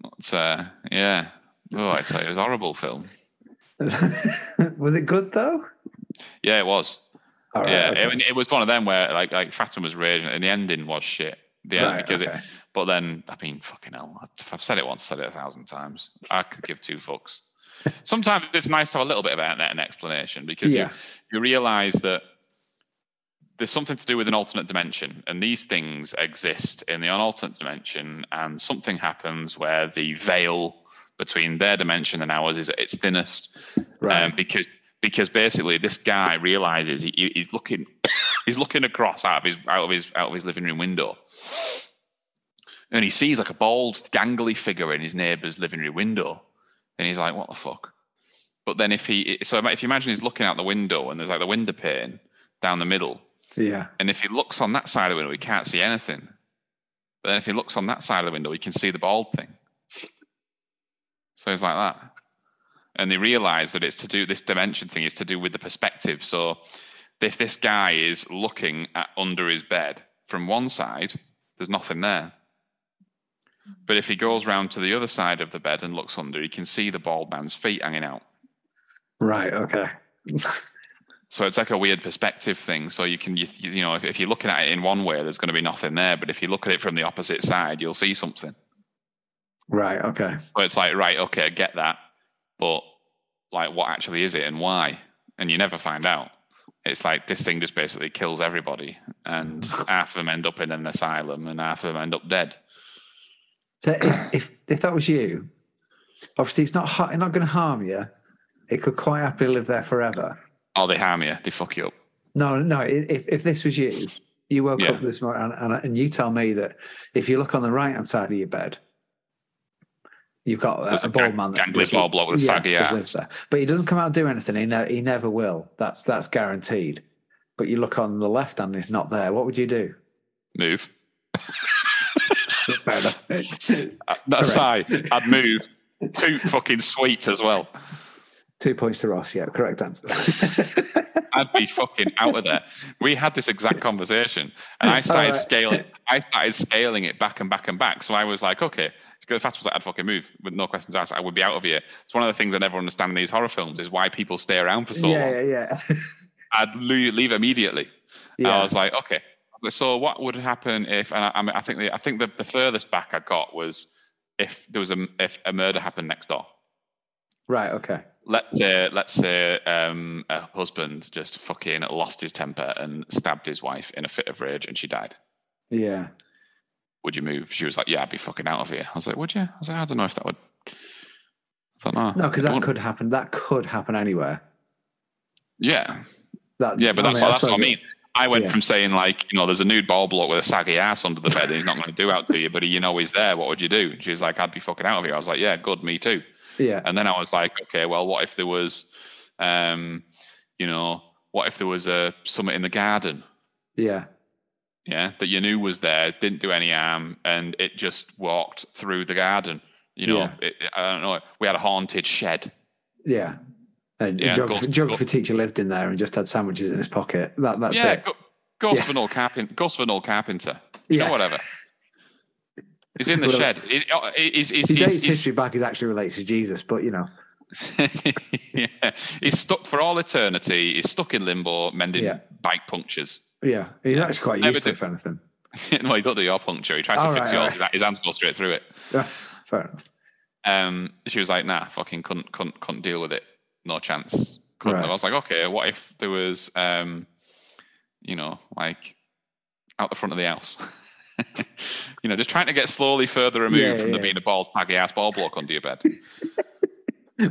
Speaker 3: but, uh, yeah oh I'd say it was a horrible film
Speaker 1: (laughs) was it good though?
Speaker 3: yeah it was
Speaker 1: All Oh, right,
Speaker 3: yeah
Speaker 1: okay.
Speaker 3: I mean, it was one of them where like like Fatima was raging and the ending was shit yeah
Speaker 1: Right,
Speaker 3: because
Speaker 1: okay.
Speaker 3: it but then I mean fucking hell I've- I've said it once said it a thousand times I could give
Speaker 1: (laughs)
Speaker 3: two fucks sometimes it's nice to have a little bit of an, an explanation because
Speaker 1: Yeah.
Speaker 3: you you realize that there's something to do with an alternate dimension, and these things exist in the alternate dimension, and something happens where the veil between their dimension and ours is at its thinnest,
Speaker 1: Right.
Speaker 3: um, because because basically this guy realizes he- he, he's looking (coughs) he's looking across out of his out of his out of his living room window, and he sees like a bald, gangly figure in his neighbour's living room window, and he's like, "What the fuck?" But then if he so if you imagine he's looking out the window and there's like the window pane down the middle,
Speaker 1: yeah.
Speaker 3: and if he looks on that side of the window, he can't see anything. But then if he looks on that side of the window, he can see the bald thing. So he's like that. And they realize that it's to do this dimension thing is to do with the perspective. So if this guy is looking at under his bed from one side, there's nothing there. But if he goes round to the other side of the bed and looks under, he can see the bald man's feet hanging out.
Speaker 1: Right. Okay.
Speaker 3: So it's like a weird perspective thing. So you can, you, you know, if, if you're looking at it in one way, there's going to be nothing there. But if you look at it from the opposite side, you'll see something.
Speaker 1: Right. Okay.
Speaker 3: So it's like, right, okay, I get that. But like, what actually is it and why? And you never find out. It's like this thing just basically kills everybody. And half of them end up in an asylum and half of them end up dead.
Speaker 1: So if if if that was you, obviously it's not ha- it's not going to harm you. It could quite happily live there forever.
Speaker 3: Oh, they harm you. They fuck you up.
Speaker 1: No, no. i- If if this was you, you woke
Speaker 3: Yeah.
Speaker 1: up this morning and, and, and you tell me that if you look on the right hand side of your bed, you've got
Speaker 3: There's
Speaker 1: a,
Speaker 3: a
Speaker 1: a bald
Speaker 3: gang-
Speaker 1: man that
Speaker 3: gangly
Speaker 1: just-
Speaker 3: bald bloke with a saggy
Speaker 1: just
Speaker 3: ass.
Speaker 1: lives there. But he doesn't come out and do anything. He ne- he never will. That's that's guaranteed. But you look on the left hand, and it's not there. What would you do?
Speaker 3: Move.
Speaker 1: Fair enough.
Speaker 3: Uh, That's sigh. I'd move. Too fucking sweet as well.
Speaker 1: Two points to Ross. Yeah, correct
Speaker 3: (laughs)
Speaker 1: answer.
Speaker 3: I'd be fucking out of there. We had
Speaker 1: (laughs)
Speaker 3: this exact conversation, and I started
Speaker 1: Alright.
Speaker 3: scaling. I started scaling it back and back and back. So I was like, okay, because fast was like, I'd fucking move with no questions asked. I would be out of here. It's one of the things I never understand in these horror films is why people stay around for so long.
Speaker 1: yeah, yeah, yeah.
Speaker 3: I'd leave, leave immediately. I
Speaker 1: Yeah.
Speaker 3: was like, okay. So what would happen if? And I, I, mean, I think the, I think the, the furthest back I got was if there was a if a murder happened next door.
Speaker 1: Right. Okay.
Speaker 3: Let's say, uh, let's say um, a husband just fucking lost his temper and stabbed his wife in a fit of rage and she died.
Speaker 1: Yeah.
Speaker 3: Would you move? She was like, Yeah, I'd be fucking out of here. I was like, Would you? I was like, I don't know if that would. I don't know.
Speaker 1: No, because
Speaker 3: It
Speaker 1: that
Speaker 3: wouldn't-
Speaker 1: could happen. That could happen anywhere.
Speaker 3: Yeah.
Speaker 1: That,
Speaker 3: Yeah, but that's, what, that's what I
Speaker 1: suppose-
Speaker 3: mean. I went
Speaker 1: yeah.
Speaker 3: from saying, like, you know, there's a nude ball block with a saggy ass under the bed and he's not going to do out to you, but you know he's there. What would you do? And she was like, I'd be fucking out of here. I was like, Yeah, good, me too.
Speaker 1: Yeah.
Speaker 3: And then I was like, okay, well, what if there was, um, you know, what if there was a summit in the garden?
Speaker 1: Yeah.
Speaker 3: yeah, that you knew was there, didn't do any harm, and it just walked through the garden. You know,
Speaker 1: Yeah.
Speaker 3: it, I don't know. We had a haunted shed.
Speaker 1: Yeah. And
Speaker 3: Yeah,
Speaker 1: geography,
Speaker 3: go-
Speaker 1: geography
Speaker 3: go-
Speaker 1: teacher lived in there and just had sandwiches in his pocket. That, that's
Speaker 3: yeah,
Speaker 1: it.
Speaker 3: Go, Ghost
Speaker 1: Yeah.
Speaker 3: of an old carpenter. Ghost of an old carpenter. You
Speaker 1: yeah.
Speaker 3: know, whatever. He's in the
Speaker 1: Well,
Speaker 3: shed. It- oh, it- it's-
Speaker 1: If
Speaker 3: it's-
Speaker 1: you date
Speaker 3: he's-
Speaker 1: his history back, he's actually related to Jesus, but you know.
Speaker 3: he's- (laughs) yeah, he's stuck for all eternity. He's stuck in limbo, mending
Speaker 1: Yeah.
Speaker 3: bike punctures. (laughs)
Speaker 1: Yeah. He's actually quite
Speaker 3: No,
Speaker 1: used to
Speaker 3: but
Speaker 1: it, if anything.
Speaker 3: no, he don't do your puncture. He tries
Speaker 1: All
Speaker 3: to fix
Speaker 1: right, all
Speaker 3: yours. His hands go straight through it.
Speaker 1: Yeah. Fair enough.
Speaker 3: um, she was like, "Nah, fucking couldn't couldn't couldn't deal with it. No chance." Couldn't.
Speaker 1: Right.
Speaker 3: I was like, "Okay, what if there was, um, you know, like out the front of the house?" (laughs) you know, just trying to get slowly further removed
Speaker 1: Yeah,
Speaker 3: from there
Speaker 1: yeah.
Speaker 3: being a bald, taggy ass ball block under
Speaker 1: (laughs)
Speaker 3: your bed. (laughs)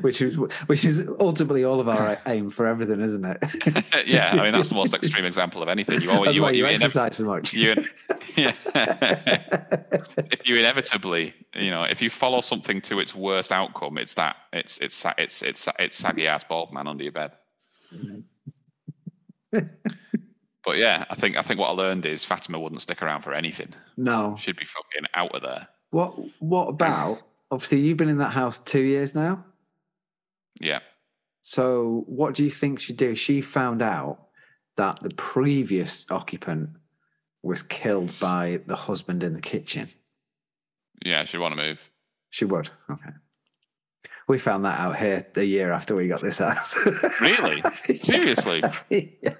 Speaker 1: Which is which is ultimately all of
Speaker 3: (laughs)
Speaker 1: our aim for everything, isn't it?
Speaker 3: yeah, I mean that's the most extreme example of anything. You
Speaker 1: (laughs)
Speaker 3: always
Speaker 1: That's
Speaker 3: you,
Speaker 1: why
Speaker 3: you,
Speaker 1: you,
Speaker 3: you, inev-
Speaker 1: exercise so much.
Speaker 3: you (laughs) yeah.
Speaker 1: (laughs)
Speaker 3: if you inevitably, you know, if you follow something to its worst outcome, it's that it's it's sa- it's it's sa- it's saggy ass bald man under
Speaker 1: (laughs)
Speaker 3: your bed. but yeah, I think I think what I learned is Fatima wouldn't stick around for anything.
Speaker 1: no.
Speaker 3: She'd be fucking out of there.
Speaker 1: What what about obviously you've been in that house two years now?
Speaker 3: Yeah.
Speaker 1: So, what do you think she did? She found out that the previous occupant was killed by the husband in the kitchen.
Speaker 3: Yeah, she'd want to move.
Speaker 1: She would. Okay. We found that out here the year after we got this house. (laughs)
Speaker 3: Really? Seriously? Because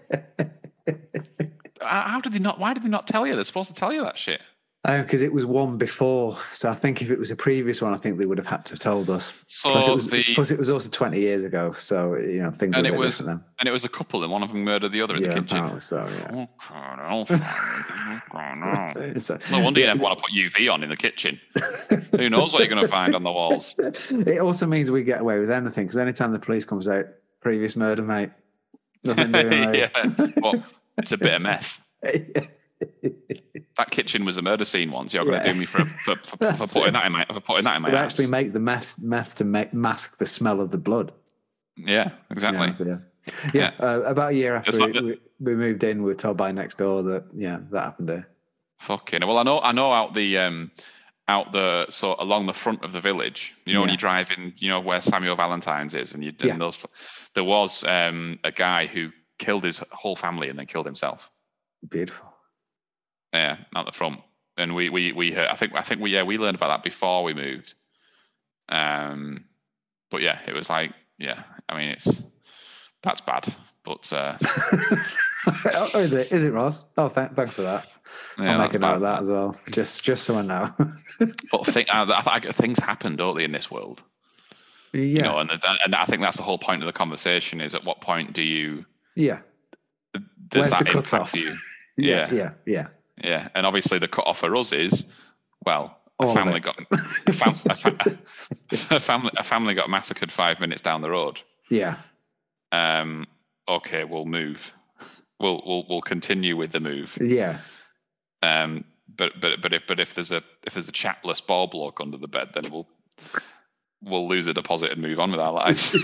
Speaker 3: How how did they not why did they not tell you? They're supposed to tell you that shit.
Speaker 1: Oh, it was one before. So, I think if it was a previous one, I think they would have had to have told us.
Speaker 3: So
Speaker 1: Plus, it was,
Speaker 3: the
Speaker 1: plus it was also 20 years ago. So, you know, things
Speaker 3: And
Speaker 1: were a bit
Speaker 3: it was
Speaker 1: different
Speaker 3: and it was a couple and one of them murdered the other
Speaker 1: then.
Speaker 3: in
Speaker 1: yeah,
Speaker 3: the kitchen.
Speaker 1: apparently so, yeah.
Speaker 3: Oh, God, oh, (laughs) fuck, oh, no.
Speaker 1: (laughs) So-
Speaker 3: No wonder you never want to put UV on in the kitchen. Who knows what you're going to find on
Speaker 1: (laughs)
Speaker 3: the walls?
Speaker 1: It also means we get away with anything because anytime the police comes out, previous murder, mate. Nothing
Speaker 3: (laughs)
Speaker 1: doing, mate.
Speaker 3: yeah,
Speaker 1: (laughs)
Speaker 3: well, it's a bit of meth. That kitchen was a murder scene once. You're going to
Speaker 1: Yeah.
Speaker 3: do me for, for, for, for
Speaker 1: That's
Speaker 3: putting
Speaker 1: it.
Speaker 3: that in my for putting that in my
Speaker 1: They
Speaker 3: house.
Speaker 1: actually make the meth, meth to make, mask the smell of the blood.
Speaker 3: yeah, exactly.
Speaker 1: Yeah, so, yeah. Yeah, Uh, about a year after
Speaker 3: Just like
Speaker 1: we, we, we moved in, we were told by next door that yeah, that happened uh, here.
Speaker 3: Fucking well, I know. I know out the um, out the so along the front of the village. You know when
Speaker 1: Yeah.
Speaker 3: you drive in, you know where Samuel Valentine's is, and you and
Speaker 1: Yeah.
Speaker 3: those. There was um, a guy who killed his whole family and then killed himself.
Speaker 1: Beautiful. (laughs)
Speaker 3: Yeah, out the front. And we we we heard, I think I think we yeah we learned about that before we moved. Um, but yeah, it was like yeah. I mean, it's that's bad. But uh, yeah,
Speaker 1: oh, is it? Is it Ross? Oh, th- thanks for that. (laughs) I'll make
Speaker 3: that's
Speaker 1: a note of
Speaker 3: bad.
Speaker 1: that as well. Just just so I know. (laughs)
Speaker 3: But think, I, I, think things happen, don't they, in this world?
Speaker 1: yeah,
Speaker 3: You know, and and I think that's the whole point of the conversation is at what point do you
Speaker 1: yeah,
Speaker 3: does
Speaker 1: Where's
Speaker 3: that
Speaker 1: the
Speaker 3: impact
Speaker 1: cutoff?
Speaker 3: you?
Speaker 1: yeah,
Speaker 3: Yeah.
Speaker 1: yeah, yeah.
Speaker 3: Yeah, and obviously the cutoff for us is well,
Speaker 1: All
Speaker 3: a
Speaker 1: of
Speaker 3: family
Speaker 1: it. (laughs)
Speaker 3: got a, fam, a, fa- (laughs) a family a family got massacred five minutes down the road.
Speaker 1: (laughs) Yeah,
Speaker 3: um, okay, we'll move. We'll we'll we'll continue with the move.
Speaker 1: yeah, (laughs)
Speaker 3: Um, but but but if but if there's a if there's a chapless ball block under the bed, then we'll we'll lose a deposit and move on with
Speaker 1: (laughs)
Speaker 3: our lives.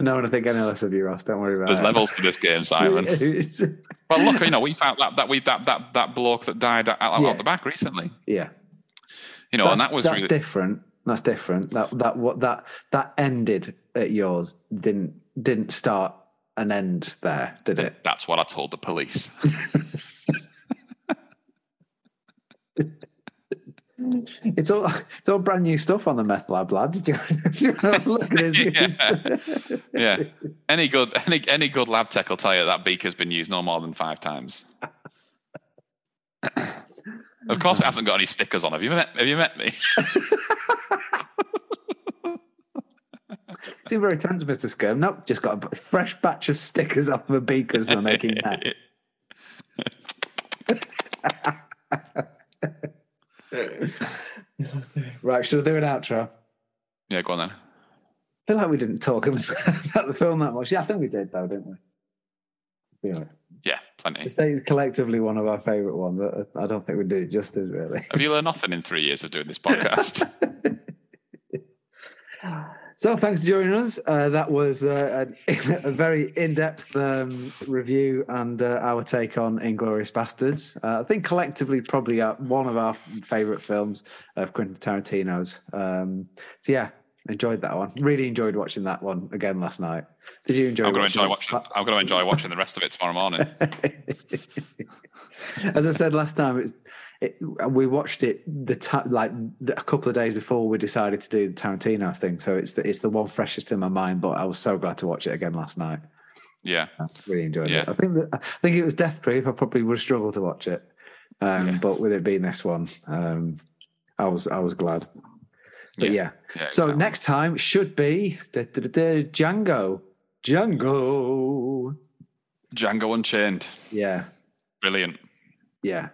Speaker 1: no one will think any less of you, Ross. Don't worry about
Speaker 3: there's
Speaker 1: it.
Speaker 3: levels to this game, Simon.
Speaker 1: (laughs) It's-
Speaker 3: well, look, you know, we found that that we that that that bloke that died out, out
Speaker 1: Yeah.
Speaker 3: the back recently.
Speaker 1: yeah.
Speaker 3: You know, and that was
Speaker 1: that's
Speaker 3: really
Speaker 1: different. That's different. That that what that that ended at yours didn't didn't start and end there, did
Speaker 3: (laughs)
Speaker 1: it?
Speaker 3: that's what I told the police.
Speaker 1: It's all it's all brand new stuff on the meth lab, lads. (laughs) Do you want to look at this?
Speaker 3: (laughs) Yeah. Yeah, any good (laughs) any any good lab tech will tell you that beaker's been used no more than five
Speaker 1: (laughs)
Speaker 3: times. of course, it hasn't got any stickers on. Have you met? Have you met me?
Speaker 1: Seem very tense, Mister Skirm. Nope, just got a b- fresh batch of stickers off the beakers for
Speaker 3: (laughs)
Speaker 1: making that. right, should I do an outro?
Speaker 3: yeah, go on then.
Speaker 1: I feel like we didn't talk about (laughs) the film that much. Yeah, I think we did though, didn't we? Be honest.
Speaker 3: Yeah, plenty.
Speaker 1: It's it's collectively one of our favourite ones. I- I don't think we did it justice, really. (laughs)
Speaker 3: Have you learned nothing in three years of doing this podcast?
Speaker 1: So thanks for joining us. Uh, that was uh, a, (laughs) a very in-depth um, review and uh, our take on Inglorious Bastards. Uh, I think collectively probably uh, one of our favourite films of Quentin Tarantino's. Um, so yeah, enjoyed that one. Really enjoyed watching that one again last night. Did you enjoy?
Speaker 3: I'm going to
Speaker 1: watching
Speaker 3: enjoy
Speaker 1: that?
Speaker 3: watching. I'm going to enjoy watching the rest of it tomorrow morning.
Speaker 1: As I said last time, it's, it, we watched it the ta- like the, a couple of days before we decided to do the Tarantino thing. So it's the, it's the one freshest in my mind. But I was so glad to watch it again last night. (laughs)
Speaker 3: Yeah,
Speaker 1: Really enjoyed
Speaker 3: Yeah.
Speaker 1: it. I think that, I think it was Death Proof. I probably would struggle to watch it, um,
Speaker 3: Yeah.
Speaker 1: but with it being this one, um, I was I was glad. But yeah,
Speaker 3: yeah.
Speaker 1: so
Speaker 3: exactly.
Speaker 1: next time should be da, da, da, da, Django. Django.
Speaker 3: Django Unchained,
Speaker 1: Yeah,
Speaker 3: brilliant.
Speaker 1: yeah.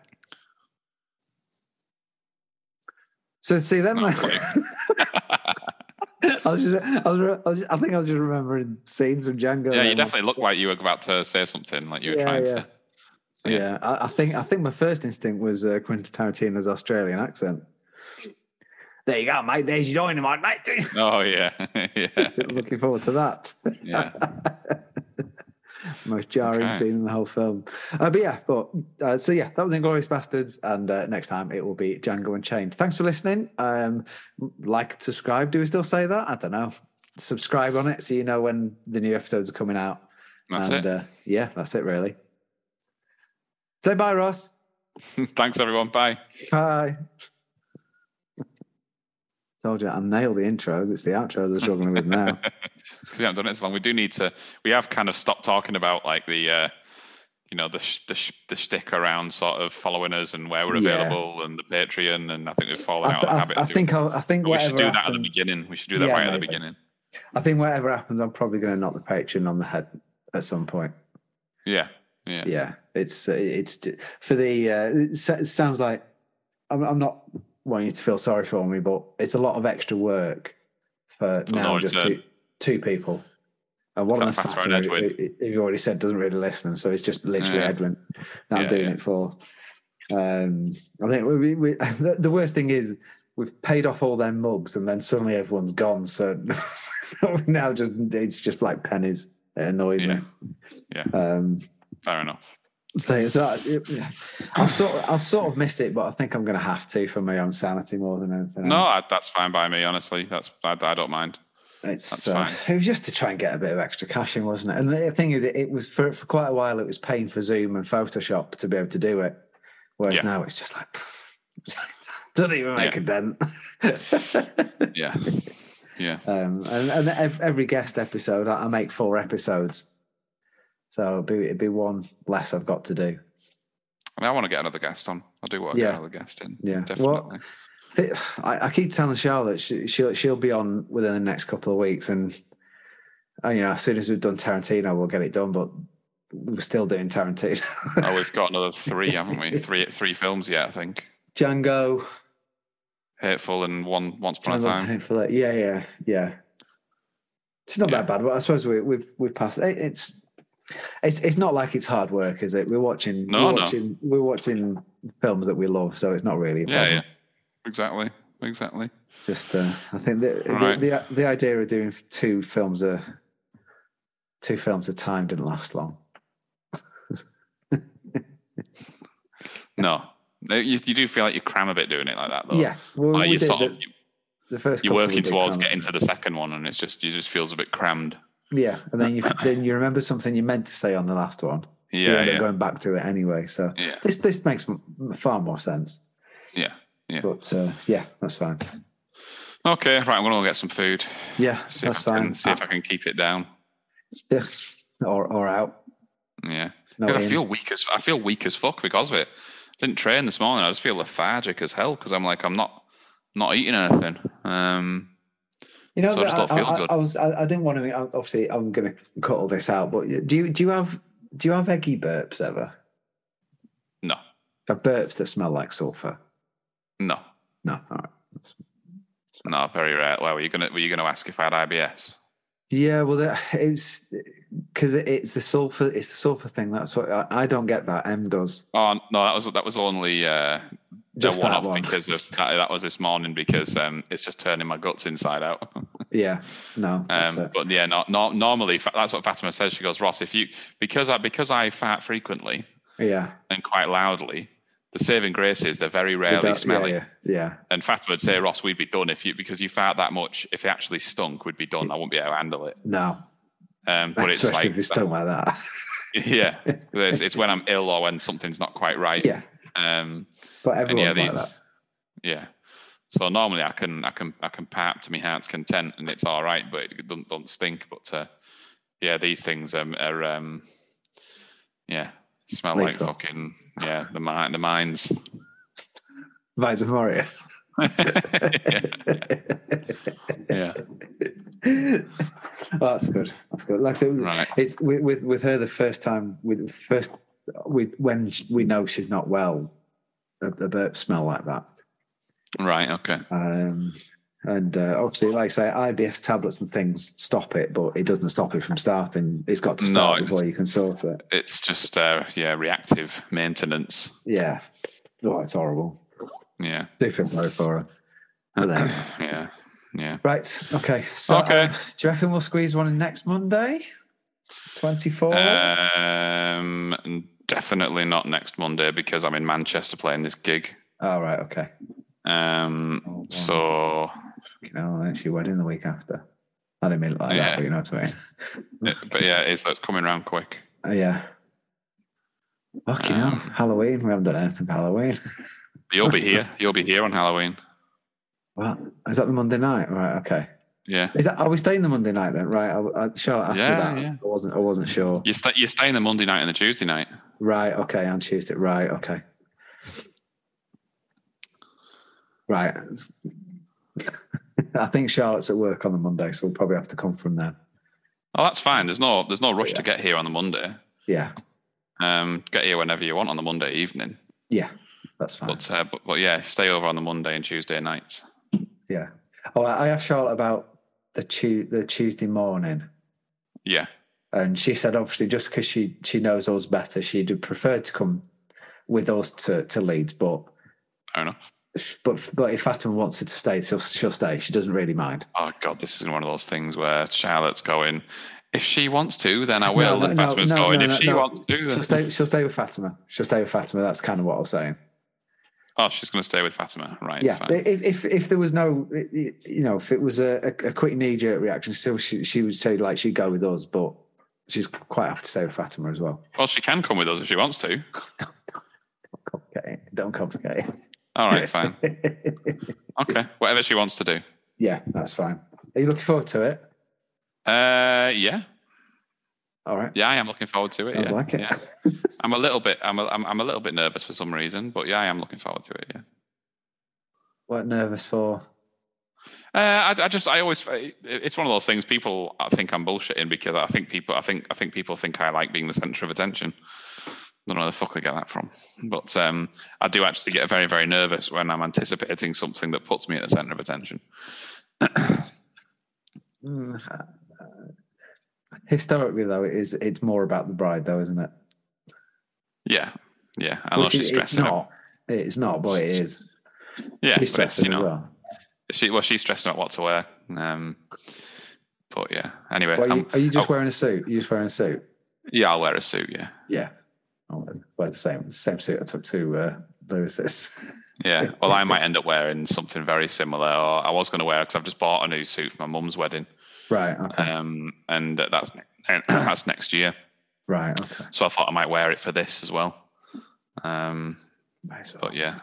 Speaker 1: So see then.
Speaker 3: No,
Speaker 1: like- (laughs) I was just, I was, re- I was, I think I was just remembering scenes from Django.
Speaker 3: yeah, you
Speaker 1: then.
Speaker 3: definitely looked like you were about to say something, like you were
Speaker 1: Yeah,
Speaker 3: trying
Speaker 1: yeah.
Speaker 3: to.
Speaker 1: Yeah, I, I think I think my first instinct was uh, Quentin Tarantino's Australian accent. There you go, mate. There's your dynamite, mate. (laughs)
Speaker 3: (laughs) Oh yeah, yeah,
Speaker 1: Looking forward to that. (laughs)
Speaker 3: yeah.
Speaker 1: Most jarring
Speaker 3: Okay.
Speaker 1: scene in the whole film. Uh, but yeah, but uh, so yeah, that was Inglorious Bastards, and uh, next time it will be Django Unchained. Thanks for listening. Um, like, subscribe. Do we still say that? I don't know. Subscribe on it so you know when the new episodes are coming out.
Speaker 3: That's
Speaker 1: and Uh, yeah, that's it really. Say bye, Ross. uh,
Speaker 3: it. Thanks everyone. Bye.
Speaker 1: Bye. Told you I nailed the intros. It's the outros I'm struggling with
Speaker 3: (laughs)
Speaker 1: now.
Speaker 3: because we haven't done it so long. We do need to. We have kind of stopped talking about like the, uh, you know, the sh- the, sh- the shtick around sort of following us and where we're
Speaker 1: Yeah.
Speaker 3: available and the Patreon, and I think we've fallen
Speaker 1: I,
Speaker 3: out
Speaker 1: th-
Speaker 3: of the
Speaker 1: I,
Speaker 3: habit.
Speaker 1: I
Speaker 3: of doing
Speaker 1: think
Speaker 3: that.
Speaker 1: I'll, I think
Speaker 3: But we
Speaker 1: whatever
Speaker 3: should do that at the
Speaker 1: happens,
Speaker 3: beginning. We should do that
Speaker 1: Yeah,
Speaker 3: right at the
Speaker 1: maybe.
Speaker 3: beginning.
Speaker 1: I think whatever happens, I'm probably going to knock the patron on the head at some point.
Speaker 3: Yeah, yeah,
Speaker 1: Yeah, it's uh, it's for the. Uh, it s- it sounds like I'm, I'm not wanting you to feel sorry for me, but it's a lot of extra work for now
Speaker 3: no, it's,
Speaker 1: just
Speaker 3: uh,
Speaker 1: two two people. And one of
Speaker 3: it's
Speaker 1: us,
Speaker 3: not faster than Edwin.
Speaker 1: you've already said, doesn't really listen, so it's just literally
Speaker 3: Yeah.
Speaker 1: Edwin that I'm
Speaker 3: Yeah,
Speaker 1: doing
Speaker 3: yeah.
Speaker 1: it for. Um, I think we, we, we, (laughs) the, the worst thing is we've paid off all their mugs, and then suddenly everyone's gone. So (laughs) now just it's just like pennies. It annoys me.
Speaker 3: Yeah.
Speaker 1: Um,
Speaker 3: Fair enough.
Speaker 1: so, so I, I'll sort of, I'll sort of miss it, but I think I'm going to have to for my own sanity more than anything.
Speaker 3: No,
Speaker 1: else.
Speaker 3: I, that's fine by me. Honestly, that's I, I
Speaker 1: (laughs)
Speaker 3: don't mind.
Speaker 1: it's
Speaker 3: that's
Speaker 1: uh,
Speaker 3: fine.
Speaker 1: it was just to try and get a bit of extra cash in, wasn't it? And the thing is, it, it was for for quite a while. It was paying for Zoom and Photoshop to be able to do it, whereas
Speaker 3: Yeah.
Speaker 1: now it's just like (laughs) doesn't even make a dent. (laughs)
Speaker 3: Yeah, yeah.
Speaker 1: um, and and ev- every guest episode, I, I make four episodes, so it'd be it'd be one less I've got to do.
Speaker 3: I, mean, I want to get another guest on. I do want to
Speaker 1: Yeah.
Speaker 3: get another guest in.
Speaker 1: Yeah.
Speaker 3: Definitely.
Speaker 1: Well, Thi- I, I keep telling Charlotte she, she'll she'll be on within the next couple of weeks, and uh, you know, as soon as we've done Tarantino, we'll get it done. But we're still doing Tarantino,
Speaker 3: oh, we've got another three, haven't we? Three three films yet, I think.
Speaker 1: (laughs) Django,
Speaker 3: Hateful and one once upon a
Speaker 1: Django
Speaker 3: time.
Speaker 1: Unchained, yeah, yeah, yeah. It's not
Speaker 3: Yeah.
Speaker 1: that bad. Well, I suppose we, we've we've passed. It, it's it's it's not like it's hard work, is it? We're watching,
Speaker 3: No,
Speaker 1: we're
Speaker 3: no.
Speaker 1: watching, we're watching films that we love, so it's not really. a
Speaker 3: Yeah,
Speaker 1: problem.
Speaker 3: yeah. Exactly. Exactly.
Speaker 1: Just, uh, I think the, the,
Speaker 3: All right.
Speaker 1: the the idea of doing two films a two films a time didn't last long.
Speaker 3: No. No, You, you do feel like you cram a bit doing it like that, though.
Speaker 1: yeah, well,
Speaker 3: Like
Speaker 1: we
Speaker 3: you're
Speaker 1: did
Speaker 3: sort
Speaker 1: the,
Speaker 3: of, you-
Speaker 1: the first.
Speaker 3: you're
Speaker 1: couple we
Speaker 3: working
Speaker 1: did
Speaker 3: towards
Speaker 1: cram.
Speaker 3: getting to the second one, and it's just, you just feels a bit crammed.
Speaker 1: Yeah, and then you
Speaker 3: (laughs)
Speaker 1: then you remember something you meant to say on the last one, so you
Speaker 3: Yeah,
Speaker 1: end
Speaker 3: yeah,
Speaker 1: up going back to it anyway. So
Speaker 3: yeah,
Speaker 1: this this makes m- far more sense.
Speaker 3: yeah. Yeah.
Speaker 1: But uh, yeah, that's fine.
Speaker 3: Okay, right. I'm gonna go get some food.
Speaker 1: Yeah,
Speaker 3: See
Speaker 1: that's
Speaker 3: if I
Speaker 1: fine. Ah,
Speaker 3: Can, see if I can keep it down.
Speaker 1: Yeah, or or out.
Speaker 3: Yeah,
Speaker 1: No,
Speaker 3: because I
Speaker 1: in.
Speaker 3: feel weak as I feel weak as fuck because of it. Didn't train this morning. I just feel lethargic as hell because I'm like I'm not not eating anything. Um,
Speaker 1: You know,
Speaker 3: So I
Speaker 1: that
Speaker 3: just don't
Speaker 1: I,
Speaker 3: feel
Speaker 1: I- I-
Speaker 3: good.
Speaker 1: I was, I, I didn't want to. Obviously, I'm going to cut all this out. But do you do you have do you have eggy burps ever?
Speaker 3: no,
Speaker 1: For burps that smell like sulfur.
Speaker 3: no,
Speaker 1: No, all right. That's-
Speaker 3: no. Very rare. Well, were you gonna were you gonna ask if I had IBS?
Speaker 1: Yeah, well, that, it's because it, it's the sulfur. It's the sulfur thing. That's what I, I don't get. That M does.
Speaker 3: Oh no, that was that was only uh,
Speaker 1: Just
Speaker 3: a one
Speaker 1: that
Speaker 3: off
Speaker 1: one.
Speaker 3: because of that, that was this morning because um, it's just turning my guts inside out.
Speaker 1: Yeah. No. that's
Speaker 3: (laughs) Um,
Speaker 1: it.
Speaker 3: but yeah, no, no, normally fa- that's what Fatima says. She goes, Ross, if you because I because I fart frequently
Speaker 1: yeah.
Speaker 3: and quite loudly, the saving grace is they're very rarely
Speaker 1: Yeah,
Speaker 3: smelly.
Speaker 1: Yeah. Yeah.
Speaker 3: And Fatima would say, Ross, we'd be done if you because you fart that much. If it actually stunk, we'd be done. I wouldn't be able to handle it.
Speaker 1: No.
Speaker 3: Um, but
Speaker 1: (laughs)
Speaker 3: it's
Speaker 1: Especially
Speaker 3: like
Speaker 1: if it's
Speaker 3: (laughs)
Speaker 1: done like that. (laughs)
Speaker 3: yeah, it's, it's when I'm ill or when something's not quite right.
Speaker 1: yeah.
Speaker 3: Um,
Speaker 1: But
Speaker 3: and yeah,
Speaker 1: everyone's
Speaker 3: these,
Speaker 1: like that.
Speaker 3: yeah. So normally I can I can I can part to my heart's content and it's all right, but it doesn't don't stink. But uh, yeah, these things um, are um, yeah smell
Speaker 1: Lethal.
Speaker 3: like fucking yeah the mi- the
Speaker 1: (laughs)
Speaker 3: mines. (laughs)
Speaker 1: Vines of Moria.
Speaker 3: (laughs) yeah,
Speaker 1: (laughs)
Speaker 3: yeah,
Speaker 1: oh, that's good. That's good. Like I said,
Speaker 3: Right.
Speaker 1: it's with, with with her the first time with first with when sh- we know she's not well. The, the burps smell like that,
Speaker 3: right, okay,
Speaker 1: um, and uh, obviously, like I say, IBS tablets and things stop it, but it doesn't stop it from starting. It's got to
Speaker 3: No,
Speaker 1: start
Speaker 3: it-
Speaker 1: before you can sort it.
Speaker 3: it's just uh, yeah reactive maintenance.
Speaker 1: Yeah, oh, it's horrible.
Speaker 3: Yeah,
Speaker 1: Do feel sorry for her. But then,
Speaker 3: yeah, yeah.
Speaker 1: right? Okay. So,
Speaker 3: Okay.
Speaker 1: um, do you reckon we'll squeeze one in next Monday? Twenty-four.
Speaker 3: Uh, Um, definitely not next Monday because I'm in Manchester playing this gig.
Speaker 1: All right. Okay.
Speaker 3: Um,
Speaker 1: Oh, wow.
Speaker 3: so
Speaker 1: you know, and she went in the week after. I didn't mean it like
Speaker 3: Yeah.
Speaker 1: that, but you know what I mean.
Speaker 3: Yeah, but yeah, it's it's coming round quick.
Speaker 1: Uh, yeah. Fucking hell.
Speaker 3: Um,
Speaker 1: Halloween. We haven't done anything for Halloween.
Speaker 3: But
Speaker 1: (laughs)
Speaker 3: you'll be here. You'll be here on Halloween.
Speaker 1: Well, is that the Monday night? Right. Okay.
Speaker 3: Yeah,
Speaker 1: Is that? Are we staying the Monday night then? Right. I, I, Charlotte asked
Speaker 3: Yeah,
Speaker 1: me that.
Speaker 3: yeah.
Speaker 1: I wasn't. I wasn't sure.
Speaker 3: you sta you you're staying the Monday night and the Tuesday night.
Speaker 1: Right. Okay. On Tuesday. Right. Okay. Right. (laughs) I think Charlotte's at work on the Monday, so we'll probably have to come from there.
Speaker 3: Oh, that's fine. There's no there's no rush to get here on the Monday.
Speaker 1: Yeah.
Speaker 3: Um, get here whenever you want on the Monday evening.
Speaker 1: Yeah. That's fine.
Speaker 3: But uh, but, but yeah, stay over on the Monday and Tuesday nights.
Speaker 1: Yeah. Oh, I I asked Charlotte about the tu- the Tuesday morning,
Speaker 3: Yeah,
Speaker 1: and she said obviously just because she she knows us better, she'd prefer to come with us to to Leeds, but
Speaker 3: fair enough.
Speaker 1: but but if Fatima wants her to stay, she'll she'll stay. She doesn't really mind.
Speaker 3: Oh God, this is one of those things where Charlotte's going. If she wants to, then I
Speaker 1: (laughs)
Speaker 3: will.
Speaker 1: no,
Speaker 3: and
Speaker 1: no,
Speaker 3: Fatima's
Speaker 1: no,
Speaker 3: going.
Speaker 1: no,
Speaker 3: if
Speaker 1: no,
Speaker 3: she
Speaker 1: no.
Speaker 3: wants to, then
Speaker 1: She'll stay. She'll stay with Fatima. She'll stay with Fatima. That's kind of what I was saying.
Speaker 3: oh, she's going to stay with Fatima, right?
Speaker 1: Yeah.
Speaker 3: fine.
Speaker 1: If if, if there was no, i- i- you know, if it was a, a, a quick knee jerk reaction, still she she would say like she'd go with us, but she's quite happy to stay with Fatima as well.
Speaker 3: Well, she can come with us if she wants to.
Speaker 1: Complicate it. Don't complicate it.
Speaker 3: All
Speaker 1: (laughs)
Speaker 3: right, fine. Okay, whatever she wants to do.
Speaker 1: Yeah, that's fine. Are you looking forward to it?
Speaker 3: Uh, yeah,
Speaker 1: All right.
Speaker 3: yeah, I am looking forward to it.
Speaker 1: Sounds
Speaker 3: yeah.
Speaker 1: like it.
Speaker 3: Yeah. I'm a little bit, I'm a, I'm, I'm a little bit nervous for some reason, but yeah, I am looking forward to it. Yeah.
Speaker 1: Weren't nervous for.
Speaker 3: Uh, I, I just, I always, it's one of those things. People, I think I'm bullshitting because I think people, I think, I think people think I like being the centre of attention. don't know where the fuck I get that from, but um, I do actually get very, very nervous when I'm anticipating something that puts me at the centre of attention.
Speaker 1: Mm, uh, historically, though, it is. It's more about the bride, though, isn't it?
Speaker 3: Yeah, yeah. I know
Speaker 1: Which
Speaker 3: Oh, she's
Speaker 1: it- it's
Speaker 3: stressing. out.
Speaker 1: not. It's not, but it is.
Speaker 3: Yeah,
Speaker 1: she's
Speaker 3: but it's,
Speaker 1: stressing
Speaker 3: you
Speaker 1: as
Speaker 3: know,
Speaker 1: well.
Speaker 3: She well, she's stressing out what to wear. Um, but yeah. Anyway,
Speaker 1: Well, are,
Speaker 3: um,
Speaker 1: you, are you just
Speaker 3: oh.
Speaker 1: wearing a suit? Are you just wearing a suit?
Speaker 3: yeah, I'll wear a suit. Yeah,
Speaker 1: Yeah. Oh, well, wear the same same suit I took to uh, Lewis's. (laughs)
Speaker 3: yeah. Well, I might end up wearing something very similar. Or I was going to wear because I've just bought a new suit for my mum's wedding,
Speaker 1: Right. Okay.
Speaker 3: um, and uh, that's ne- (clears throat) that's next year.
Speaker 1: right. Okay.
Speaker 3: So I thought I might wear it for this as well. Um,
Speaker 1: Might as well.
Speaker 3: but yeah,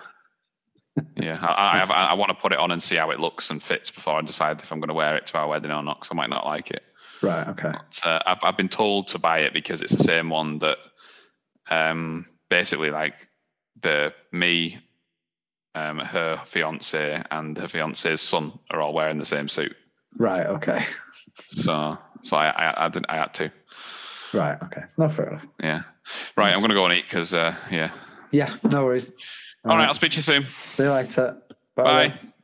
Speaker 3: yeah. I I, have- I, I want to put it on and see how it looks and fits before I decide if I'm going to wear it to our wedding or not. Because I might not like it.
Speaker 1: Right. Okay.
Speaker 3: uh, I've, I've been told to buy it because it's the same one that um, basically like the me, um, her fiance, and her fiance's son are all wearing the same suit.
Speaker 1: Right. Okay. (laughs)
Speaker 3: So, so I, I, I didn't, I had to.
Speaker 1: Right. Okay. No, fair enough.
Speaker 3: Yeah. Right. I'm gonna go and eat because, uh, yeah.
Speaker 1: Yeah. No worries.
Speaker 3: All right. I'll speak to you soon.
Speaker 1: See you later.
Speaker 3: Bye.
Speaker 1: then.